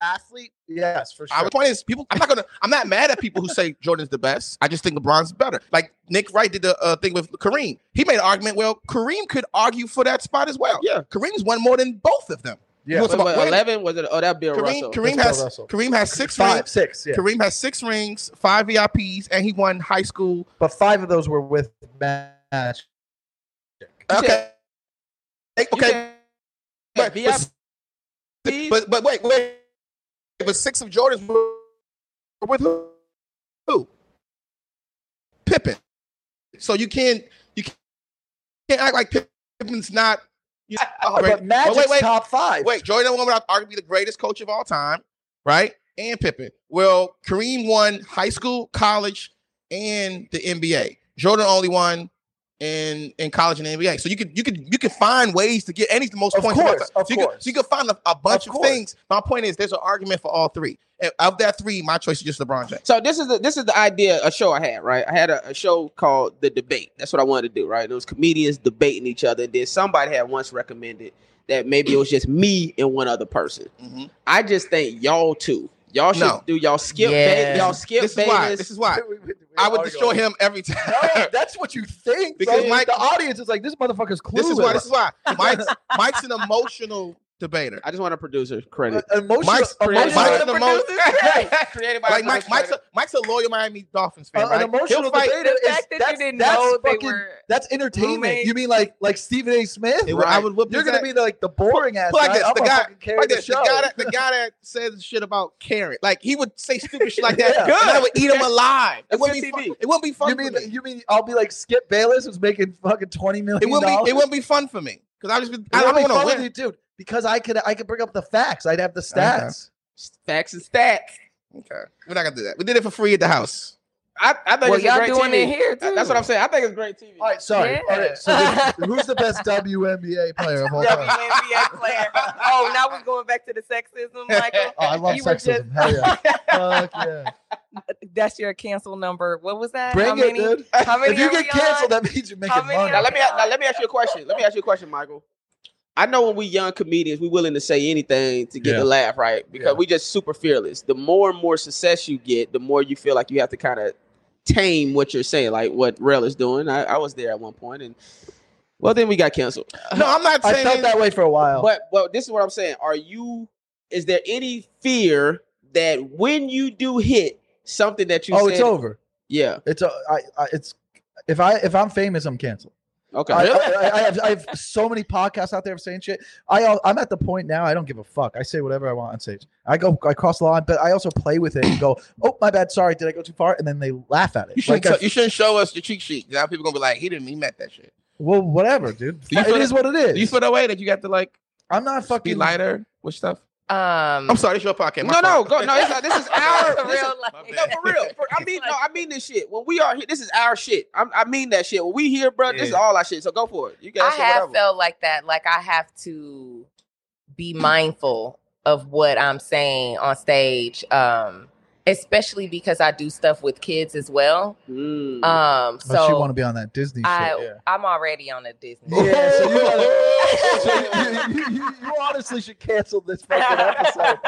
Speaker 3: athlete. Yes, for sure.
Speaker 2: I, the point is, people. I'm not gonna. I'm not mad at people who say Jordan's the best. I just think LeBron's better. Like Nick Wright did the uh, thing with Kareem. He made an argument. Well, Kareem could argue for that spot as well.
Speaker 1: Yeah.
Speaker 2: Kareem's won more than both of them.
Speaker 3: yeah,
Speaker 2: what's-
Speaker 1: Wait, wait,
Speaker 2: Wait.
Speaker 1: 11 was it? Oh, that Bill
Speaker 2: Kareem,
Speaker 1: Russell.
Speaker 2: Kareem
Speaker 3: Bill
Speaker 2: has
Speaker 3: Russell.
Speaker 2: Kareem has six
Speaker 3: five,
Speaker 2: rings.
Speaker 3: six. Yeah,
Speaker 2: Kareem has six rings, five VIPs, and he won high school.
Speaker 3: but five of those were with match.
Speaker 1: You
Speaker 2: Okay.
Speaker 1: said-
Speaker 2: Hey,
Speaker 1: You
Speaker 2: okay.
Speaker 1: said
Speaker 2: but,
Speaker 1: VIPs?
Speaker 2: but, but but wait wait. But six of Jordan's were were with who? Who? Pippen. So you can't you can't- can't act like Pippen's not. You, oh,
Speaker 3: But
Speaker 2: wait,
Speaker 3: Magic's
Speaker 2: wait, wait,
Speaker 3: top five.
Speaker 2: wait. Jordan won without arguably the greatest coach of all time, right? And Pippen. Well, Kareem won high school, college, and the NBA. Jordan only won in in college and NBA. So you could you could you could find ways to get any the most
Speaker 3: Of
Speaker 2: points.
Speaker 3: course,
Speaker 2: So
Speaker 3: of
Speaker 2: you could-
Speaker 3: course.
Speaker 2: so you could find a, a bunch
Speaker 3: Of
Speaker 2: of,
Speaker 3: course.
Speaker 2: things. My point is, there's an argument for all three. And of that three, my choice is just LeBron James.
Speaker 1: So this is the this is the idea a show I had right. I had a, a show called The Debate. That's what I wanted to do right. It was comedians debating each other. Then somebody had once recommended that maybe it was just me and one other person.
Speaker 3: Mm-hmm.
Speaker 2: Mhm.
Speaker 1: I just think y'all two. Y'all should
Speaker 2: No.
Speaker 1: do y'all skip
Speaker 5: Yeah.
Speaker 1: Ba- y'all skip
Speaker 2: This is
Speaker 1: Bayless.
Speaker 2: why. This is why I would destroy him every time.
Speaker 3: oh, No, that's what you think.
Speaker 2: Because
Speaker 3: Because
Speaker 2: Mike-
Speaker 3: the audience is like, this motherfucker's clueless.
Speaker 2: This is why. This is why Mike's Mike's an emotional debater.
Speaker 1: I just want a producer credit.
Speaker 3: Uh, Emotional,
Speaker 2: Mike's
Speaker 3: emotional,
Speaker 2: creative. Mike's the most.
Speaker 5: Right.
Speaker 1: Created by
Speaker 2: Like
Speaker 1: a
Speaker 2: Mike, Mike's a, Mike's a loyal Miami Dolphins fan,
Speaker 3: uh,
Speaker 2: right?
Speaker 3: an emotional
Speaker 2: He'll fight.
Speaker 3: debater
Speaker 5: The
Speaker 3: is
Speaker 5: fact that you
Speaker 3: that's,
Speaker 5: didn't
Speaker 3: that's
Speaker 5: know
Speaker 3: fucking,
Speaker 5: they were
Speaker 3: that's entertainment.
Speaker 5: roommates.
Speaker 3: You mean like like Stephen A. Smith?
Speaker 2: It would- I
Speaker 1: Right.
Speaker 2: would whip
Speaker 3: You're
Speaker 2: his
Speaker 3: gonna
Speaker 2: ass.
Speaker 3: be like the boring ass.
Speaker 2: Put like
Speaker 3: guy.
Speaker 2: this,
Speaker 3: I'm
Speaker 2: the
Speaker 3: gonna
Speaker 2: guy-
Speaker 3: fucking carry
Speaker 2: Like
Speaker 3: the
Speaker 2: this, the
Speaker 3: show.
Speaker 2: guy that the guy that says shit about Karen, like he would say stupid shit like that.
Speaker 3: Yeah.
Speaker 2: and I would eat him alive. It
Speaker 1: That's
Speaker 2: wouldn't be
Speaker 1: good
Speaker 2: fun.
Speaker 1: TV.
Speaker 2: It wouldn't be fun.
Speaker 3: you
Speaker 2: for
Speaker 3: mean
Speaker 2: me.
Speaker 3: you mean I'll be like Skip Bayless who's making fucking twenty
Speaker 2: It
Speaker 3: million
Speaker 2: wouldn't
Speaker 3: dollars?
Speaker 2: be. It wouldn't be fun for me because I just. Be, I
Speaker 3: It would
Speaker 2: don't
Speaker 3: be fun
Speaker 2: want to
Speaker 3: with
Speaker 2: win.
Speaker 3: you, dude, because I could I could bring up the facts. I'd have the stats.
Speaker 1: Facts and stats.
Speaker 2: Okay, we're not gonna do that. We did it for free at the house.
Speaker 1: I, I think
Speaker 5: well,
Speaker 1: it's a
Speaker 5: y'all
Speaker 1: great
Speaker 5: doing
Speaker 1: TV.
Speaker 5: it here too.
Speaker 1: That's what I'm saying. I think it's great TV.
Speaker 3: All right, sorry.
Speaker 5: Yeah.
Speaker 3: All right, so this- who's the best WNBA player of all time?
Speaker 5: WNBA player. Oh, now we're going back to the sexism, Michael.
Speaker 3: Oh, I love
Speaker 5: You were
Speaker 3: sexism. Hell yeah. Fuck yeah.
Speaker 5: That's your cancel number. What was that? How
Speaker 3: Bring it,
Speaker 5: many?
Speaker 3: dude.
Speaker 5: How many
Speaker 3: If you
Speaker 5: are
Speaker 3: get
Speaker 5: we
Speaker 3: canceled,
Speaker 5: on?
Speaker 3: that means you're
Speaker 5: How
Speaker 3: making
Speaker 5: many
Speaker 1: Now
Speaker 5: are we
Speaker 3: money.
Speaker 1: let me now let me ask you a question. Let me ask you a question, Michael. I know when we young comedians, we willing to say anything to get
Speaker 2: Yeah.
Speaker 1: the laugh, right? Because
Speaker 3: Yeah.
Speaker 1: we just super fearless. The more and more success you get, the more you feel like you have to kind of tame what you're saying, like what Rel is doing. I, I was there at one point, and well, then we got canceled.
Speaker 2: No, I'm not
Speaker 3: Uh, I
Speaker 2: saying.
Speaker 3: felt that way for a
Speaker 5: Oh.
Speaker 3: while.
Speaker 1: But but this is what I'm saying. Are you? Is there any fear that when you do hit something that you
Speaker 3: oh,
Speaker 1: said,
Speaker 3: it's over.
Speaker 1: yeah,
Speaker 3: It's a, I, I, it's if I if I'm famous, I'm canceled.
Speaker 1: okay,
Speaker 3: I, I, I have I have so many podcasts out there saying shit. I al- I'm at the point now. I don't give a fuck. I say whatever I want on stage. I go I cross the line, but I also play with it and go, oh my bad, sorry, did I go too far? And then they laugh at it.
Speaker 2: You shouldn't,
Speaker 3: Like, I-
Speaker 2: you shouldn't show us the cheat sheet. Now people gonna be like, he didn't. He meant that shit.
Speaker 3: well, whatever, dude.
Speaker 2: Do you
Speaker 3: It
Speaker 2: feel
Speaker 3: is what it is.
Speaker 2: Do you feel that way that you got to like
Speaker 3: I'm not
Speaker 2: be
Speaker 3: fucking.
Speaker 2: lighter with stuff?
Speaker 3: Mm.
Speaker 5: Um,
Speaker 2: I'm sorry, it's your podcast.
Speaker 1: no, no, go, no. It's not, this is our
Speaker 5: real
Speaker 1: this is
Speaker 5: life.
Speaker 2: my
Speaker 1: No, for real. For- I mean, no, I mean this shit. When we are here, this is our shit. I'm, I mean that shit. When we here, bro, this is
Speaker 2: Yeah.
Speaker 1: all our shit. So go for it. You
Speaker 5: I
Speaker 1: guys,
Speaker 5: have
Speaker 1: whatever.
Speaker 5: felt like that. Like I have to be mindful of what I'm saying on stage, um, especially because I do stuff with kids as well. Um,
Speaker 1: Mm.
Speaker 3: Oh, she want
Speaker 5: so
Speaker 3: to be on that Disney
Speaker 5: I,
Speaker 3: shit.
Speaker 5: I'm already on a Disney.
Speaker 3: Yeah. yeah so you,
Speaker 5: Yeah.
Speaker 3: wanna, so you, you, you, you honestly should cancel this fucking episode.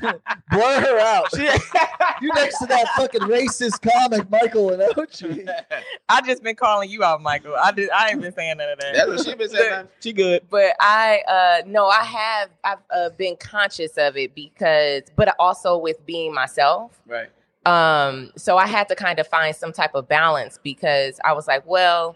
Speaker 3: Blur her out. You next to that fucking racist comic, Michael and Ochi.
Speaker 5: I just been calling you out, Michael. I did. I ain't been saying none of that.
Speaker 1: That's what she been saying. man. She good.
Speaker 5: but I uh no, I have I've uh, been conscious of it because, but also with being myself.
Speaker 1: Right.
Speaker 5: Um, so I had to kind of find some type of balance because I was like, well,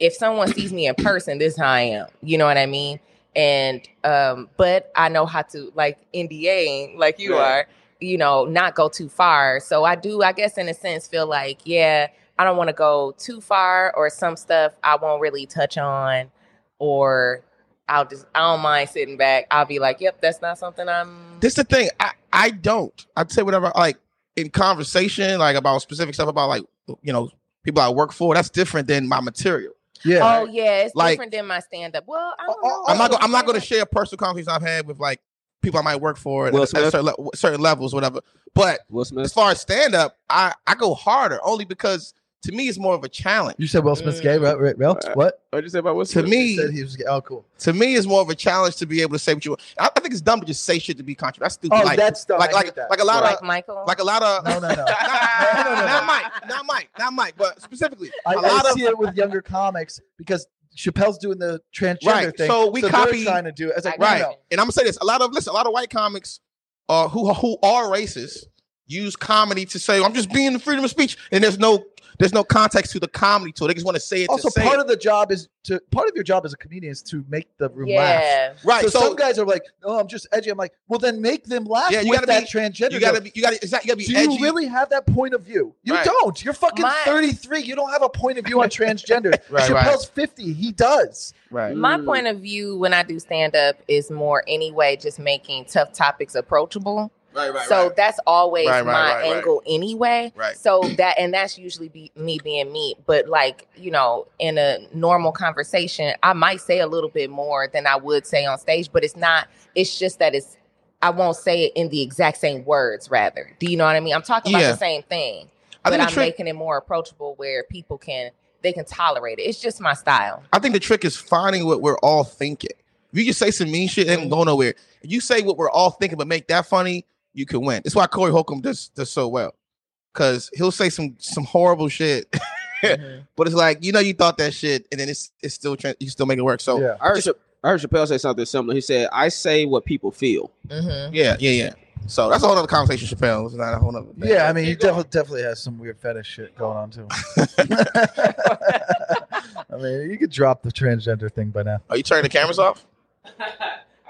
Speaker 5: if someone sees me in person, this is how I am. You know what I mean? And um, but I know how to like NDA like you
Speaker 1: Yeah.
Speaker 5: are, you know, not go too far. So I do, I guess, in a sense, feel like, yeah, I don't want to go too far, or some stuff I won't really touch on, or I'll just I don't mind sitting back. I'll be like, yep, that's not something I'm.
Speaker 2: This the thing. I I don't. I'd say whatever. Like in conversation, like about specific stuff about like you know people I work for. That's different than my material.
Speaker 3: Yeah.
Speaker 5: Oh yeah, it's
Speaker 2: Like- Oh,
Speaker 5: different than my stand up. Well, I don't know.
Speaker 2: I'm not. Gonna, I'm not going
Speaker 3: Oh.
Speaker 2: to share personal conversations I've had with like people I might work for at,
Speaker 1: Will
Speaker 2: at
Speaker 1: Smith?
Speaker 2: certain, le- certain levels, whatever. But
Speaker 1: Will
Speaker 2: as
Speaker 1: Smith.
Speaker 2: far as stand up, I I go harder only because to me it's more of a challenge.
Speaker 3: You said Will Smith's gay, right? right Rel?
Speaker 1: Uh,
Speaker 3: What?
Speaker 1: What you say about Will
Speaker 2: To
Speaker 3: You
Speaker 2: me,
Speaker 3: said he was gay. Oh, cool.
Speaker 2: to me, it's more of a challenge to be able to say what you want. I, I think it's dumb to just say shit to be controversial. That's stupid.
Speaker 3: Oh,
Speaker 2: like,
Speaker 3: that's dumb.
Speaker 2: like
Speaker 3: I
Speaker 2: like
Speaker 3: hate that.
Speaker 2: like a lot
Speaker 5: like
Speaker 2: of
Speaker 5: Michael.
Speaker 2: uh, like a lot of
Speaker 3: no, no, no.
Speaker 2: not,
Speaker 5: No, no, no.
Speaker 2: not Mike, not Mike, not Mike, but specifically
Speaker 3: I,
Speaker 2: a
Speaker 3: I
Speaker 2: lot of
Speaker 3: see it with younger comics because Chappelle's doing the transgender
Speaker 2: Right,
Speaker 3: thing.
Speaker 2: so we
Speaker 3: they're
Speaker 2: copy-
Speaker 3: trying to do it. It's like,
Speaker 2: right.
Speaker 3: right. No,
Speaker 2: And I'm gonna say this: a lot of listen, a lot of white comics uh, who who are racist use comedy to say I'm just being the freedom of speech, and there's no there's no context to the comedy tool. They just want to say it.
Speaker 3: also,
Speaker 2: to say
Speaker 3: part
Speaker 2: it.
Speaker 3: of the job is to part of your job as a comedian is to make the room laugh.
Speaker 5: yeah.
Speaker 2: right.
Speaker 3: so,
Speaker 2: So,
Speaker 3: some guys are like, "Oh, I'm just edgy." I'm like, "Well, then make them laugh."
Speaker 2: Yeah, you
Speaker 3: with
Speaker 2: gotta
Speaker 3: that
Speaker 2: be-
Speaker 3: transgender.
Speaker 2: you gotta
Speaker 3: joke.
Speaker 2: be you gotta exactly you gotta be
Speaker 3: Do
Speaker 2: edgy.
Speaker 3: you really have that point of view? You
Speaker 2: Right.
Speaker 3: don't. You're fucking
Speaker 5: My-
Speaker 3: 33. You don't have a point of view on transgender.
Speaker 2: Right, right.
Speaker 3: Chappelle's 50. He does.
Speaker 2: right.
Speaker 5: My
Speaker 1: Mm.
Speaker 5: point of view when I do stand up is more anyway, just making tough topics approachable.
Speaker 2: Right, right,
Speaker 5: so that's always
Speaker 2: Right, right,
Speaker 5: my
Speaker 2: right, right.
Speaker 5: angle anyway.
Speaker 2: Right.
Speaker 5: So that and that's usually be me being me. But like, you know, in a normal conversation, I might say a little bit more than I would say on stage, but it's not it's just that it's I won't say it in the exact same words, rather. Do you know what I mean? I'm talking about
Speaker 2: Yeah.
Speaker 5: the same thing.
Speaker 2: I
Speaker 5: but
Speaker 2: think
Speaker 5: I'm
Speaker 2: the trick.
Speaker 5: making it more approachable where people can they can tolerate it. It's just my style.
Speaker 2: I think the trick is finding what we're all thinking. If you just say some mean shit, it ain't go nowhere. If you say what we're all thinking, but make that funny, you can win. That's why Corey Holcomb does does so well, because he'll say some some horrible shit,
Speaker 5: Mm-hmm.
Speaker 2: but it's like you know you thought that shit, and then it's it's still tran- you still make it work. So
Speaker 3: yeah.
Speaker 1: I heard,
Speaker 2: Just-
Speaker 1: Chap- I heard Chappelle say something similar. He said, "I say what people feel."
Speaker 5: Mm-hmm.
Speaker 2: Yeah, yeah, yeah. So that's a whole other conversation, Chappelle. It's not a whole other thing.
Speaker 3: Yeah, I mean, he definitely definitely has some weird fetish shit going on too. I mean, you could drop the transgender thing by now.
Speaker 2: Are Oh, you turning the cameras off?
Speaker 1: I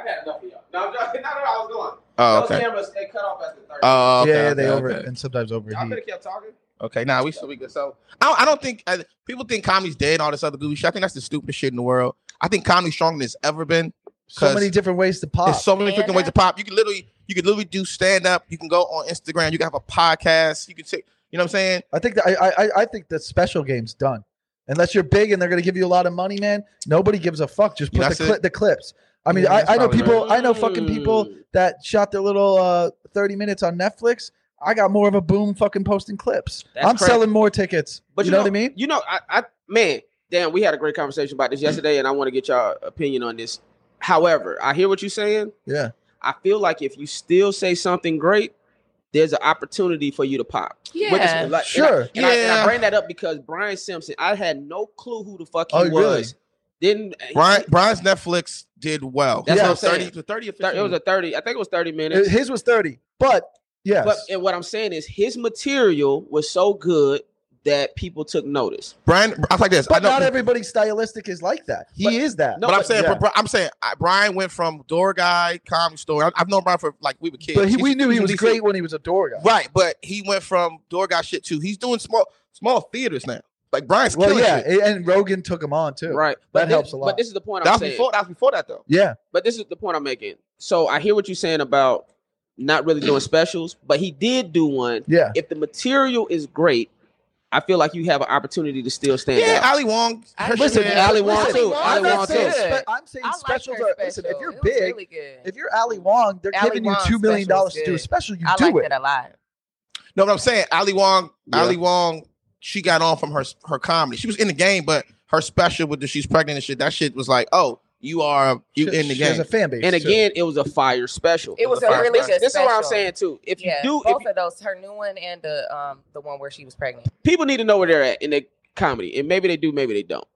Speaker 1: had enough of y'all. No, no, no, no, I was going.
Speaker 2: Oh, okay.
Speaker 1: cameras they cut off at the third.
Speaker 2: Oh, okay,
Speaker 3: yeah, yeah,
Speaker 2: okay,
Speaker 3: they over
Speaker 2: okay.
Speaker 3: and sometimes overheat.
Speaker 1: kept talking.
Speaker 2: Okay, now nah, we still we good. So I don't, I don't think I, people think comedy's dead and all this other goofy shit. I think that's the stupidest shit in the world. I think comedy's stronger than it's ever been.
Speaker 3: So
Speaker 2: 'cause
Speaker 3: many different ways to pop.
Speaker 2: There's so many freaking ways
Speaker 5: Stand
Speaker 2: to
Speaker 5: up.
Speaker 2: pop. You can literally you can literally do stand up. You can go on Instagram. You can have a podcast. You can take you know what I'm saying.
Speaker 3: I think that I, I- I I think the special game's done. Unless you're big and they're gonna give you a lot of money, man. Nobody gives a fuck. Just put
Speaker 2: Yeah,
Speaker 3: the
Speaker 2: that's
Speaker 3: cli-
Speaker 2: it.
Speaker 3: the clips. I mean,
Speaker 2: Yeah, that's
Speaker 3: I, I know
Speaker 2: probably
Speaker 3: people. I know fucking
Speaker 1: Mm.
Speaker 3: people that shot their little uh, thirty minutes on Netflix. I got more of a boom fucking posting clips.
Speaker 1: That's
Speaker 3: I'm
Speaker 1: crazy.
Speaker 3: selling more tickets.
Speaker 1: But
Speaker 3: you know, what I mean?
Speaker 1: You know, I, I man, damn, we had a great conversation about this yesterday, and I want to get your opinion on this. However, I hear what you're saying.
Speaker 3: Yeah.
Speaker 1: I feel like if you still say something great, there's an opportunity for you to pop.
Speaker 5: Yeah.
Speaker 1: Which is like- and I-
Speaker 3: Sure.
Speaker 1: And, I, and I
Speaker 2: Yeah.
Speaker 1: bring that up because Brian Simpson, I had no clue who the fuck he
Speaker 3: Oh, really?
Speaker 1: was. Didn't
Speaker 2: Brian Brian's Netflix did well.
Speaker 1: That's
Speaker 3: Yeah.
Speaker 1: what I'm saying.
Speaker 2: to 30 or
Speaker 1: Thir-
Speaker 2: 50.
Speaker 1: It was a thirty. I think it was thirty minutes.
Speaker 3: His was thirty, but yes,
Speaker 1: But and what I'm saying is his material was so good that people took notice.
Speaker 2: Brian. I was like this. I
Speaker 3: but
Speaker 2: know,
Speaker 3: not everybody's stylistic is like that. He
Speaker 1: But-
Speaker 3: is that.
Speaker 1: No,
Speaker 2: but I'm saying,
Speaker 3: yeah.
Speaker 2: but Bri- I'm saying, I, Brian went from door guy, comedy store. I, I've known Brian for like we were kids.
Speaker 3: but he,
Speaker 2: He's-
Speaker 3: we knew he
Speaker 2: he's in
Speaker 3: was
Speaker 2: DC.
Speaker 3: great when he was a door guy.
Speaker 2: Right, but he went from door guy shit to he's doing small small theaters now. Like Brian's
Speaker 3: Well,
Speaker 2: killing
Speaker 3: yeah,
Speaker 2: shit.
Speaker 3: and Rogan took him on too.
Speaker 1: Right. But
Speaker 3: That
Speaker 1: thi-
Speaker 3: helps a lot.
Speaker 1: But this is the point
Speaker 2: That
Speaker 1: I'm
Speaker 2: was
Speaker 1: saying.
Speaker 2: before. That was before that though.
Speaker 3: Yeah,
Speaker 1: But this is the point I'm making. So I hear what you're saying about not really doing specials, but he did do one.
Speaker 3: yeah.
Speaker 1: If the material is great, I feel like you have an opportunity to still stand
Speaker 2: Yeah,
Speaker 1: out.
Speaker 2: Ali Wong. her
Speaker 1: Listen,
Speaker 2: shit-
Speaker 1: Ali Wong
Speaker 3: listen,
Speaker 1: too.
Speaker 3: I'm
Speaker 1: Ali
Speaker 3: not
Speaker 1: Wong too.
Speaker 3: saying spe-
Speaker 5: Good.
Speaker 3: I'm saying
Speaker 5: I liked
Speaker 3: specials
Speaker 5: her
Speaker 3: are. Listen, if
Speaker 5: special.
Speaker 3: you're
Speaker 5: It was
Speaker 3: big,
Speaker 5: really good.
Speaker 3: if you're Ali Wong, they're
Speaker 5: Ali
Speaker 3: giving you
Speaker 5: Wong's
Speaker 3: two million
Speaker 5: special
Speaker 3: dollars
Speaker 5: is
Speaker 3: to do a
Speaker 5: good.
Speaker 3: special. You
Speaker 5: I
Speaker 3: do
Speaker 5: liked
Speaker 3: it.
Speaker 5: it. a lot.
Speaker 2: No, but I'm saying Ali Wong.
Speaker 1: Yeah.
Speaker 2: Ali Wong. She got on from her her comedy. She was in the game, but her special with the she's pregnant and shit. That shit was like, oh, you are you
Speaker 3: She-
Speaker 2: in the
Speaker 3: she has
Speaker 2: game.
Speaker 3: a fan base.
Speaker 1: And
Speaker 3: too.
Speaker 1: again, it was a fire special.
Speaker 5: It was
Speaker 2: a
Speaker 5: a
Speaker 2: fire
Speaker 5: really
Speaker 2: special.
Speaker 5: good.
Speaker 1: This is what I'm
Speaker 5: special.
Speaker 1: saying too. If
Speaker 5: yeah,
Speaker 1: you do, if
Speaker 5: both
Speaker 1: you-
Speaker 5: of those, her new one and the um the one where she was pregnant.
Speaker 1: people need to know where they're at in the comedy, and maybe they do, maybe they don't.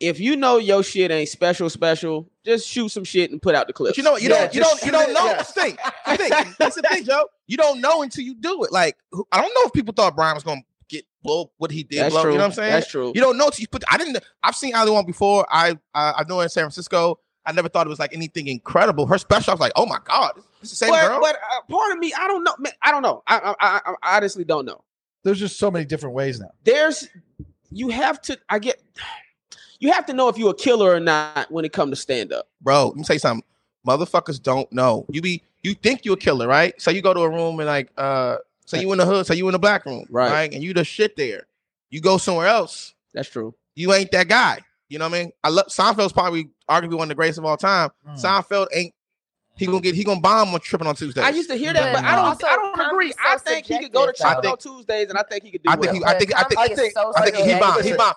Speaker 1: If you know your shit ain't special, special, just shoot some shit and put out the clips.
Speaker 2: But you know, you
Speaker 3: Yeah,
Speaker 2: don't, you
Speaker 3: just
Speaker 2: don't, you
Speaker 3: shoot
Speaker 2: don't
Speaker 3: it,
Speaker 2: know.
Speaker 3: yeah.
Speaker 2: That's the thing. That's the thing. That's the thing, Joe. You don't know until you do it. Like, who- I don't know if people thought Brian was gonna get blow what he did.
Speaker 1: that's
Speaker 2: blow,
Speaker 1: true.
Speaker 2: You know what I'm saying?
Speaker 1: That's true.
Speaker 2: You don't know till you put. I didn't. I've seen Ali Wong before. I I, I know her in San Francisco. I never thought it was like anything incredible. Her special, I was like, oh my god, this is the same
Speaker 1: but
Speaker 2: girl.
Speaker 1: but uh, part of me, I don't know. Man, I don't know. I, I, I, I honestly don't know.
Speaker 3: there's just so many different ways now.
Speaker 1: there's you have to i get you have to know if you're a killer or not when it comes to stand up
Speaker 2: Bro, let me tell you something. Motherfuckers don't know. You be you think you're a killer, right? So you go to a room and like, uh, so you in the hood, so you in the black room,
Speaker 1: Right.
Speaker 2: And you the shit there. You go somewhere else.
Speaker 1: that's true
Speaker 2: you ain't that guy. You know what I mean? I love Seinfeld's probably arguably one of the greatest of all time.
Speaker 1: Hmm.
Speaker 3: Mm.
Speaker 2: Seinfeld ain't he gonna get he gonna bomb on tripping on Tuesday.
Speaker 1: i used to hear that but i don't
Speaker 5: Also,
Speaker 1: i don't
Speaker 5: comedy's
Speaker 1: agree
Speaker 5: so
Speaker 1: i think he could go to
Speaker 5: subjective,
Speaker 1: Chicago
Speaker 2: though.
Speaker 1: on tuesdays and i think he could do
Speaker 2: I think
Speaker 1: well.
Speaker 2: he, I think I think
Speaker 5: Yeah,
Speaker 2: I
Speaker 5: comedy
Speaker 2: think,
Speaker 5: is
Speaker 3: think-
Speaker 5: so
Speaker 2: I think he
Speaker 5: subjective.
Speaker 2: bombed. He
Speaker 3: Listen.
Speaker 2: bombed.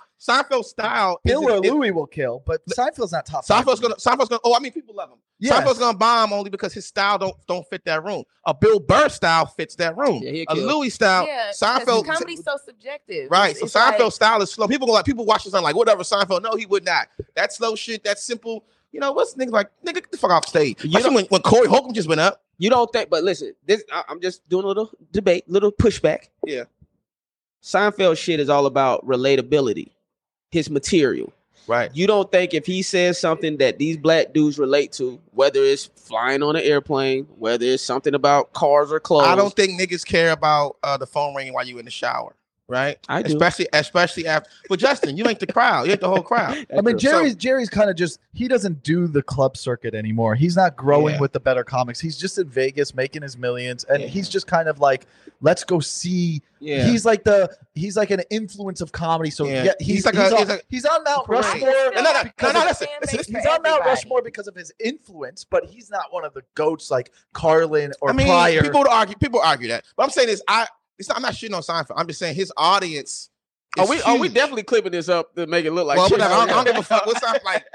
Speaker 2: Seinfeld style.
Speaker 3: Bill
Speaker 2: is-
Speaker 3: or
Speaker 2: is-
Speaker 3: Louis will kill, but Seinfeld's not top. five.
Speaker 2: Seinfeld's gonna Seinfeld's gonna oh I mean people love him.
Speaker 3: Yeah.
Speaker 2: Seinfeld's gonna bomb only because his style don't don't fit that room. A Bill Burr style fits that room.
Speaker 1: Yeah, he'll
Speaker 2: a
Speaker 1: kill.
Speaker 2: Louis style.
Speaker 5: yeah, 'cause
Speaker 2: Seinfeld
Speaker 5: Comedy's so subjective.
Speaker 2: Right.
Speaker 5: It's-
Speaker 2: So
Speaker 5: it's
Speaker 2: Seinfeld
Speaker 5: like-
Speaker 2: style is slow. People go like people watch this and like whatever Seinfeld. No, he would not. That slow shit. That simple. You know what's nigga like? Nigga, get the fuck off stage.
Speaker 1: You
Speaker 2: Especially
Speaker 1: don't-
Speaker 2: when, when Corey Holcomb just went up.
Speaker 1: you don't think but listen this I, i'm just doing a little debate little pushback
Speaker 2: Yeah.
Speaker 1: seinfeld shit is all about relatability his material
Speaker 2: Right.
Speaker 1: you don't think if he says something that these black dudes relate to whether it's flying on an airplane whether it's something about cars or clothes
Speaker 2: I don't think niggas care about uh, the phone ringing while you in the shower. Right.
Speaker 1: I do.
Speaker 2: Especially especially after. But Justin, you ain't the crowd. You ain't the whole crowd.
Speaker 3: I
Speaker 1: That's
Speaker 3: mean,
Speaker 1: true.
Speaker 3: Jerry's Jerry's kind of just he doesn't do the club circuit anymore. He's not growing
Speaker 2: Yeah.
Speaker 3: with the better comics. He's just in Vegas making his millions, and
Speaker 2: Yeah.
Speaker 3: he's just kind of like, let's go see.
Speaker 1: yeah
Speaker 3: He's like the he's like an influence of comedy. So
Speaker 2: Yeah.
Speaker 3: yeah, he's
Speaker 2: He's like
Speaker 3: he's
Speaker 2: a-
Speaker 3: on,
Speaker 2: he's like-
Speaker 3: he's on Mount
Speaker 2: Right.
Speaker 3: Rushmore.
Speaker 5: No, no, no,
Speaker 3: because
Speaker 2: no,
Speaker 3: of-
Speaker 2: listen,
Speaker 5: fan
Speaker 2: listen,
Speaker 5: base
Speaker 3: He's
Speaker 5: for
Speaker 3: on Mount
Speaker 5: everybody.
Speaker 3: Rushmore because of his influence, but he's not one of the goats like Carlin or
Speaker 2: I mean,
Speaker 3: Pryor.
Speaker 2: people would argue. People argue that. But I'm saying is I. It's not, I'm not shitting on Seinfeld. I'm just saying his audience
Speaker 5: Oh,
Speaker 1: Are we? Are we
Speaker 2: dead?
Speaker 1: definitely clipping this up to make it look like?
Speaker 2: well,
Speaker 1: shit?
Speaker 2: whatever. I don't, I don't give a fuck. What's up? Like,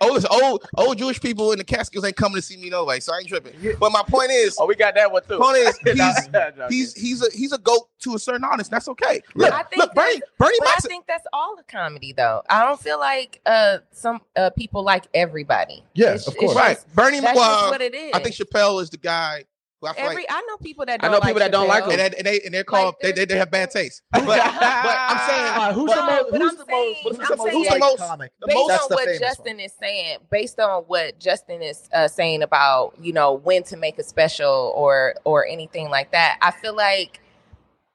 Speaker 2: old, it's old, old Jewish people in the Catskills ain't coming to see me no way, so I ain't tripping. But my point is,
Speaker 1: Oh, we got that one too.
Speaker 2: point is,
Speaker 1: Nah,
Speaker 2: he's
Speaker 1: nah, nah,
Speaker 2: he's he's a he's a goat to a certain audience. That's okay. Look,
Speaker 5: I think
Speaker 2: look, Bernie Bernie
Speaker 5: But I
Speaker 2: Max.
Speaker 5: think that's all of comedy, though. I don't feel like uh some uh people like everybody.
Speaker 3: Yeah,
Speaker 5: It's-
Speaker 3: of
Speaker 5: it's
Speaker 3: course.
Speaker 2: Right, Bernie.
Speaker 5: That's just
Speaker 2: Well,
Speaker 5: what it is.
Speaker 2: I think Chappelle is the guy who I feel
Speaker 5: every
Speaker 2: like,
Speaker 5: I know people that
Speaker 1: I
Speaker 5: don't
Speaker 1: know people that don't like
Speaker 5: Chappelle.
Speaker 2: and, they, and they and they're called they, they they have bad taste. But, but I'm saying
Speaker 3: Uh, who's the
Speaker 5: No,
Speaker 3: most?
Speaker 5: but
Speaker 3: Who's
Speaker 5: I'm
Speaker 3: the most?
Speaker 5: saying-
Speaker 3: Who's the
Speaker 5: I'm
Speaker 3: most?
Speaker 5: saying-
Speaker 3: like,
Speaker 2: Most-
Speaker 3: comic?
Speaker 5: based on
Speaker 3: That's the
Speaker 5: what
Speaker 3: famous
Speaker 5: Justin is saying, based on what Justin is uh, saying about you know when to make a special or or anything like that, I feel like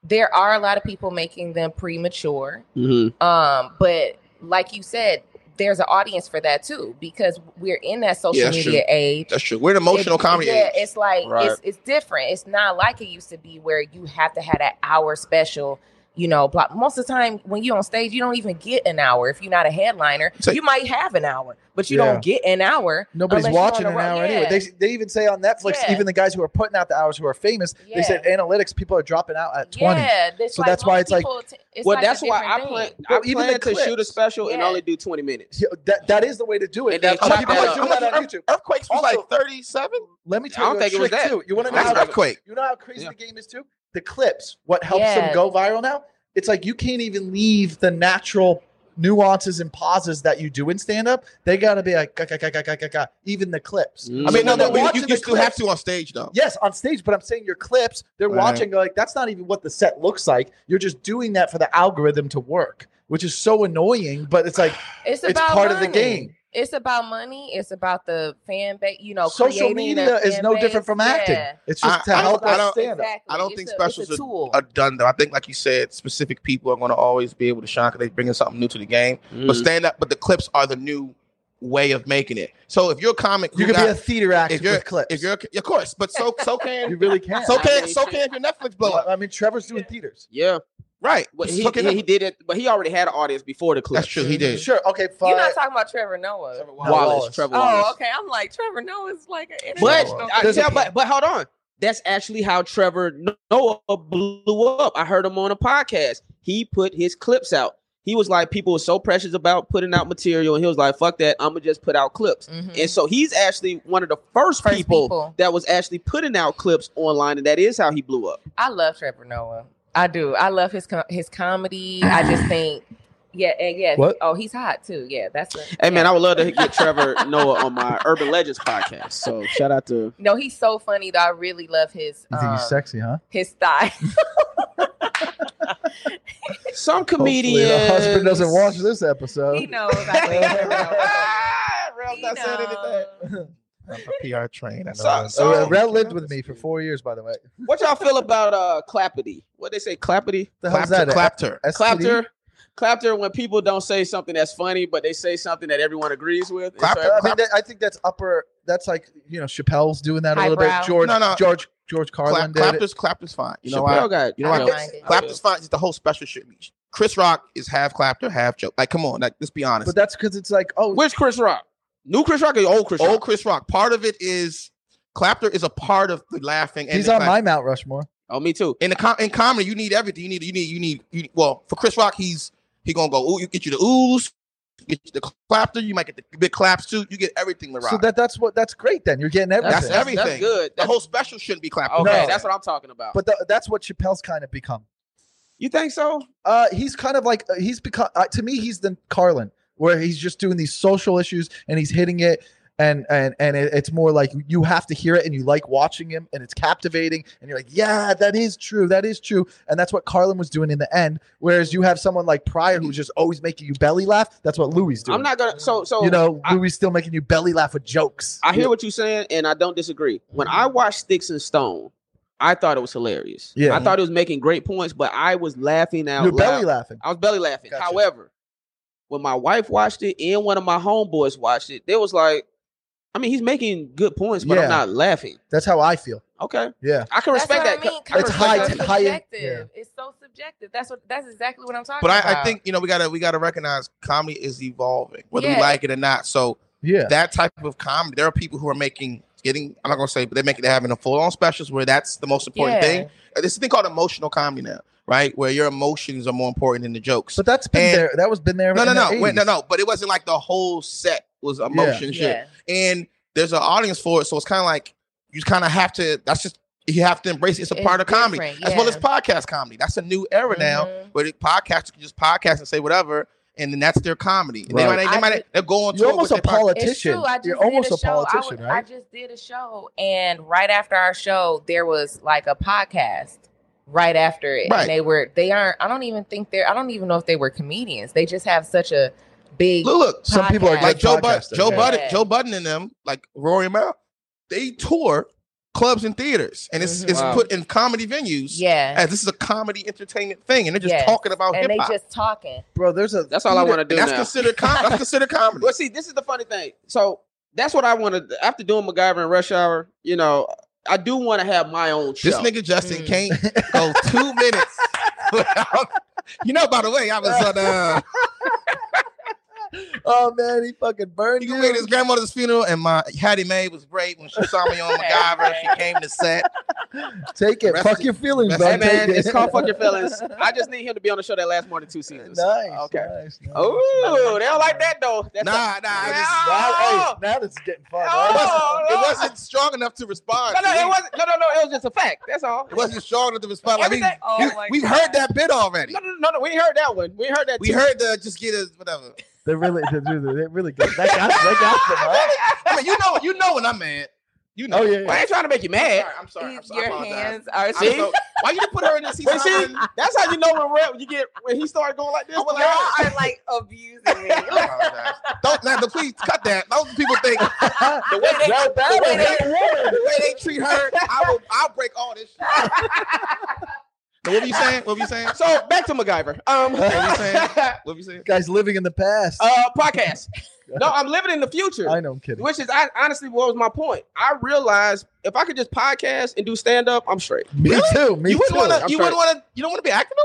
Speaker 5: there are a lot of people making them premature.
Speaker 1: Mhm.
Speaker 5: Um, but like you said, there's an audience for that too because we're in that social
Speaker 2: Yeah, that's
Speaker 5: media age.
Speaker 2: that's true. We're an emotional
Speaker 5: It-
Speaker 2: comedy.
Speaker 5: Yeah,
Speaker 2: age.
Speaker 5: it's like
Speaker 1: Right.
Speaker 5: it's it's different. It's not like it used to be where you have to have that hour special. You know, block. Most of the time when you're on stage, you don't even get an hour if you're not a headliner.
Speaker 2: So-
Speaker 5: you might have an hour, but you
Speaker 3: Yeah.
Speaker 5: don't get an hour.
Speaker 3: Nobody's
Speaker 5: unless you're on
Speaker 3: watching
Speaker 5: the
Speaker 3: an
Speaker 5: road.
Speaker 3: hour
Speaker 5: Yeah.
Speaker 3: anyway. They, they even say on Netflix,
Speaker 5: Yeah.
Speaker 3: even the guys who are putting out the hours who are famous,
Speaker 5: Yeah.
Speaker 3: they said analytics people are dropping out at uh, twenty.
Speaker 5: Yeah,
Speaker 3: So that's why
Speaker 5: most
Speaker 3: it's like-
Speaker 5: people t- it's
Speaker 1: Well,
Speaker 5: like a
Speaker 1: that's why I
Speaker 5: different thing.
Speaker 1: plan. I
Speaker 3: Well, even
Speaker 1: plan
Speaker 3: the
Speaker 1: to shoot a
Speaker 3: clips.
Speaker 1: special and
Speaker 5: Yeah.
Speaker 1: only do twenty minutes.
Speaker 3: Yeah, that that is the way to do it.
Speaker 1: And then
Speaker 3: How much-
Speaker 1: chop
Speaker 3: how
Speaker 1: that
Speaker 3: much
Speaker 1: up.
Speaker 3: you got on YouTube?
Speaker 2: Earthquakes was
Speaker 3: Also-
Speaker 2: like 37.
Speaker 3: Let me
Speaker 1: I
Speaker 3: tell
Speaker 1: don't
Speaker 3: you a
Speaker 1: think it was
Speaker 3: trick
Speaker 1: that.
Speaker 3: too. You want to know
Speaker 2: That's
Speaker 3: how
Speaker 2: earthquake.
Speaker 3: You know how crazy
Speaker 1: Yeah.
Speaker 3: the game is too? The clips, what helps them
Speaker 5: Yeah.
Speaker 3: go viral now? It's like you can't even leave the natural nuances and pauses that you do in stand up. They got to be like, "Ka, ka, ka, ka, ka, ka, ka," even the clips.
Speaker 1: Mm.
Speaker 2: I mean, no,
Speaker 3: they're
Speaker 2: no, but you,
Speaker 3: watching
Speaker 2: you
Speaker 3: the
Speaker 2: still have
Speaker 3: clips.
Speaker 2: to on stage though.
Speaker 3: Yes, on stage, but I'm saying your clips, they're
Speaker 2: Right.
Speaker 3: watching, like, that's not even what the set looks like. You're just doing that for the algorithm to work, which is so annoying, but it's like,
Speaker 5: It's
Speaker 3: it's
Speaker 5: about
Speaker 3: part of the
Speaker 5: money.
Speaker 3: game.
Speaker 5: It's about money. It's about the fan base. You know,
Speaker 3: Social
Speaker 5: creating a
Speaker 3: media is
Speaker 5: fan
Speaker 3: no different
Speaker 5: base.
Speaker 3: from acting.
Speaker 5: Yeah.
Speaker 3: It's just
Speaker 2: I-
Speaker 3: to
Speaker 2: I
Speaker 3: help
Speaker 2: don't- I
Speaker 3: us
Speaker 2: don't-
Speaker 3: stand up.
Speaker 5: Exactly.
Speaker 2: I don't
Speaker 5: It's
Speaker 2: think
Speaker 5: a-
Speaker 2: specials
Speaker 5: it's a tool.
Speaker 2: are done though. I think, like you said, specific people are going to always be able to shine because they bringing something new to the game.
Speaker 1: Mm.
Speaker 2: But stand up, but the clips are the new way of making it. So if you're a comic,
Speaker 3: You
Speaker 2: who
Speaker 3: could be a
Speaker 2: got-
Speaker 3: theater actor
Speaker 2: if you're-
Speaker 3: with clips.
Speaker 2: if you're of course, but so so can
Speaker 3: you really can.
Speaker 2: so
Speaker 1: I
Speaker 2: can
Speaker 1: mean,
Speaker 2: so
Speaker 1: shit.
Speaker 2: can if your Netflix blow up,
Speaker 3: I mean, Trevor's doing theaters.
Speaker 1: Yeah,
Speaker 2: right?
Speaker 1: well, he,
Speaker 2: So can-
Speaker 1: he, he did it, but he already had an audience before the clip.
Speaker 2: that's true. He did.
Speaker 3: Sure. Okay. Fine.
Speaker 5: You're not talking about Trevor Noah.
Speaker 1: Wallace,
Speaker 3: Wallace.
Speaker 1: Trevor Wallace.
Speaker 5: Oh, okay. I'm like Trevor Noah's like an
Speaker 1: But
Speaker 5: international.
Speaker 1: I
Speaker 3: There's a-
Speaker 1: tell, but but hold on. That's actually how Trevor Noah blew up. I heard him on a podcast. He put his clips out. He was like, people were so precious about putting out material, and he was like, "Fuck that, I'm gonna just put out clips."
Speaker 5: Mhm.
Speaker 1: And so he's actually one of the first,
Speaker 5: First
Speaker 1: people,
Speaker 5: people.
Speaker 1: that was actually putting out clips online, and that is how he blew up.
Speaker 5: I love Trevor Noah. I do. I love his com- his comedy. I just think, yeah, and yeah.
Speaker 3: What?
Speaker 5: Oh, he's hot too. Yeah, that's. A,
Speaker 1: Hey man,
Speaker 5: yeah.
Speaker 1: I would love to get Trevor Noah on my Urban Legends podcast. So shout out to
Speaker 5: no, he's so funny. Though I really love his
Speaker 3: You think
Speaker 5: um,
Speaker 3: he's sexy, huh?
Speaker 5: his style.
Speaker 1: some
Speaker 3: Hopefully
Speaker 1: comedians.
Speaker 3: the husband doesn't watch this
Speaker 5: he
Speaker 3: episode.
Speaker 5: knows. I think Trevor Noah.
Speaker 2: Ah, Ralph
Speaker 5: He
Speaker 2: not saying anything.
Speaker 5: knows.
Speaker 2: I'm a PR train. I know
Speaker 1: So-
Speaker 2: that.
Speaker 1: so-
Speaker 3: uh, Rhett lived with me for four years, by the way.
Speaker 1: What y'all feel about uh clappity? What they say, clappity?
Speaker 3: The hell's
Speaker 2: Clapter,
Speaker 3: that?
Speaker 2: Clapter.
Speaker 3: STD?
Speaker 1: Clapter. Clapter when people don't say something that's funny, but they say something that everyone agrees with. And
Speaker 2: Clapter.
Speaker 3: Uh, I mean, that, I think that's upper. That's like you know, Chappelle's doing that a little
Speaker 5: Highbrow.
Speaker 3: bit. George,
Speaker 2: No, no.
Speaker 3: George, George Carlin
Speaker 2: Clap,
Speaker 3: did. it.
Speaker 2: clapter's clapter's fine. You know
Speaker 1: Chappelle
Speaker 2: why?
Speaker 1: got
Speaker 2: You know what?
Speaker 5: Outlined it.
Speaker 2: Clapter's fine. It's the whole special shit. Chris Rock is half clapter, half joke. Like, come on, like, let's be honest.
Speaker 3: But that's because it's like, oh,
Speaker 1: Where's Chris Rock? New Chris Rock or old Chris
Speaker 2: old
Speaker 1: Rock?
Speaker 2: Chris Rock. Part of it is clapter is a part of the laughing. And
Speaker 3: he's
Speaker 2: the
Speaker 3: on
Speaker 2: clap-
Speaker 3: my Mount Rushmore.
Speaker 1: Oh, me too.
Speaker 2: in the com- in comedy. You need everything. You need you need you need. You need well, for Chris Rock, he's he gonna go. Ooh, you get you the ooze, get you the clapter. You might get the big claps too. You get everything, with Rock.
Speaker 3: So that that's what that's great. Then you're getting everything.
Speaker 2: That's everything.
Speaker 1: That's good.
Speaker 2: the
Speaker 1: That's-
Speaker 2: whole special shouldn't be clapter.
Speaker 1: okay,
Speaker 3: No.
Speaker 1: that's what I'm talking about.
Speaker 3: But tha- that's what Chappelle's kind of become.
Speaker 1: you think so?
Speaker 3: Uh, he's kind of like uh, he's become uh, to me. He's the Carlin, where he's just doing these social issues and he's hitting it, and and and it, it's more like you have to hear it and you like watching him and it's captivating and you're like, yeah, that is true, that is true, and that's what Carlin was doing in the end. Whereas you have someone like Pryor who's just always making you belly laugh. That's what Louis doing.
Speaker 1: I'm not gonna. So so
Speaker 3: you know,
Speaker 1: I-
Speaker 3: Louis still making you belly laugh with jokes.
Speaker 1: I hear what you're saying, and I don't disagree. When
Speaker 2: Mm-hmm.
Speaker 1: I watched Sticks and Stone, I thought it was hilarious.
Speaker 3: Yeah.
Speaker 1: I thought it was making great points, but I was laughing out
Speaker 3: You're
Speaker 1: loud.
Speaker 3: belly laughing.
Speaker 1: I was belly laughing.
Speaker 3: Gotcha.
Speaker 1: However, when my wife watched it and one of my homeboys watched it, they was like, I mean, he's making good points, but
Speaker 3: Yeah.
Speaker 1: I'm not laughing.
Speaker 3: That's how I feel.
Speaker 1: Okay.
Speaker 3: Yeah.
Speaker 1: I can
Speaker 5: That's
Speaker 1: respect
Speaker 5: what
Speaker 1: that.
Speaker 5: I mean.
Speaker 1: I can
Speaker 3: It's
Speaker 5: Comedy
Speaker 1: respect
Speaker 3: high-
Speaker 5: is
Speaker 1: that.
Speaker 5: so
Speaker 3: high-
Speaker 5: subjective. It's so subjective. That's what. That's exactly what I'm talking
Speaker 2: But
Speaker 5: about.
Speaker 2: I, I think you know we gotta we gotta recognize comedy is evolving, whether we
Speaker 5: Yeah.
Speaker 2: like it or not. So
Speaker 3: Yeah.
Speaker 2: that type of comedy, there are people who are making getting. I'm not gonna say, but they're making they're having a full on specials where that's the most important
Speaker 5: Yeah.
Speaker 2: thing. Uh, There's a thing called emotional comedy now, right? Where your emotions are more important than the jokes.
Speaker 3: But that's been
Speaker 2: And-
Speaker 3: there. That was been there.
Speaker 2: no,
Speaker 3: in
Speaker 2: no, no,
Speaker 3: the
Speaker 2: wait, no,
Speaker 3: 80s.
Speaker 2: no. But it wasn't like the whole set was emotion shit
Speaker 5: Yeah.
Speaker 2: and there's an audience for it. So it's kind of like you kind of have to. That's just you have to embrace. It. It's a
Speaker 5: It's
Speaker 2: part of comedy
Speaker 5: different,
Speaker 2: as well
Speaker 5: yeah.
Speaker 2: as podcast comedy. That's a new era now
Speaker 5: Mhm.
Speaker 2: where the podcasters can just podcast and say whatever, and then that's their comedy. And
Speaker 3: Right.
Speaker 2: They might, they
Speaker 5: I
Speaker 2: might,
Speaker 5: did-
Speaker 2: they're going.
Speaker 3: You're almost a
Speaker 5: It's
Speaker 3: politician.
Speaker 5: true. I just
Speaker 3: You're almost
Speaker 5: did a,
Speaker 3: a
Speaker 5: show.
Speaker 3: politician,
Speaker 5: I, was,
Speaker 3: right?
Speaker 5: I just did a show, and right after our show, there was like a podcast. Right after it,
Speaker 2: Right.
Speaker 5: and they were they aren't. I don't even think they're. I don't even know if they were comedians. They just have such a big.
Speaker 2: Look, look,
Speaker 3: Some people are
Speaker 5: podcast.
Speaker 2: like
Speaker 3: good
Speaker 2: Joe Bud,
Speaker 3: podcasters,
Speaker 2: Joe
Speaker 3: yeah.
Speaker 2: Budden,
Speaker 5: Yeah.
Speaker 2: Joe Budden and them, like Rory Mel, they tour clubs and theaters, and it's
Speaker 5: Mhm.
Speaker 2: it's
Speaker 1: Wow.
Speaker 2: put in comedy venues.
Speaker 5: Yeah,
Speaker 2: As this is a comedy entertainment thing, and they're just
Speaker 5: Yes.
Speaker 2: talking about
Speaker 5: and
Speaker 2: hip
Speaker 5: they
Speaker 2: hop.
Speaker 5: just talking.
Speaker 3: bro. There's a.
Speaker 1: That's all I want to do
Speaker 2: And that's
Speaker 1: now.
Speaker 2: considered com- that's considered comedy.
Speaker 1: Well, see, this is the funny thing. So that's what I want to. After doing MacGyver and Rush Hour, you know, I do want to have my own show.
Speaker 2: This nigga Justin
Speaker 5: Mm.
Speaker 2: can't go two minutes. without- you know, by the way, I was at uh,
Speaker 3: Oh man, he fucking burned
Speaker 2: you
Speaker 3: you.
Speaker 2: at his grandmother's funeral, and my Hattie Mae was great when she saw me on MacGyver. she came to set.
Speaker 3: Take it.
Speaker 2: Rest-
Speaker 3: Fuck your feelings,
Speaker 2: rest-
Speaker 3: bro.
Speaker 1: Hey man,
Speaker 3: Take
Speaker 1: it's
Speaker 3: it.
Speaker 1: called fuck your feelings. I just need him to be on the show that lasts more than two seasons.
Speaker 3: nice. Okay.
Speaker 1: Okay.
Speaker 3: Nice, nice,
Speaker 1: Oh,
Speaker 3: nice.
Speaker 1: they don't like that though. That's
Speaker 2: Nah, nah, I
Speaker 3: Now, hey,
Speaker 1: Oh!
Speaker 3: now it's getting fun.
Speaker 1: Oh!
Speaker 3: right?
Speaker 2: just, it
Speaker 1: no.
Speaker 2: wasn't strong enough to respond.
Speaker 1: Oh, No, no,
Speaker 2: to.
Speaker 1: it wasn't. No, no, no. It was just a fact. That's all.
Speaker 2: It wasn't strong enough to respond. Like, we,
Speaker 1: Everything-
Speaker 5: oh
Speaker 2: we-
Speaker 5: my
Speaker 2: we've
Speaker 5: God.
Speaker 2: heard that bit already.
Speaker 1: No, no, no, no. We ain't heard that one. We ain't heard that.
Speaker 2: We heard the just get us whatever.
Speaker 3: They're really, they're, really- they're really good. That got, that got them, huh?
Speaker 2: I mean, you know, you know when I'm mad. You know.
Speaker 3: Oh, yeah, yeah.
Speaker 1: Well, I ain't trying to make you
Speaker 2: I'm
Speaker 1: mad.
Speaker 2: sorry. I'm sorry. I'm sorry. I
Speaker 5: Your
Speaker 2: apologize.
Speaker 5: hands are
Speaker 2: I'm so- why you put her in this? He's
Speaker 1: But see, that's how you know when rap, you get when he started going like this.
Speaker 2: I was
Speaker 1: like,
Speaker 2: like,
Speaker 1: oh,
Speaker 5: are like abusing me.
Speaker 2: I apologize. Don't let the please cut that. Those people think the
Speaker 3: The
Speaker 5: way they- the way they-
Speaker 2: way they treat her, I will I'll break all this shit. So what were you saying? What were you saying?
Speaker 1: so back to MacGyver. Um,
Speaker 2: What were you saying? What were you saying?
Speaker 3: Guys living in the past.
Speaker 1: uh, podcast. No, I'm living in the future.
Speaker 3: I know, I'm kidding.
Speaker 1: Which is I, honestly what was my point. I realized if I could just podcast and do stand up, I'm straight.
Speaker 3: Me too. Me
Speaker 2: you
Speaker 3: too.
Speaker 2: wouldn't want to.
Speaker 1: I'm sorry.
Speaker 2: You wouldn't want to. You don't want to be active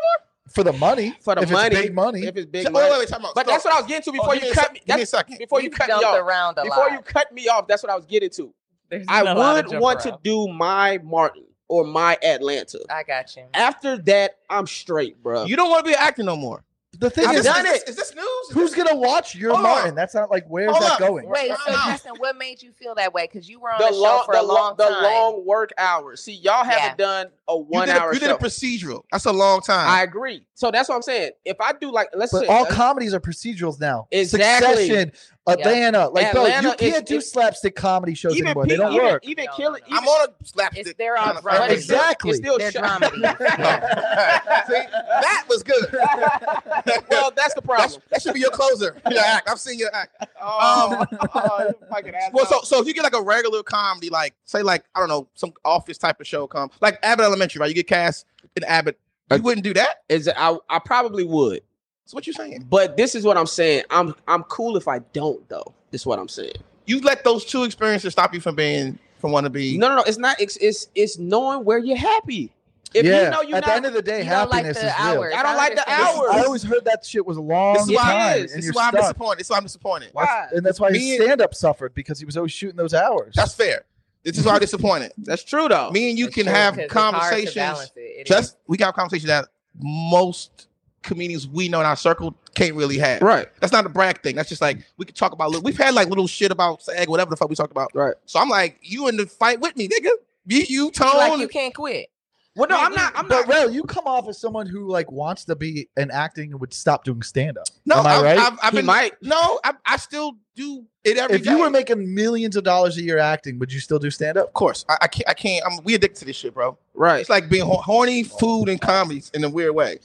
Speaker 3: For the money.
Speaker 1: For the
Speaker 3: if
Speaker 1: money.
Speaker 3: It's big money.
Speaker 1: If it's
Speaker 2: no
Speaker 1: big
Speaker 2: more.
Speaker 1: money.
Speaker 2: Wait, Oh, wait, wait. Time out.
Speaker 1: But that's what I was getting to before you cut me.
Speaker 2: Give me a
Speaker 1: That's
Speaker 2: second.
Speaker 1: before you cut me
Speaker 5: jumped
Speaker 1: off.
Speaker 5: around a
Speaker 1: Before
Speaker 5: lot.
Speaker 1: you cut me off, that's what I was getting to.
Speaker 5: There's
Speaker 1: I
Speaker 5: been a lot of
Speaker 1: would
Speaker 5: jump
Speaker 1: want to
Speaker 5: around.
Speaker 1: do my Martin or my Atlanta.
Speaker 5: I got you.
Speaker 1: After that, I'm straight, bro.
Speaker 2: You don't want to be active no more.
Speaker 3: the thing
Speaker 1: I've
Speaker 3: is,
Speaker 1: done
Speaker 2: is,
Speaker 1: it.
Speaker 2: Is this news? Is
Speaker 3: who's
Speaker 2: this-
Speaker 3: gonna watch your
Speaker 2: Hold on.
Speaker 3: Martin? That's not like where's
Speaker 2: Hold
Speaker 3: that
Speaker 2: on.
Speaker 3: going?
Speaker 5: Wait,
Speaker 2: Time
Speaker 5: so
Speaker 2: out.
Speaker 5: Justin, what made you feel that way? Because you were on
Speaker 1: the
Speaker 5: the, show
Speaker 1: long,
Speaker 5: for
Speaker 1: the
Speaker 5: a long
Speaker 1: long, the
Speaker 5: time.
Speaker 1: long work hours. See, y'all haven't done a
Speaker 2: You
Speaker 1: one
Speaker 2: did a-
Speaker 1: hour
Speaker 2: You did
Speaker 1: show.
Speaker 2: a procedural. That's a long
Speaker 1: I
Speaker 2: time.
Speaker 1: agree. So that's what I'm saying. If I do like, let's
Speaker 3: But
Speaker 1: say,
Speaker 3: all
Speaker 1: uh,
Speaker 3: comedies are procedurals now.
Speaker 1: Exactly.
Speaker 3: Succession, Atlanta. Like,
Speaker 1: Atlanta
Speaker 3: bro, you
Speaker 1: is-
Speaker 3: can't do
Speaker 1: is-
Speaker 3: slapstick comedy shows
Speaker 1: even
Speaker 3: anymore.
Speaker 1: pe-
Speaker 3: they don't
Speaker 1: even,
Speaker 3: work.
Speaker 1: Even
Speaker 5: No,
Speaker 1: killing,
Speaker 5: no, no.
Speaker 2: I'm on a
Speaker 5: It's
Speaker 2: slapstick.
Speaker 5: their
Speaker 2: kind
Speaker 5: on
Speaker 2: of
Speaker 5: Friday.
Speaker 2: thing.
Speaker 1: It's
Speaker 3: Exactly.
Speaker 1: still
Speaker 5: They're
Speaker 1: shot.
Speaker 5: dramedy.
Speaker 2: See, that was good.
Speaker 1: well, that's the
Speaker 2: That's-
Speaker 1: problem.
Speaker 2: that should be your closer. Your act. I've seen your act.
Speaker 1: Oh,
Speaker 2: Um,
Speaker 1: oh, you fucking
Speaker 2: Well, so
Speaker 1: asshole.
Speaker 2: so if you get like a regular comedy, like say like I don't know some office type of show, come like Abbott Elementary, right? You get cast in Abbott. You
Speaker 1: Uh,
Speaker 2: wouldn't do that.
Speaker 1: is I, I probably would,
Speaker 2: So what you saying?
Speaker 1: but this is what I'm saying. I'm I'm cool if I don't though. This is what I'm saying.
Speaker 2: You let those two experiences stop you from being from want to be.
Speaker 1: No, no, no. It's not. It's it's, it's knowing where you're happy. If
Speaker 3: yeah.
Speaker 1: you know you're
Speaker 3: At
Speaker 1: not,
Speaker 3: the end of the day,
Speaker 5: You don't like
Speaker 3: happiness
Speaker 5: the
Speaker 3: is real.
Speaker 5: hours.
Speaker 1: I don't like the
Speaker 5: understand.
Speaker 1: hours.
Speaker 3: I always heard that shit was a long
Speaker 2: This is why
Speaker 3: time.
Speaker 1: it
Speaker 2: I'm,
Speaker 1: is.
Speaker 3: and
Speaker 2: this
Speaker 3: you're
Speaker 2: is why I'm
Speaker 3: stuck.
Speaker 2: disappointed. This is why I'm disappointed.
Speaker 1: why?
Speaker 3: And that's why
Speaker 2: Me
Speaker 3: his
Speaker 2: and-
Speaker 3: stand up suffered because he was always shooting those hours.
Speaker 2: That's fair. This is why I'm disappointed.
Speaker 1: That's true though.
Speaker 2: Me and you
Speaker 5: It's
Speaker 2: can
Speaker 5: true,
Speaker 2: have
Speaker 5: 'cause it's hard to
Speaker 2: conversations.
Speaker 5: balance it. It is.
Speaker 2: Just we can have conversations that most comedians we know in our circle can't really have.
Speaker 1: right,
Speaker 2: That's not a brag thing. That's just like we could talk about. Little, we've had like little shit about SAG, whatever the fuck we talked about.
Speaker 1: right.
Speaker 2: So I'm like, you in the fight with me, nigga. Me, you,
Speaker 5: You
Speaker 2: Tone.
Speaker 5: like you can't quit.
Speaker 1: Well, no, I'm not. I'm not.
Speaker 3: but Rel, you come off as someone who like wants to be an acting and would stop doing stand up.
Speaker 2: no,
Speaker 3: am I
Speaker 2: I've-
Speaker 3: right?
Speaker 2: I've, I've
Speaker 1: He
Speaker 2: been,
Speaker 1: might.
Speaker 2: No, I, I still do it every
Speaker 3: if you
Speaker 2: day.
Speaker 3: were making millions of dollars a year acting, would you still do stand up?
Speaker 2: of course, I, I can't. I can't. I'm, we addicted to this shit, bro.
Speaker 1: Right.
Speaker 2: It's like being hor- horny, food, and comedies in a weird way.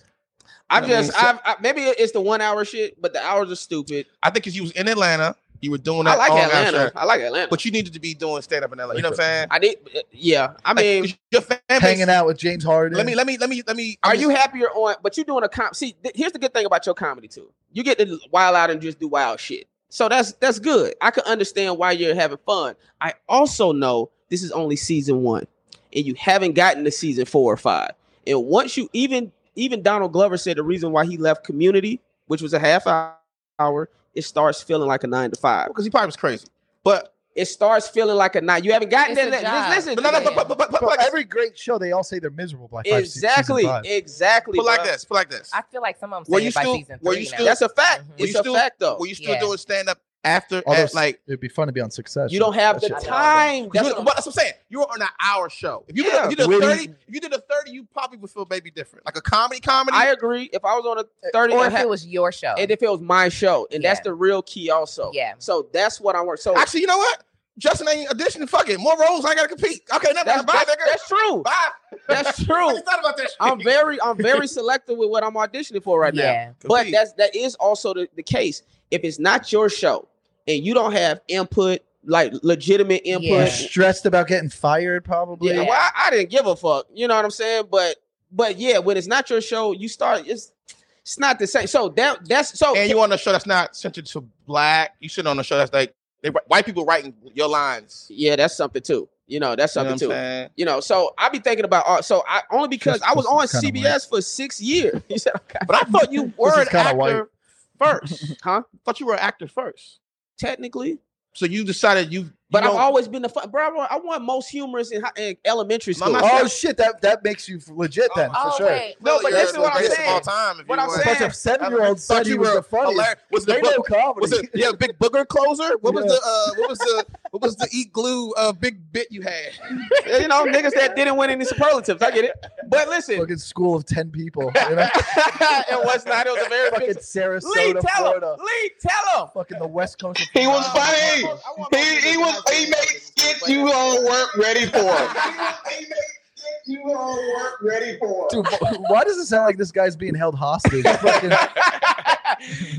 Speaker 1: I
Speaker 2: I
Speaker 1: just,
Speaker 2: mean, so-
Speaker 1: I've, I, maybe it's the one hour shit, but the hours are stupid.
Speaker 2: I think because you was in Atlanta, you were doing that.
Speaker 1: I like
Speaker 2: all
Speaker 1: Atlanta.
Speaker 2: outside,
Speaker 1: I like Atlanta.
Speaker 2: but you needed to be doing stand up in LA. You know what I'm saying?
Speaker 1: I did, yeah. I
Speaker 2: Like,
Speaker 1: mean,
Speaker 2: 'cause your fan base,
Speaker 3: Hanging out with James Harden.
Speaker 2: Let me, let me, let me, let me.
Speaker 1: are
Speaker 2: I'm
Speaker 1: you happier on? But you doing a comp. See, th- here's the good thing about your comedy too. You get to wild out and just do wild shit. So that's that's good. I can understand why you're having fun. I also know this is only season one, and you haven't gotten to season four or five. And once you even even Donald Glover said the reason why he left Community, which was a half hour, it starts feeling like a nine to five.
Speaker 2: because he probably was crazy. But
Speaker 1: it starts feeling like a night. You haven't gotten
Speaker 5: It's
Speaker 1: there.
Speaker 5: a
Speaker 1: Just
Speaker 5: job.
Speaker 1: listen.
Speaker 2: But no, no,
Speaker 1: to
Speaker 2: but,
Speaker 1: me.
Speaker 2: but, but, but, but,
Speaker 3: Bro,
Speaker 2: like,
Speaker 3: every great show, they all say they're miserable by five, se- season
Speaker 1: Exactly.
Speaker 3: five.
Speaker 1: Exactly.
Speaker 2: but like
Speaker 1: bro.
Speaker 2: this, but like this.
Speaker 5: I feel like some of them
Speaker 2: Were
Speaker 5: say
Speaker 2: you
Speaker 5: it by
Speaker 2: still-
Speaker 5: season
Speaker 2: were
Speaker 5: three
Speaker 2: you
Speaker 5: now.
Speaker 2: still-
Speaker 1: That's a fact.
Speaker 5: Mhm.
Speaker 2: Were
Speaker 1: It's
Speaker 2: you
Speaker 1: a
Speaker 2: still-
Speaker 1: fact though.
Speaker 2: Were you still
Speaker 5: Yeah.
Speaker 2: doing stand up after?
Speaker 3: Although
Speaker 2: at, like,
Speaker 3: it'd be fun to be on Succession.
Speaker 1: You don't have
Speaker 3: That
Speaker 1: the
Speaker 3: shit's awesome.
Speaker 1: time.
Speaker 2: 'cause
Speaker 1: That's
Speaker 2: you-
Speaker 1: what I'm
Speaker 2: but that's what I'm saying. You were on an hour show. If you,
Speaker 1: Yeah.
Speaker 2: did, if you did a
Speaker 3: Really?
Speaker 2: thirty, if you did a thirty, you probably would feel maybe different, like a comedy comedy.
Speaker 1: I agree. If I was on a 30
Speaker 5: Eh, Or
Speaker 1: and,
Speaker 5: if
Speaker 1: ha-
Speaker 5: it was your show.
Speaker 1: and if it was my show, and that's
Speaker 5: Yeah.
Speaker 1: the real key also.
Speaker 5: Yeah.
Speaker 1: So that's what I want. So
Speaker 2: Actually, you know what? Justin ain't auditioning. Fuck it. More roles. I gotta compete. Okay, never
Speaker 1: that's,
Speaker 2: mind. Bye,
Speaker 1: that's,
Speaker 2: nigga.
Speaker 1: that's true.
Speaker 2: Bye.
Speaker 1: That's
Speaker 2: I
Speaker 1: true.
Speaker 2: just thought about that. shit.
Speaker 1: I'm very, I'm very selective with what I'm auditioning for right now.
Speaker 5: yeah.
Speaker 1: But
Speaker 2: Compete.
Speaker 1: that's that is also the, the case. If it's not your show and you don't have input, like legitimate input,
Speaker 3: You're
Speaker 5: Yeah.
Speaker 3: stressed about getting fired, probably.
Speaker 1: Yeah,
Speaker 5: Yeah.
Speaker 1: well, I, I didn't give a fuck. You know what I'm saying? But but yeah, when it's not your show, you start it's it's not the same. So that that's so
Speaker 2: and you on a show that's not centered to black. You sit on a show that's like they, white people writing your lines.
Speaker 1: yeah, that's something too. You know, that's
Speaker 2: You know
Speaker 1: something
Speaker 2: what I'm
Speaker 1: too.
Speaker 2: saying?
Speaker 1: You know, so I be thinking about art. So I only because
Speaker 3: Just
Speaker 1: I was
Speaker 3: this is
Speaker 1: on
Speaker 3: kinda
Speaker 1: CBS for six years. You said, okay.
Speaker 2: But I thought you were an
Speaker 3: is kinda
Speaker 2: actor
Speaker 3: white.
Speaker 2: first.
Speaker 1: Huh?
Speaker 2: I thought you were an actor first.
Speaker 1: technically,
Speaker 2: So you decided you.
Speaker 1: but
Speaker 2: you
Speaker 1: I've
Speaker 2: don't-
Speaker 1: always been the fu- bro. I want- I want most humorous in, hi- in elementary
Speaker 2: My-
Speaker 1: school.
Speaker 2: my-
Speaker 3: Oh shit, that that makes you legit then for
Speaker 5: Oh,
Speaker 3: sure.
Speaker 5: wait.
Speaker 2: No, but
Speaker 1: You're
Speaker 2: this is what I'm
Speaker 1: absolutely
Speaker 2: saying.
Speaker 1: right.
Speaker 2: All time, if
Speaker 1: What
Speaker 2: you
Speaker 1: I'm
Speaker 2: were-
Speaker 3: A bunch
Speaker 1: saying.
Speaker 3: of seven-year-olds
Speaker 2: Thought
Speaker 3: said he
Speaker 2: you
Speaker 3: was
Speaker 2: were
Speaker 3: the funniest.
Speaker 2: hilarious. Was the
Speaker 3: They know
Speaker 2: book,
Speaker 3: comedy.
Speaker 2: was it yeah big booger closer? What was
Speaker 3: Yeah.
Speaker 2: the uh, what was the what was the eat glue uh, big bit you had?
Speaker 1: you know, niggas that didn't win any superlatives. I get it. But listen,
Speaker 3: Fucking school of ten people. You know?
Speaker 1: it was not. It was a very
Speaker 3: fucking
Speaker 1: big-
Speaker 3: Sarasota,
Speaker 1: Lee, tell him.
Speaker 3: Florida.
Speaker 1: Lee, tell him.
Speaker 3: Fucking the West Coast. Of
Speaker 8: He was
Speaker 3: Florida.
Speaker 8: funny. He, he was he made skits you all weren't ready for. He was- he made skits you all weren't ready for.
Speaker 3: Dude, wh- why does it sound like this guy's being held hostage? Fucking-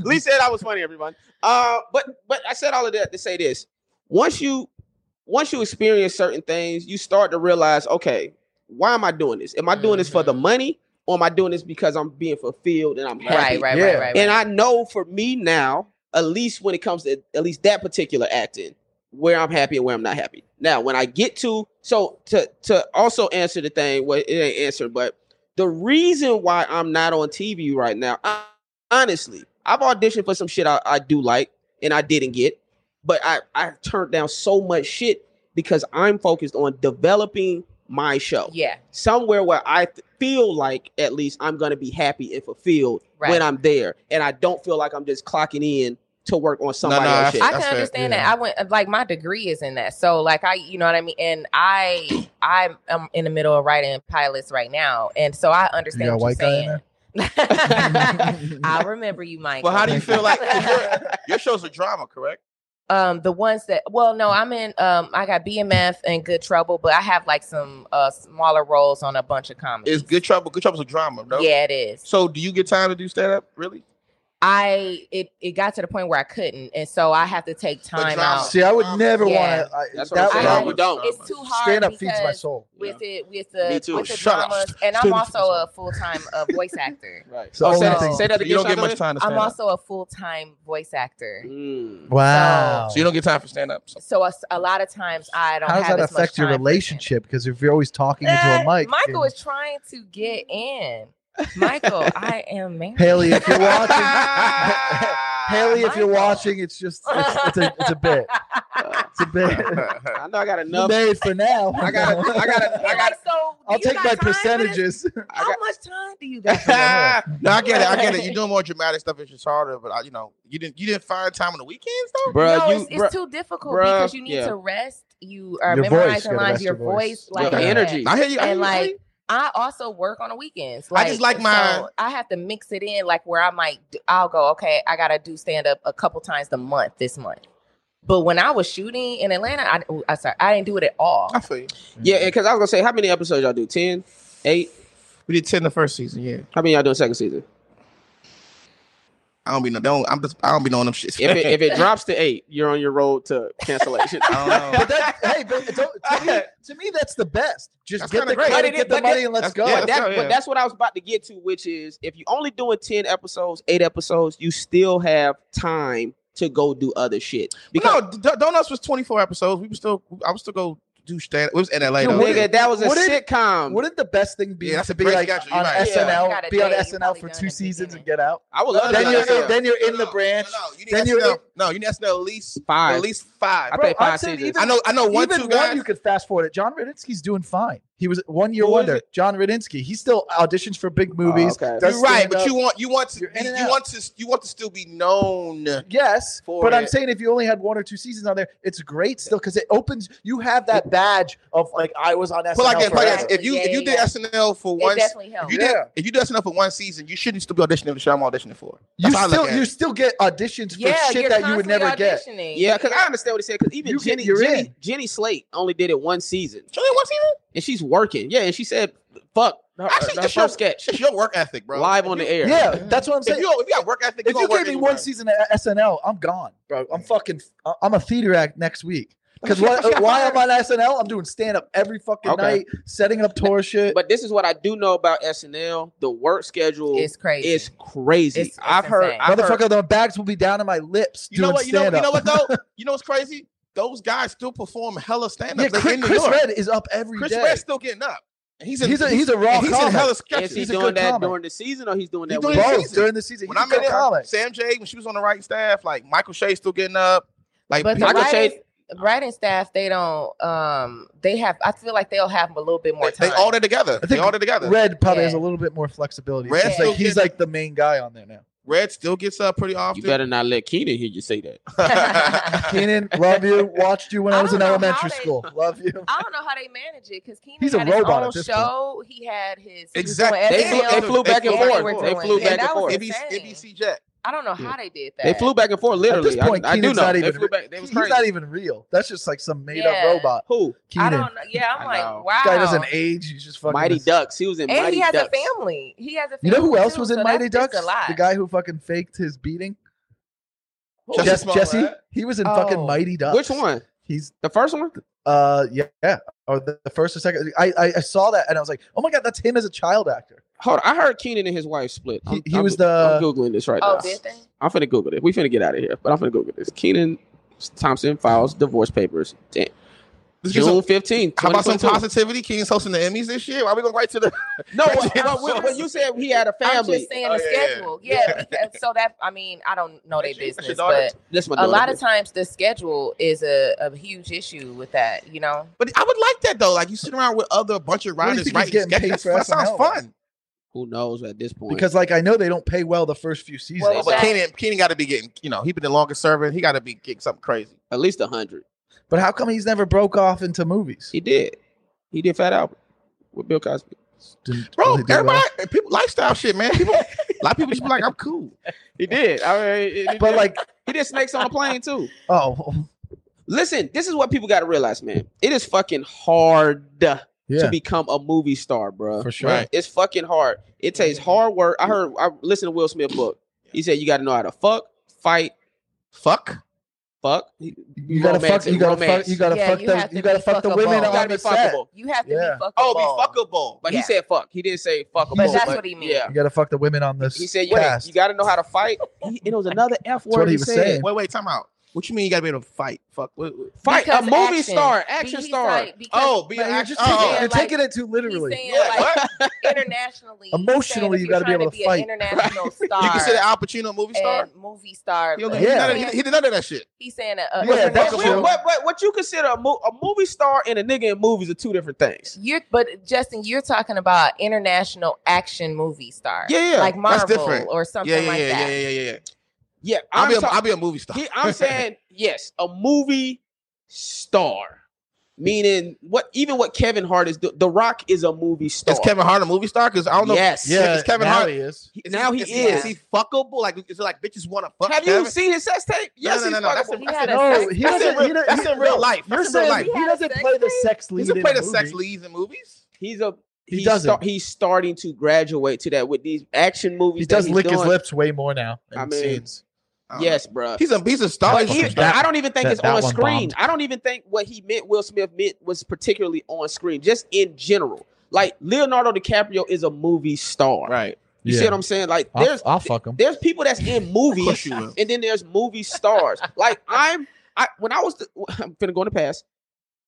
Speaker 1: Lee said I was funny, everyone. Uh, but but I said all of that to say this: once you once you experience certain things, you start to realize, okay, why am I doing this? Am I doing this for the money, or am I doing this because I'm being fulfilled and I'm happy?
Speaker 5: Right, right,
Speaker 3: Yeah.
Speaker 5: right, right,
Speaker 1: And
Speaker 5: right.
Speaker 1: I know for me now, at least when it comes to at least that particular acting, where I'm happy and where I'm not happy. Now, when I get to so to to also answer the thing, well, it ain't answered, but the reason why I'm not on TV right now, I, honestly, I've auditioned for some shit I, I do like and I didn't get, but I I turned down so much shit because I'm focused on developing my show
Speaker 5: yeah.
Speaker 1: somewhere where I th- feel like at least I'm gonna be happy and fulfilled
Speaker 5: Right.
Speaker 1: when I'm there, and I don't feel like I'm just clocking in to work on somebody
Speaker 2: no,
Speaker 1: else's
Speaker 2: that's-
Speaker 1: shit.
Speaker 5: I can
Speaker 2: fair,
Speaker 5: understand
Speaker 3: yeah.
Speaker 5: that. I went uh, like my degree is in that, so like I, you know what I mean. And I, I am in the middle of writing pilots right now, and so I
Speaker 3: You got a
Speaker 5: understand what
Speaker 3: white guy in
Speaker 5: you're
Speaker 3: there?
Speaker 5: saying. I remember you, Mike.
Speaker 2: But how do you feel like 'cause your, your show's a drama, correct?
Speaker 5: um the ones that well no i'm in um i got bmf and good trouble but i have like some uh smaller roles on a bunch of comedies
Speaker 2: Is Good Trouble? Good Trouble's a drama, no?
Speaker 5: yeah it is
Speaker 2: So do you get time to do stand up? Really?
Speaker 5: i it, it got to the point where i couldn't and so i have to take time
Speaker 2: drama.
Speaker 5: out
Speaker 3: See, I would never
Speaker 5: Yeah.
Speaker 3: want to. I,
Speaker 1: That's what I'm
Speaker 3: that
Speaker 5: I
Speaker 1: saying.
Speaker 5: had-
Speaker 1: we
Speaker 2: would-
Speaker 5: would-
Speaker 1: don't.
Speaker 5: it's too hard
Speaker 3: stand up feeds my
Speaker 5: because
Speaker 3: soul.
Speaker 5: with it with the
Speaker 1: Me too.
Speaker 5: with the
Speaker 2: Shut up.
Speaker 5: dramas and i'm
Speaker 3: Stand up
Speaker 5: also
Speaker 3: feeds my
Speaker 5: a full-time uh, voice actor
Speaker 1: Right.
Speaker 3: So
Speaker 1: oh, say,
Speaker 5: only
Speaker 1: that,
Speaker 5: thing-
Speaker 1: say that again.
Speaker 2: You don't get
Speaker 1: Sean
Speaker 2: much time to stand
Speaker 5: i'm
Speaker 2: up.
Speaker 5: also a full-time voice actor
Speaker 1: Mm.
Speaker 3: Wow.
Speaker 2: so you don't get time for stand up. So.
Speaker 5: so a, s- a lot of times i don't
Speaker 3: Mm. How does
Speaker 5: have
Speaker 3: that
Speaker 5: as much
Speaker 3: affect your
Speaker 5: time for stand-up.
Speaker 3: relationship? Because if you're always talking into a
Speaker 5: Uh,
Speaker 3: mic,
Speaker 5: Michael
Speaker 3: and-
Speaker 5: is trying to get in. Michael, I am married.
Speaker 3: Haley, if you're watching, Haley, if you're
Speaker 5: Michael.
Speaker 3: watching, it's just it's, it's, a, it's a bit, it's a bit.
Speaker 1: I know I got
Speaker 3: We're
Speaker 1: enough.
Speaker 3: married for now.
Speaker 1: I got. I got. I
Speaker 5: Like,
Speaker 1: got.
Speaker 5: so, do
Speaker 3: I'll
Speaker 5: you
Speaker 3: take
Speaker 5: got
Speaker 3: my
Speaker 5: time for this?
Speaker 3: percentages.
Speaker 1: I
Speaker 5: How
Speaker 1: got-
Speaker 5: much time do you got? for that?
Speaker 2: no, I get it. I get it. You're doing more dramatic stuff. It's just harder. But I, you know, you didn't you didn't find time on the weekends though.
Speaker 1: Bruh,
Speaker 5: no,
Speaker 1: you-
Speaker 5: it's, it's
Speaker 1: bruh,
Speaker 5: too difficult
Speaker 1: bruh,
Speaker 5: because you need
Speaker 1: yeah.
Speaker 5: to rest. You are
Speaker 3: Your voice,
Speaker 5: memorizing
Speaker 3: gotta
Speaker 5: lines,
Speaker 3: rest
Speaker 5: your
Speaker 3: your voice.
Speaker 5: voice, like
Speaker 1: Your
Speaker 5: that.
Speaker 1: energy.
Speaker 2: I hear you. I hear
Speaker 5: And
Speaker 2: you.
Speaker 5: like, I also work on the weekends.
Speaker 2: I just like my-
Speaker 5: so I have to mix it in, like where I might. Do, I'll go. Okay, I gotta do stand up a couple times the month this month. But when I was shooting in Atlanta, I, ooh, I sorry, I didn't do it at all.
Speaker 2: I feel you.
Speaker 1: Yeah, because I was gonna say, how many episodes y'all do? 10? 8?
Speaker 2: We did ten the first season. Yeah,
Speaker 1: How many y'all doing second season?
Speaker 2: I don't be no. Don't I'm just I don't be knowing them shit.
Speaker 1: If it, if it drops to eight, you're on your road to cancellation.
Speaker 2: I don't know.
Speaker 3: But that, hey, but don't- to, me, to me, that's the best. Just
Speaker 2: That's
Speaker 3: get
Speaker 2: kinda
Speaker 3: the
Speaker 2: great.
Speaker 3: credit,
Speaker 1: But it-
Speaker 3: get the
Speaker 1: but
Speaker 3: money,
Speaker 1: it-
Speaker 3: and let's
Speaker 2: that's- yeah,
Speaker 3: go.
Speaker 1: But that's,
Speaker 2: how-
Speaker 1: but
Speaker 2: yeah.
Speaker 1: that's what I was about to get to, which is if you only doing 10 episodes, eight episodes, you still have time to go do other shit. Because
Speaker 2: no, D- Donuts was 24 episodes. We were still. I was still go do stand. It was in LA.
Speaker 3: Dude,
Speaker 2: though.
Speaker 3: what
Speaker 1: nigga, that was a
Speaker 3: What did-
Speaker 1: sitcom.
Speaker 3: Wouldn't the best thing be
Speaker 2: Yeah, that's
Speaker 3: to
Speaker 2: a
Speaker 3: be
Speaker 2: great
Speaker 3: like
Speaker 2: sketch. You're
Speaker 3: on
Speaker 2: right. Yeah.
Speaker 5: You got
Speaker 3: SNL,
Speaker 5: a
Speaker 3: be on
Speaker 5: day, you
Speaker 3: SNL
Speaker 5: probably
Speaker 3: for
Speaker 5: done
Speaker 3: two
Speaker 5: at the
Speaker 3: seasons and
Speaker 5: beginning.
Speaker 3: get out?
Speaker 1: I would love
Speaker 3: Then
Speaker 1: to
Speaker 3: you're
Speaker 1: do that.
Speaker 3: then you're in
Speaker 2: No,
Speaker 3: the branch.
Speaker 2: No, no, you
Speaker 3: Then
Speaker 2: need
Speaker 3: you're
Speaker 2: SNL. No, you need SNL at least
Speaker 1: Five.
Speaker 2: at least five.
Speaker 1: I
Speaker 3: Bro,
Speaker 1: paid five
Speaker 3: I'm saying
Speaker 1: seasons.
Speaker 3: even-
Speaker 2: I know, I know one,
Speaker 3: Even
Speaker 2: two
Speaker 3: one
Speaker 2: guys.
Speaker 3: you could fast forward it. John Radinsky's doing fine. He was one year
Speaker 1: Who is Oh,
Speaker 3: wonder. John Radinsky. He still auditions for big movies.
Speaker 1: okay.
Speaker 3: does
Speaker 2: You're right, but
Speaker 3: stand-up.
Speaker 2: you want you want to
Speaker 3: You're in
Speaker 2: you
Speaker 3: and out.
Speaker 2: want to you want to still be known.
Speaker 3: Yes,
Speaker 2: for
Speaker 3: but I'm
Speaker 2: it.
Speaker 3: saying if you only had one or two seasons on there, it's great still because it opens. You have that badge of like I was on SNL.
Speaker 2: But like, this, but like
Speaker 3: forever.
Speaker 2: this, if you if you did
Speaker 5: Yeah,
Speaker 2: SNL for
Speaker 5: It
Speaker 2: one,
Speaker 5: definitely
Speaker 2: if
Speaker 5: helps.
Speaker 2: you did if you did SNL for one season, you shouldn't still be auditioning for the show I'm auditioning for.
Speaker 3: you
Speaker 2: That's how I look
Speaker 3: still
Speaker 2: at
Speaker 3: you
Speaker 2: it.
Speaker 3: still get auditions for
Speaker 5: yeah,
Speaker 3: shit
Speaker 5: you're
Speaker 3: that you would never
Speaker 5: constantly
Speaker 3: get.
Speaker 5: auditioning.
Speaker 1: Yeah, because I understand what he said. Because even
Speaker 3: You get-
Speaker 1: Jenny,
Speaker 3: you're
Speaker 1: Jenny,
Speaker 3: in.
Speaker 1: Jenny Slate only did it one season,
Speaker 2: She only one season.
Speaker 1: and she's working. Yeah, and she said, "Fuck." Her,
Speaker 2: Actually,
Speaker 1: her
Speaker 2: it's
Speaker 1: first
Speaker 2: your-
Speaker 1: sketch
Speaker 2: It's your work ethic, bro.
Speaker 1: live on the air.
Speaker 3: Yeah, that's what I'm
Speaker 2: If
Speaker 3: saying.
Speaker 2: you if you got work ethic,
Speaker 3: If
Speaker 2: gonna
Speaker 3: you
Speaker 2: work
Speaker 3: gave me
Speaker 2: anywhere.
Speaker 3: one season at SNL, I'm gone, bro. I'm fucking. I- I'm a theater act next week. Because
Speaker 2: She got- she got
Speaker 3: why I'm
Speaker 2: fired.
Speaker 3: on SNL, I'm doing stand up every fucking
Speaker 1: Okay.
Speaker 3: night, setting up tour shit.
Speaker 1: But this is what I do know about SNL: the work schedule
Speaker 5: It's crazy.
Speaker 1: is crazy.
Speaker 5: It's- it's
Speaker 1: I've heard,
Speaker 5: insane.
Speaker 1: I've heard
Speaker 3: Motherfucker, the bags will be down to my lips.
Speaker 2: You know
Speaker 3: doing
Speaker 2: what? You know you
Speaker 3: stand-up.
Speaker 2: know what though? You know what's crazy? Those guys still perform hella stand
Speaker 3: Yeah,
Speaker 2: ups.
Speaker 3: Chris,
Speaker 2: in New
Speaker 3: Chris
Speaker 2: York.
Speaker 3: Red is up every
Speaker 2: Chris
Speaker 3: day.
Speaker 2: Red's still getting up. And He's in,
Speaker 3: He's a- he's a raw
Speaker 2: and He's in
Speaker 3: comic.
Speaker 2: hella
Speaker 1: is
Speaker 2: sketches.
Speaker 1: he
Speaker 3: He's a
Speaker 1: doing
Speaker 3: good
Speaker 1: that
Speaker 3: comic.
Speaker 1: during the season or he's doing
Speaker 2: He's
Speaker 1: that?
Speaker 2: doing
Speaker 1: when-
Speaker 2: it
Speaker 3: Both
Speaker 2: season.
Speaker 3: during the season.
Speaker 2: when
Speaker 3: He's
Speaker 2: I
Speaker 3: a good
Speaker 2: met her,
Speaker 3: comic.
Speaker 2: Sam J, when she was on the right staff, like Michael Shea still getting up. Like
Speaker 5: but the
Speaker 2: people-
Speaker 1: Michael
Speaker 5: writing,
Speaker 1: Chase-
Speaker 5: writing staff, they don't. Um, they have. I feel like they'll have a little bit more
Speaker 2: they,
Speaker 5: time.
Speaker 2: they all there together. They
Speaker 3: I think
Speaker 2: all there together. Red,
Speaker 3: Red probably
Speaker 5: Yeah.
Speaker 3: has a little bit more flexibility.
Speaker 2: Red's
Speaker 3: It's like
Speaker 2: still
Speaker 3: he's
Speaker 2: getting-
Speaker 3: like the main guy on there now.
Speaker 2: still gets up pretty often.
Speaker 1: You better not let Keenan hear you say that.
Speaker 3: Keenan, love you. Watched you when I,
Speaker 5: I
Speaker 3: was in
Speaker 5: don't know how
Speaker 3: elementary
Speaker 5: they-
Speaker 3: school. Love you.
Speaker 5: I don't know how they manage it because Keenan
Speaker 3: He's a
Speaker 5: had his
Speaker 3: robot
Speaker 5: own
Speaker 3: at this
Speaker 5: show. He had his he was
Speaker 2: Exactly.
Speaker 5: doing
Speaker 1: They
Speaker 5: SNL.
Speaker 1: flew, they flew back and
Speaker 5: Yeah, they were
Speaker 1: forth. They
Speaker 5: doing
Speaker 1: flew
Speaker 5: it.
Speaker 1: back
Speaker 5: Yeah,
Speaker 1: and
Speaker 5: that was
Speaker 1: forth.
Speaker 5: it.
Speaker 2: ABC,
Speaker 5: insane.
Speaker 2: ABC Jet.
Speaker 5: I don't know how they did that.
Speaker 1: They flew back and forth. Literally,
Speaker 3: At this point,
Speaker 1: I, I do
Speaker 3: Keenan's
Speaker 1: know.
Speaker 3: not
Speaker 1: They
Speaker 3: even.
Speaker 1: flew back. They was
Speaker 3: he's
Speaker 1: crazy.
Speaker 3: not even real. That's just like some made up
Speaker 5: Yeah.
Speaker 3: robot.
Speaker 1: Who?
Speaker 5: I
Speaker 3: Keenan.
Speaker 5: don't. know. Yeah, I'm
Speaker 1: I
Speaker 5: like,
Speaker 1: know.
Speaker 5: wow.
Speaker 3: This guy doesn't age. He's just fucking.
Speaker 1: Mighty
Speaker 3: this-
Speaker 1: Ducks. He was in
Speaker 5: and
Speaker 1: Mighty
Speaker 5: he has
Speaker 1: Ducks.
Speaker 5: a family. He has a. Family
Speaker 3: You know who else
Speaker 5: too,
Speaker 3: was in
Speaker 5: so
Speaker 3: Mighty
Speaker 5: that's just
Speaker 3: Ducks?
Speaker 5: A lot.
Speaker 3: The guy who fucking faked his beating.
Speaker 2: Jesse
Speaker 3: Jess-
Speaker 2: Smollett.
Speaker 3: Jesse, he was in fucking
Speaker 5: Oh.
Speaker 3: Mighty Ducks.
Speaker 1: Which one?
Speaker 3: He's
Speaker 1: The first one?
Speaker 3: uh yeah, yeah. or the, the first or second. I, I I saw that and I was like, oh my god, that's him as a child actor.
Speaker 1: Hold on. I heard Keenan and his wife split.
Speaker 3: He-
Speaker 1: I'm-
Speaker 3: he
Speaker 1: I'm-
Speaker 3: was the-
Speaker 1: I'm googling this right
Speaker 5: Oh,
Speaker 1: now.
Speaker 5: did they?
Speaker 1: I'm finna Google it. We finna get out of here, but I'm finna Google this. Keenan Thompson files divorce papers. Damn.
Speaker 2: Let's get
Speaker 1: June
Speaker 2: some-
Speaker 1: 15th.
Speaker 2: How about some
Speaker 1: 2022.
Speaker 2: positivity? King's hosting the Emmys this year. Why we going right to the?
Speaker 1: No,
Speaker 2: Right.
Speaker 1: but, but- but you said he had a
Speaker 5: I'm
Speaker 1: family.
Speaker 5: just saying
Speaker 2: Oh,
Speaker 5: the
Speaker 2: yeah, yeah, yeah.
Speaker 5: schedule. Yeah. because- so that I mean, I don't know their
Speaker 2: That's your- that's your
Speaker 5: business,
Speaker 2: daughter.
Speaker 5: but
Speaker 1: That's my
Speaker 5: a
Speaker 1: daughter.
Speaker 5: lot of times the schedule is a, a huge issue with that. You know.
Speaker 2: But I would like that though. Like you sit around with other bunch of
Speaker 3: What do you
Speaker 2: writers
Speaker 3: think he's
Speaker 2: writing
Speaker 3: getting paid
Speaker 2: sketches.
Speaker 3: for
Speaker 2: That sounds
Speaker 3: SNL?
Speaker 2: fun.
Speaker 1: Who knows at this point?
Speaker 3: Because like I know they don't pay well the first few seasons.
Speaker 5: Well,
Speaker 2: But
Speaker 5: Exactly.
Speaker 2: Keenan, Keenan got to be getting. You know, he been the longest serving. He got to be getting something crazy.
Speaker 1: at least a hundred.
Speaker 3: but how come he's never broke off into movies?
Speaker 1: He did. He did Fat Albert with Bill Cosby.
Speaker 3: Didn't
Speaker 2: Bro,
Speaker 3: really do well.
Speaker 2: everybody, people lifestyle shit, man. People, a lot of people just be like, I'm cool.
Speaker 1: He did. I mean, he- he
Speaker 3: But
Speaker 1: did-
Speaker 3: like,
Speaker 1: he did Snakes on a Plane too.
Speaker 3: oh
Speaker 1: Listen, this is what people got to realize, man. It is fucking hard to
Speaker 3: yeah,
Speaker 1: become a movie star, bro.
Speaker 3: for sure.
Speaker 2: Right.
Speaker 1: It's fucking hard. It
Speaker 5: Mm-hmm.
Speaker 1: takes hard work. I heard. I listened to Will Smith book. He said you got to know how to fuck, fight,
Speaker 2: Fuck.
Speaker 1: fuck.
Speaker 3: You gotta
Speaker 1: Romance
Speaker 3: fuck. You
Speaker 1: and
Speaker 3: gotta
Speaker 1: romance.
Speaker 3: fuck. You gotta
Speaker 5: Yeah,
Speaker 3: fuck.
Speaker 5: you
Speaker 3: the,
Speaker 5: have to
Speaker 3: you gotta
Speaker 5: be
Speaker 3: fuck the women
Speaker 5: fuckable. You
Speaker 1: gotta
Speaker 3: on
Speaker 1: be
Speaker 3: the set.
Speaker 1: fuckable.
Speaker 5: You have to
Speaker 3: Yeah.
Speaker 5: Oh, be fuckable.
Speaker 2: Oh, fuckable.
Speaker 1: But he
Speaker 5: Yeah.
Speaker 1: said fuck. He didn't say fuckable.
Speaker 5: But that's
Speaker 1: but-
Speaker 5: what he meant.
Speaker 1: Yeah.
Speaker 3: You gotta fuck the women on this.
Speaker 1: He said you,
Speaker 3: cast.
Speaker 1: you got to know how to fight. He, it was another F
Speaker 3: what
Speaker 1: word
Speaker 3: he
Speaker 1: he,
Speaker 3: was
Speaker 1: said.
Speaker 3: saying.
Speaker 2: Wait, wait, time out. What you mean you gotta be able to fight? Fuck. What, what-
Speaker 1: Fight
Speaker 5: Because
Speaker 1: a movie
Speaker 5: action.
Speaker 1: star, action
Speaker 5: He's
Speaker 1: star.
Speaker 5: like- because
Speaker 2: Oh, be
Speaker 3: But
Speaker 2: an
Speaker 3: you're
Speaker 2: act-
Speaker 3: just
Speaker 2: oh,
Speaker 3: taking,
Speaker 5: Yeah,
Speaker 3: you're
Speaker 5: like,
Speaker 3: taking it too
Speaker 5: he's
Speaker 3: literally.
Speaker 5: saying,
Speaker 2: Yeah,
Speaker 5: like,
Speaker 2: what?
Speaker 5: internationally. he's saying
Speaker 3: Emotionally,
Speaker 5: if
Speaker 3: you
Speaker 5: you're
Speaker 3: gotta be
Speaker 5: trying
Speaker 3: able to fight.
Speaker 5: An international star.
Speaker 2: You consider Al Pacino a movie star?
Speaker 5: and movie star.
Speaker 2: He, don't-
Speaker 5: but
Speaker 2: he, did
Speaker 3: Yeah.
Speaker 2: none of, he, he did none of that shit.
Speaker 5: He's saying uh, a, a
Speaker 3: Yeah,
Speaker 5: international-
Speaker 3: that's
Speaker 1: But,
Speaker 3: true.
Speaker 1: what, what- what you consider a, mo- a movie star and a nigga in movies are two different things.
Speaker 5: You're, but Justin, you're talking about international action movie star.
Speaker 1: Yeah, yeah.
Speaker 5: like Marvel
Speaker 2: different.
Speaker 5: or something
Speaker 2: Yeah, yeah,
Speaker 5: like
Speaker 2: yeah,
Speaker 5: that.
Speaker 2: yeah, yeah, yeah, yeah.
Speaker 1: Yeah,
Speaker 2: I'll
Speaker 1: I'm,
Speaker 2: be, a,
Speaker 1: ta-
Speaker 2: I'll be a movie star.
Speaker 1: he- I'm saying yes, a movie star, meaning what? Even what Kevin Hart is, do- The Rock is a movie star.
Speaker 2: Is Kevin Hart a movie star? Because I don't know.
Speaker 1: Yes.
Speaker 2: Yeah, is Kevin
Speaker 3: now
Speaker 2: Hart.
Speaker 3: he is.
Speaker 1: He- now he
Speaker 2: is.
Speaker 1: is.
Speaker 2: Is he fuckable? Like, is it like bitches want to fuck?
Speaker 1: Have
Speaker 2: Kevin?
Speaker 1: you seen his sex tape? Yes,
Speaker 2: no, no,
Speaker 1: he's
Speaker 2: no, that's
Speaker 1: fuckable.
Speaker 5: He
Speaker 2: That's
Speaker 5: had
Speaker 2: in-
Speaker 5: a
Speaker 3: No,
Speaker 5: sex-
Speaker 3: he
Speaker 2: That's in
Speaker 3: doesn't.
Speaker 2: real-
Speaker 3: he doesn't-
Speaker 2: that's in real
Speaker 3: no,
Speaker 2: life.
Speaker 3: You're
Speaker 2: That's in real
Speaker 3: saying
Speaker 2: life.
Speaker 3: he
Speaker 5: He had a
Speaker 3: doesn't
Speaker 5: sex
Speaker 3: play the
Speaker 5: tape?
Speaker 3: sex lead.
Speaker 2: Does he
Speaker 3: in
Speaker 2: play
Speaker 3: a
Speaker 2: the sex
Speaker 3: movie.
Speaker 2: leads in movies?
Speaker 1: He's a
Speaker 3: He
Speaker 1: he's
Speaker 3: doesn't.
Speaker 1: sta- he's starting to graduate to that with these action movies.
Speaker 3: He
Speaker 1: that
Speaker 3: does
Speaker 1: he's
Speaker 3: lick his
Speaker 1: doing.
Speaker 3: lips way more now.
Speaker 1: I
Speaker 3: In
Speaker 1: mean,
Speaker 3: scenes.
Speaker 2: I don't
Speaker 1: Yes, bruh.
Speaker 2: know. He's a he's a star.
Speaker 3: But
Speaker 2: He's a
Speaker 1: Even,
Speaker 3: fucking
Speaker 2: star.
Speaker 3: bad.
Speaker 1: I don't even think
Speaker 3: That-
Speaker 1: it's
Speaker 3: that
Speaker 1: on
Speaker 3: one
Speaker 1: screen.
Speaker 3: bombed.
Speaker 1: I don't even think what he meant Will Smith meant was particularly on screen, just in general. Like Leonardo DiCaprio is a movie star.
Speaker 2: Right.
Speaker 1: You see what I'm saying? Like
Speaker 3: I'll-
Speaker 1: there's
Speaker 3: I'll, fuck him.
Speaker 1: there's people that's in
Speaker 2: Of course
Speaker 1: movies
Speaker 2: you will.
Speaker 1: and then there's movie stars. like I'm I when I was the, I'm finna go in the past.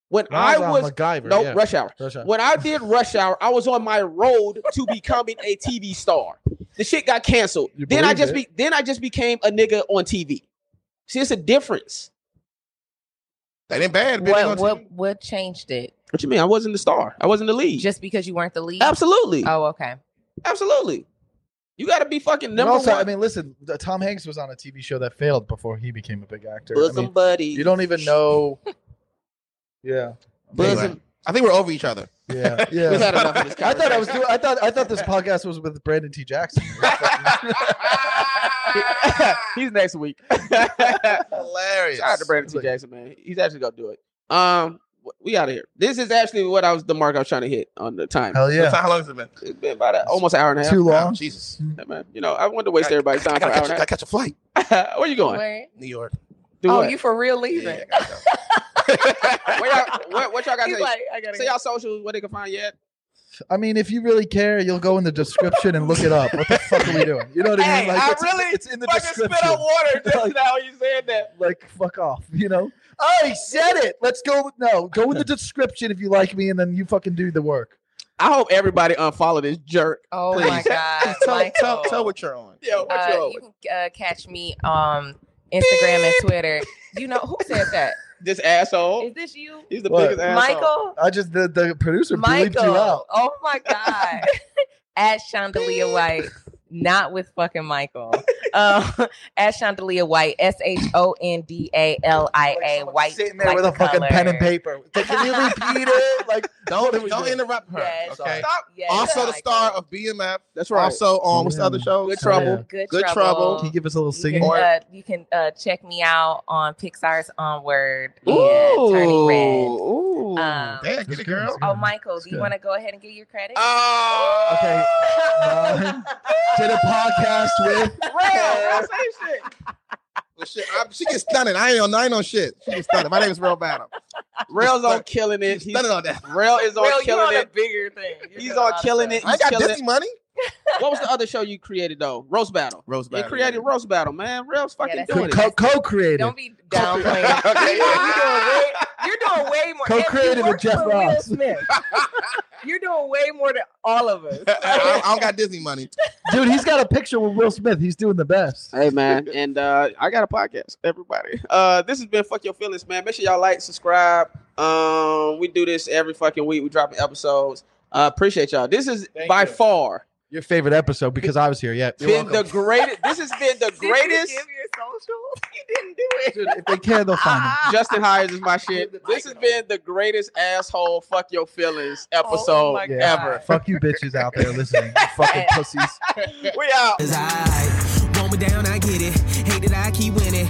Speaker 1: When I was
Speaker 3: MacGyver.
Speaker 1: no
Speaker 3: yeah.
Speaker 1: rush hour.
Speaker 3: Rush Hour.
Speaker 1: When I did Rush Hour, I was on my road to becoming a TV star. The shit got canceled.
Speaker 3: You
Speaker 1: Then I
Speaker 3: believed
Speaker 1: just
Speaker 3: it.
Speaker 1: be then I just became a nigga on TV. See, it's a difference.
Speaker 2: That ain't bad. Bitch.
Speaker 5: What
Speaker 2: What,
Speaker 5: what what changed it?
Speaker 1: What you mean? I wasn't the star. I wasn't the lead.
Speaker 5: Just because you weren't the lead?
Speaker 1: Absolutely.
Speaker 5: Oh, okay.
Speaker 1: Absolutely. You got to be fucking
Speaker 3: And
Speaker 1: number
Speaker 3: also,
Speaker 1: one.
Speaker 3: I mean, listen, th- Tom Hanks was on a TV show that failed before he became a big actor. I
Speaker 1: bosom
Speaker 3: mean,
Speaker 1: buddy.
Speaker 3: you don't even know. yeah,
Speaker 1: bosom.
Speaker 2: Anyway. I think we're over each other.
Speaker 3: yeah,
Speaker 1: We've
Speaker 3: yeah.
Speaker 1: had enough of this
Speaker 3: I thought I was
Speaker 1: conversation.
Speaker 3: doing. I thought I thought this podcast was with Brandon T. Jackson.
Speaker 1: He's next week. Shout
Speaker 2: Hilarious.
Speaker 1: out to Brandon T. Jackson, man. He's actually gonna do it. Um, w- we out of here. This is actually what I was the mark I was trying to hit on the time.
Speaker 3: Hell
Speaker 2: What
Speaker 3: yeah,
Speaker 2: time- How long has it been?
Speaker 1: It's been about a, almost an hour and a half.
Speaker 3: too
Speaker 2: Oh,
Speaker 3: long.
Speaker 2: Jesus.
Speaker 1: Yeah, man. You know, I wanted to waste everybody's
Speaker 2: I
Speaker 1: time for an
Speaker 2: gotta,
Speaker 1: hour
Speaker 2: catch,
Speaker 1: and a
Speaker 2: I gotta catch a flight.
Speaker 1: half. Where you going?
Speaker 5: Where?
Speaker 2: New York.
Speaker 1: Do
Speaker 5: Oh,
Speaker 1: what?
Speaker 5: you for real
Speaker 2: Yeah,
Speaker 5: leaving?
Speaker 2: yeah, I gotta
Speaker 1: Where y'all- what? What y'all got to
Speaker 5: He's
Speaker 1: say?
Speaker 5: like, I gotta
Speaker 1: Say y'all socials where they can find you at.
Speaker 3: I mean, if you really care, you'll go in the description and look it up. What the fuck are we doing? You know what I mean?
Speaker 1: Hey, I
Speaker 3: it's,
Speaker 1: really
Speaker 3: it's in the
Speaker 1: Fucking
Speaker 3: description.
Speaker 1: spit out water just
Speaker 3: Like-
Speaker 1: now. You said that.
Speaker 3: like fuck off, you know? Oh, he said it. Let's go. No, go in the description if you like me, and then you fucking do the work.
Speaker 1: I hope everybody unfollow this jerk.
Speaker 5: Oh my
Speaker 1: Please.
Speaker 5: god.
Speaker 2: go. tell,
Speaker 5: Michael.
Speaker 2: tell, tell what you're on.
Speaker 1: Yo, what
Speaker 5: Uh,
Speaker 1: y'all?
Speaker 5: you can uh, catch me on Instagram and Twitter. You know who said that?
Speaker 1: This asshole.
Speaker 5: Is this you,
Speaker 1: He's the
Speaker 3: What?
Speaker 1: biggest asshole.
Speaker 5: Michael?
Speaker 3: I just the the producer bleeped you
Speaker 5: Michael.
Speaker 3: out.
Speaker 5: Oh my god. At Chandelier White. Not with fucking Michael. Um, at Chandelier White, S H O N D A L I A White.
Speaker 3: sitting there
Speaker 5: like
Speaker 3: with a
Speaker 5: the
Speaker 3: fucking pen and
Speaker 5: color.
Speaker 3: paper. Like, can you repeat it? Like,
Speaker 2: Don't,
Speaker 3: what are we
Speaker 2: don't
Speaker 3: doing?
Speaker 2: interrupt her.
Speaker 5: Yes,
Speaker 2: okay.
Speaker 1: Stop.
Speaker 5: yes,
Speaker 2: Also, the
Speaker 5: Michael.
Speaker 2: star of BMF.
Speaker 1: That's right.
Speaker 2: Also, on what's the other
Speaker 3: Yeah.
Speaker 2: show?
Speaker 1: Good Trouble.
Speaker 5: Good,
Speaker 2: Good Trouble.
Speaker 5: trouble.
Speaker 3: Can you give us a little
Speaker 5: You
Speaker 3: singing?
Speaker 5: can,
Speaker 2: Or-
Speaker 5: uh, you can uh, check me out on Pixar's Onward and Turning Red.
Speaker 1: Ooh. Ooh.
Speaker 5: Um,
Speaker 2: Damn, get it, girl.
Speaker 5: oh, Michael, do you
Speaker 3: Mm, good.
Speaker 5: want to go ahead and give your credit?
Speaker 1: Oh.
Speaker 3: Okay. Um, did a podcast with
Speaker 1: Real. Say shit.
Speaker 2: Well, shit, I, she gets stunning. I ain't on, I ain't on shit. She gets stunning. My name is Real Battle.
Speaker 1: Rail's on killing it.
Speaker 2: She's
Speaker 1: He's,
Speaker 2: stunning on that.
Speaker 1: Rail is on
Speaker 5: Real, you're
Speaker 1: killing
Speaker 5: on a
Speaker 1: it.
Speaker 5: bigger thing. You're
Speaker 1: He's
Speaker 5: doing a
Speaker 1: on
Speaker 5: lot of
Speaker 1: killing
Speaker 5: stuff.
Speaker 1: it.
Speaker 2: I ain't got
Speaker 1: Killing-
Speaker 2: Disney money.
Speaker 1: What was the other show you created though? Roast Battle.
Speaker 2: Rose
Speaker 1: You created Roast Battle, man. Rail's fucking
Speaker 5: that's
Speaker 1: doing
Speaker 5: it.
Speaker 1: it.
Speaker 3: co co-created.
Speaker 5: Don't be downplaying.
Speaker 2: Okay, yeah.
Speaker 5: You're doing way more.
Speaker 3: Co-created
Speaker 5: You
Speaker 3: with
Speaker 5: work
Speaker 3: Jeff
Speaker 5: for Will
Speaker 3: Ross.
Speaker 5: Smith. You're doing way more than all of us.
Speaker 2: I, I don't got Disney money.
Speaker 3: Dude, he's got a picture with Will Smith. He's doing the best.
Speaker 1: Hey man, and uh, I got a podcast, everybody. Uh, this has been fuck your feelings, man. Make sure y'all like, subscribe. Um, we do this every fucking week. We dropping episodes. Uh, appreciate y'all. This is
Speaker 2: Thank
Speaker 1: by
Speaker 2: you.
Speaker 1: far
Speaker 3: Your favorite episode because I was here. Yeah.
Speaker 1: been the greatest. This has been the
Speaker 5: Did you
Speaker 1: greatest.
Speaker 5: give your socials? You didn't do it.
Speaker 3: Dude, if they care, they'll find him.
Speaker 1: Justin Hires is my shit. This has been the greatest asshole fuck your feelings episode
Speaker 5: my
Speaker 3: God.
Speaker 1: ever.
Speaker 3: Fuck you bitches out there listening. You fucking pussies.
Speaker 1: We out.
Speaker 9: Cause I roll me down, I get it. Hate that I keep winning.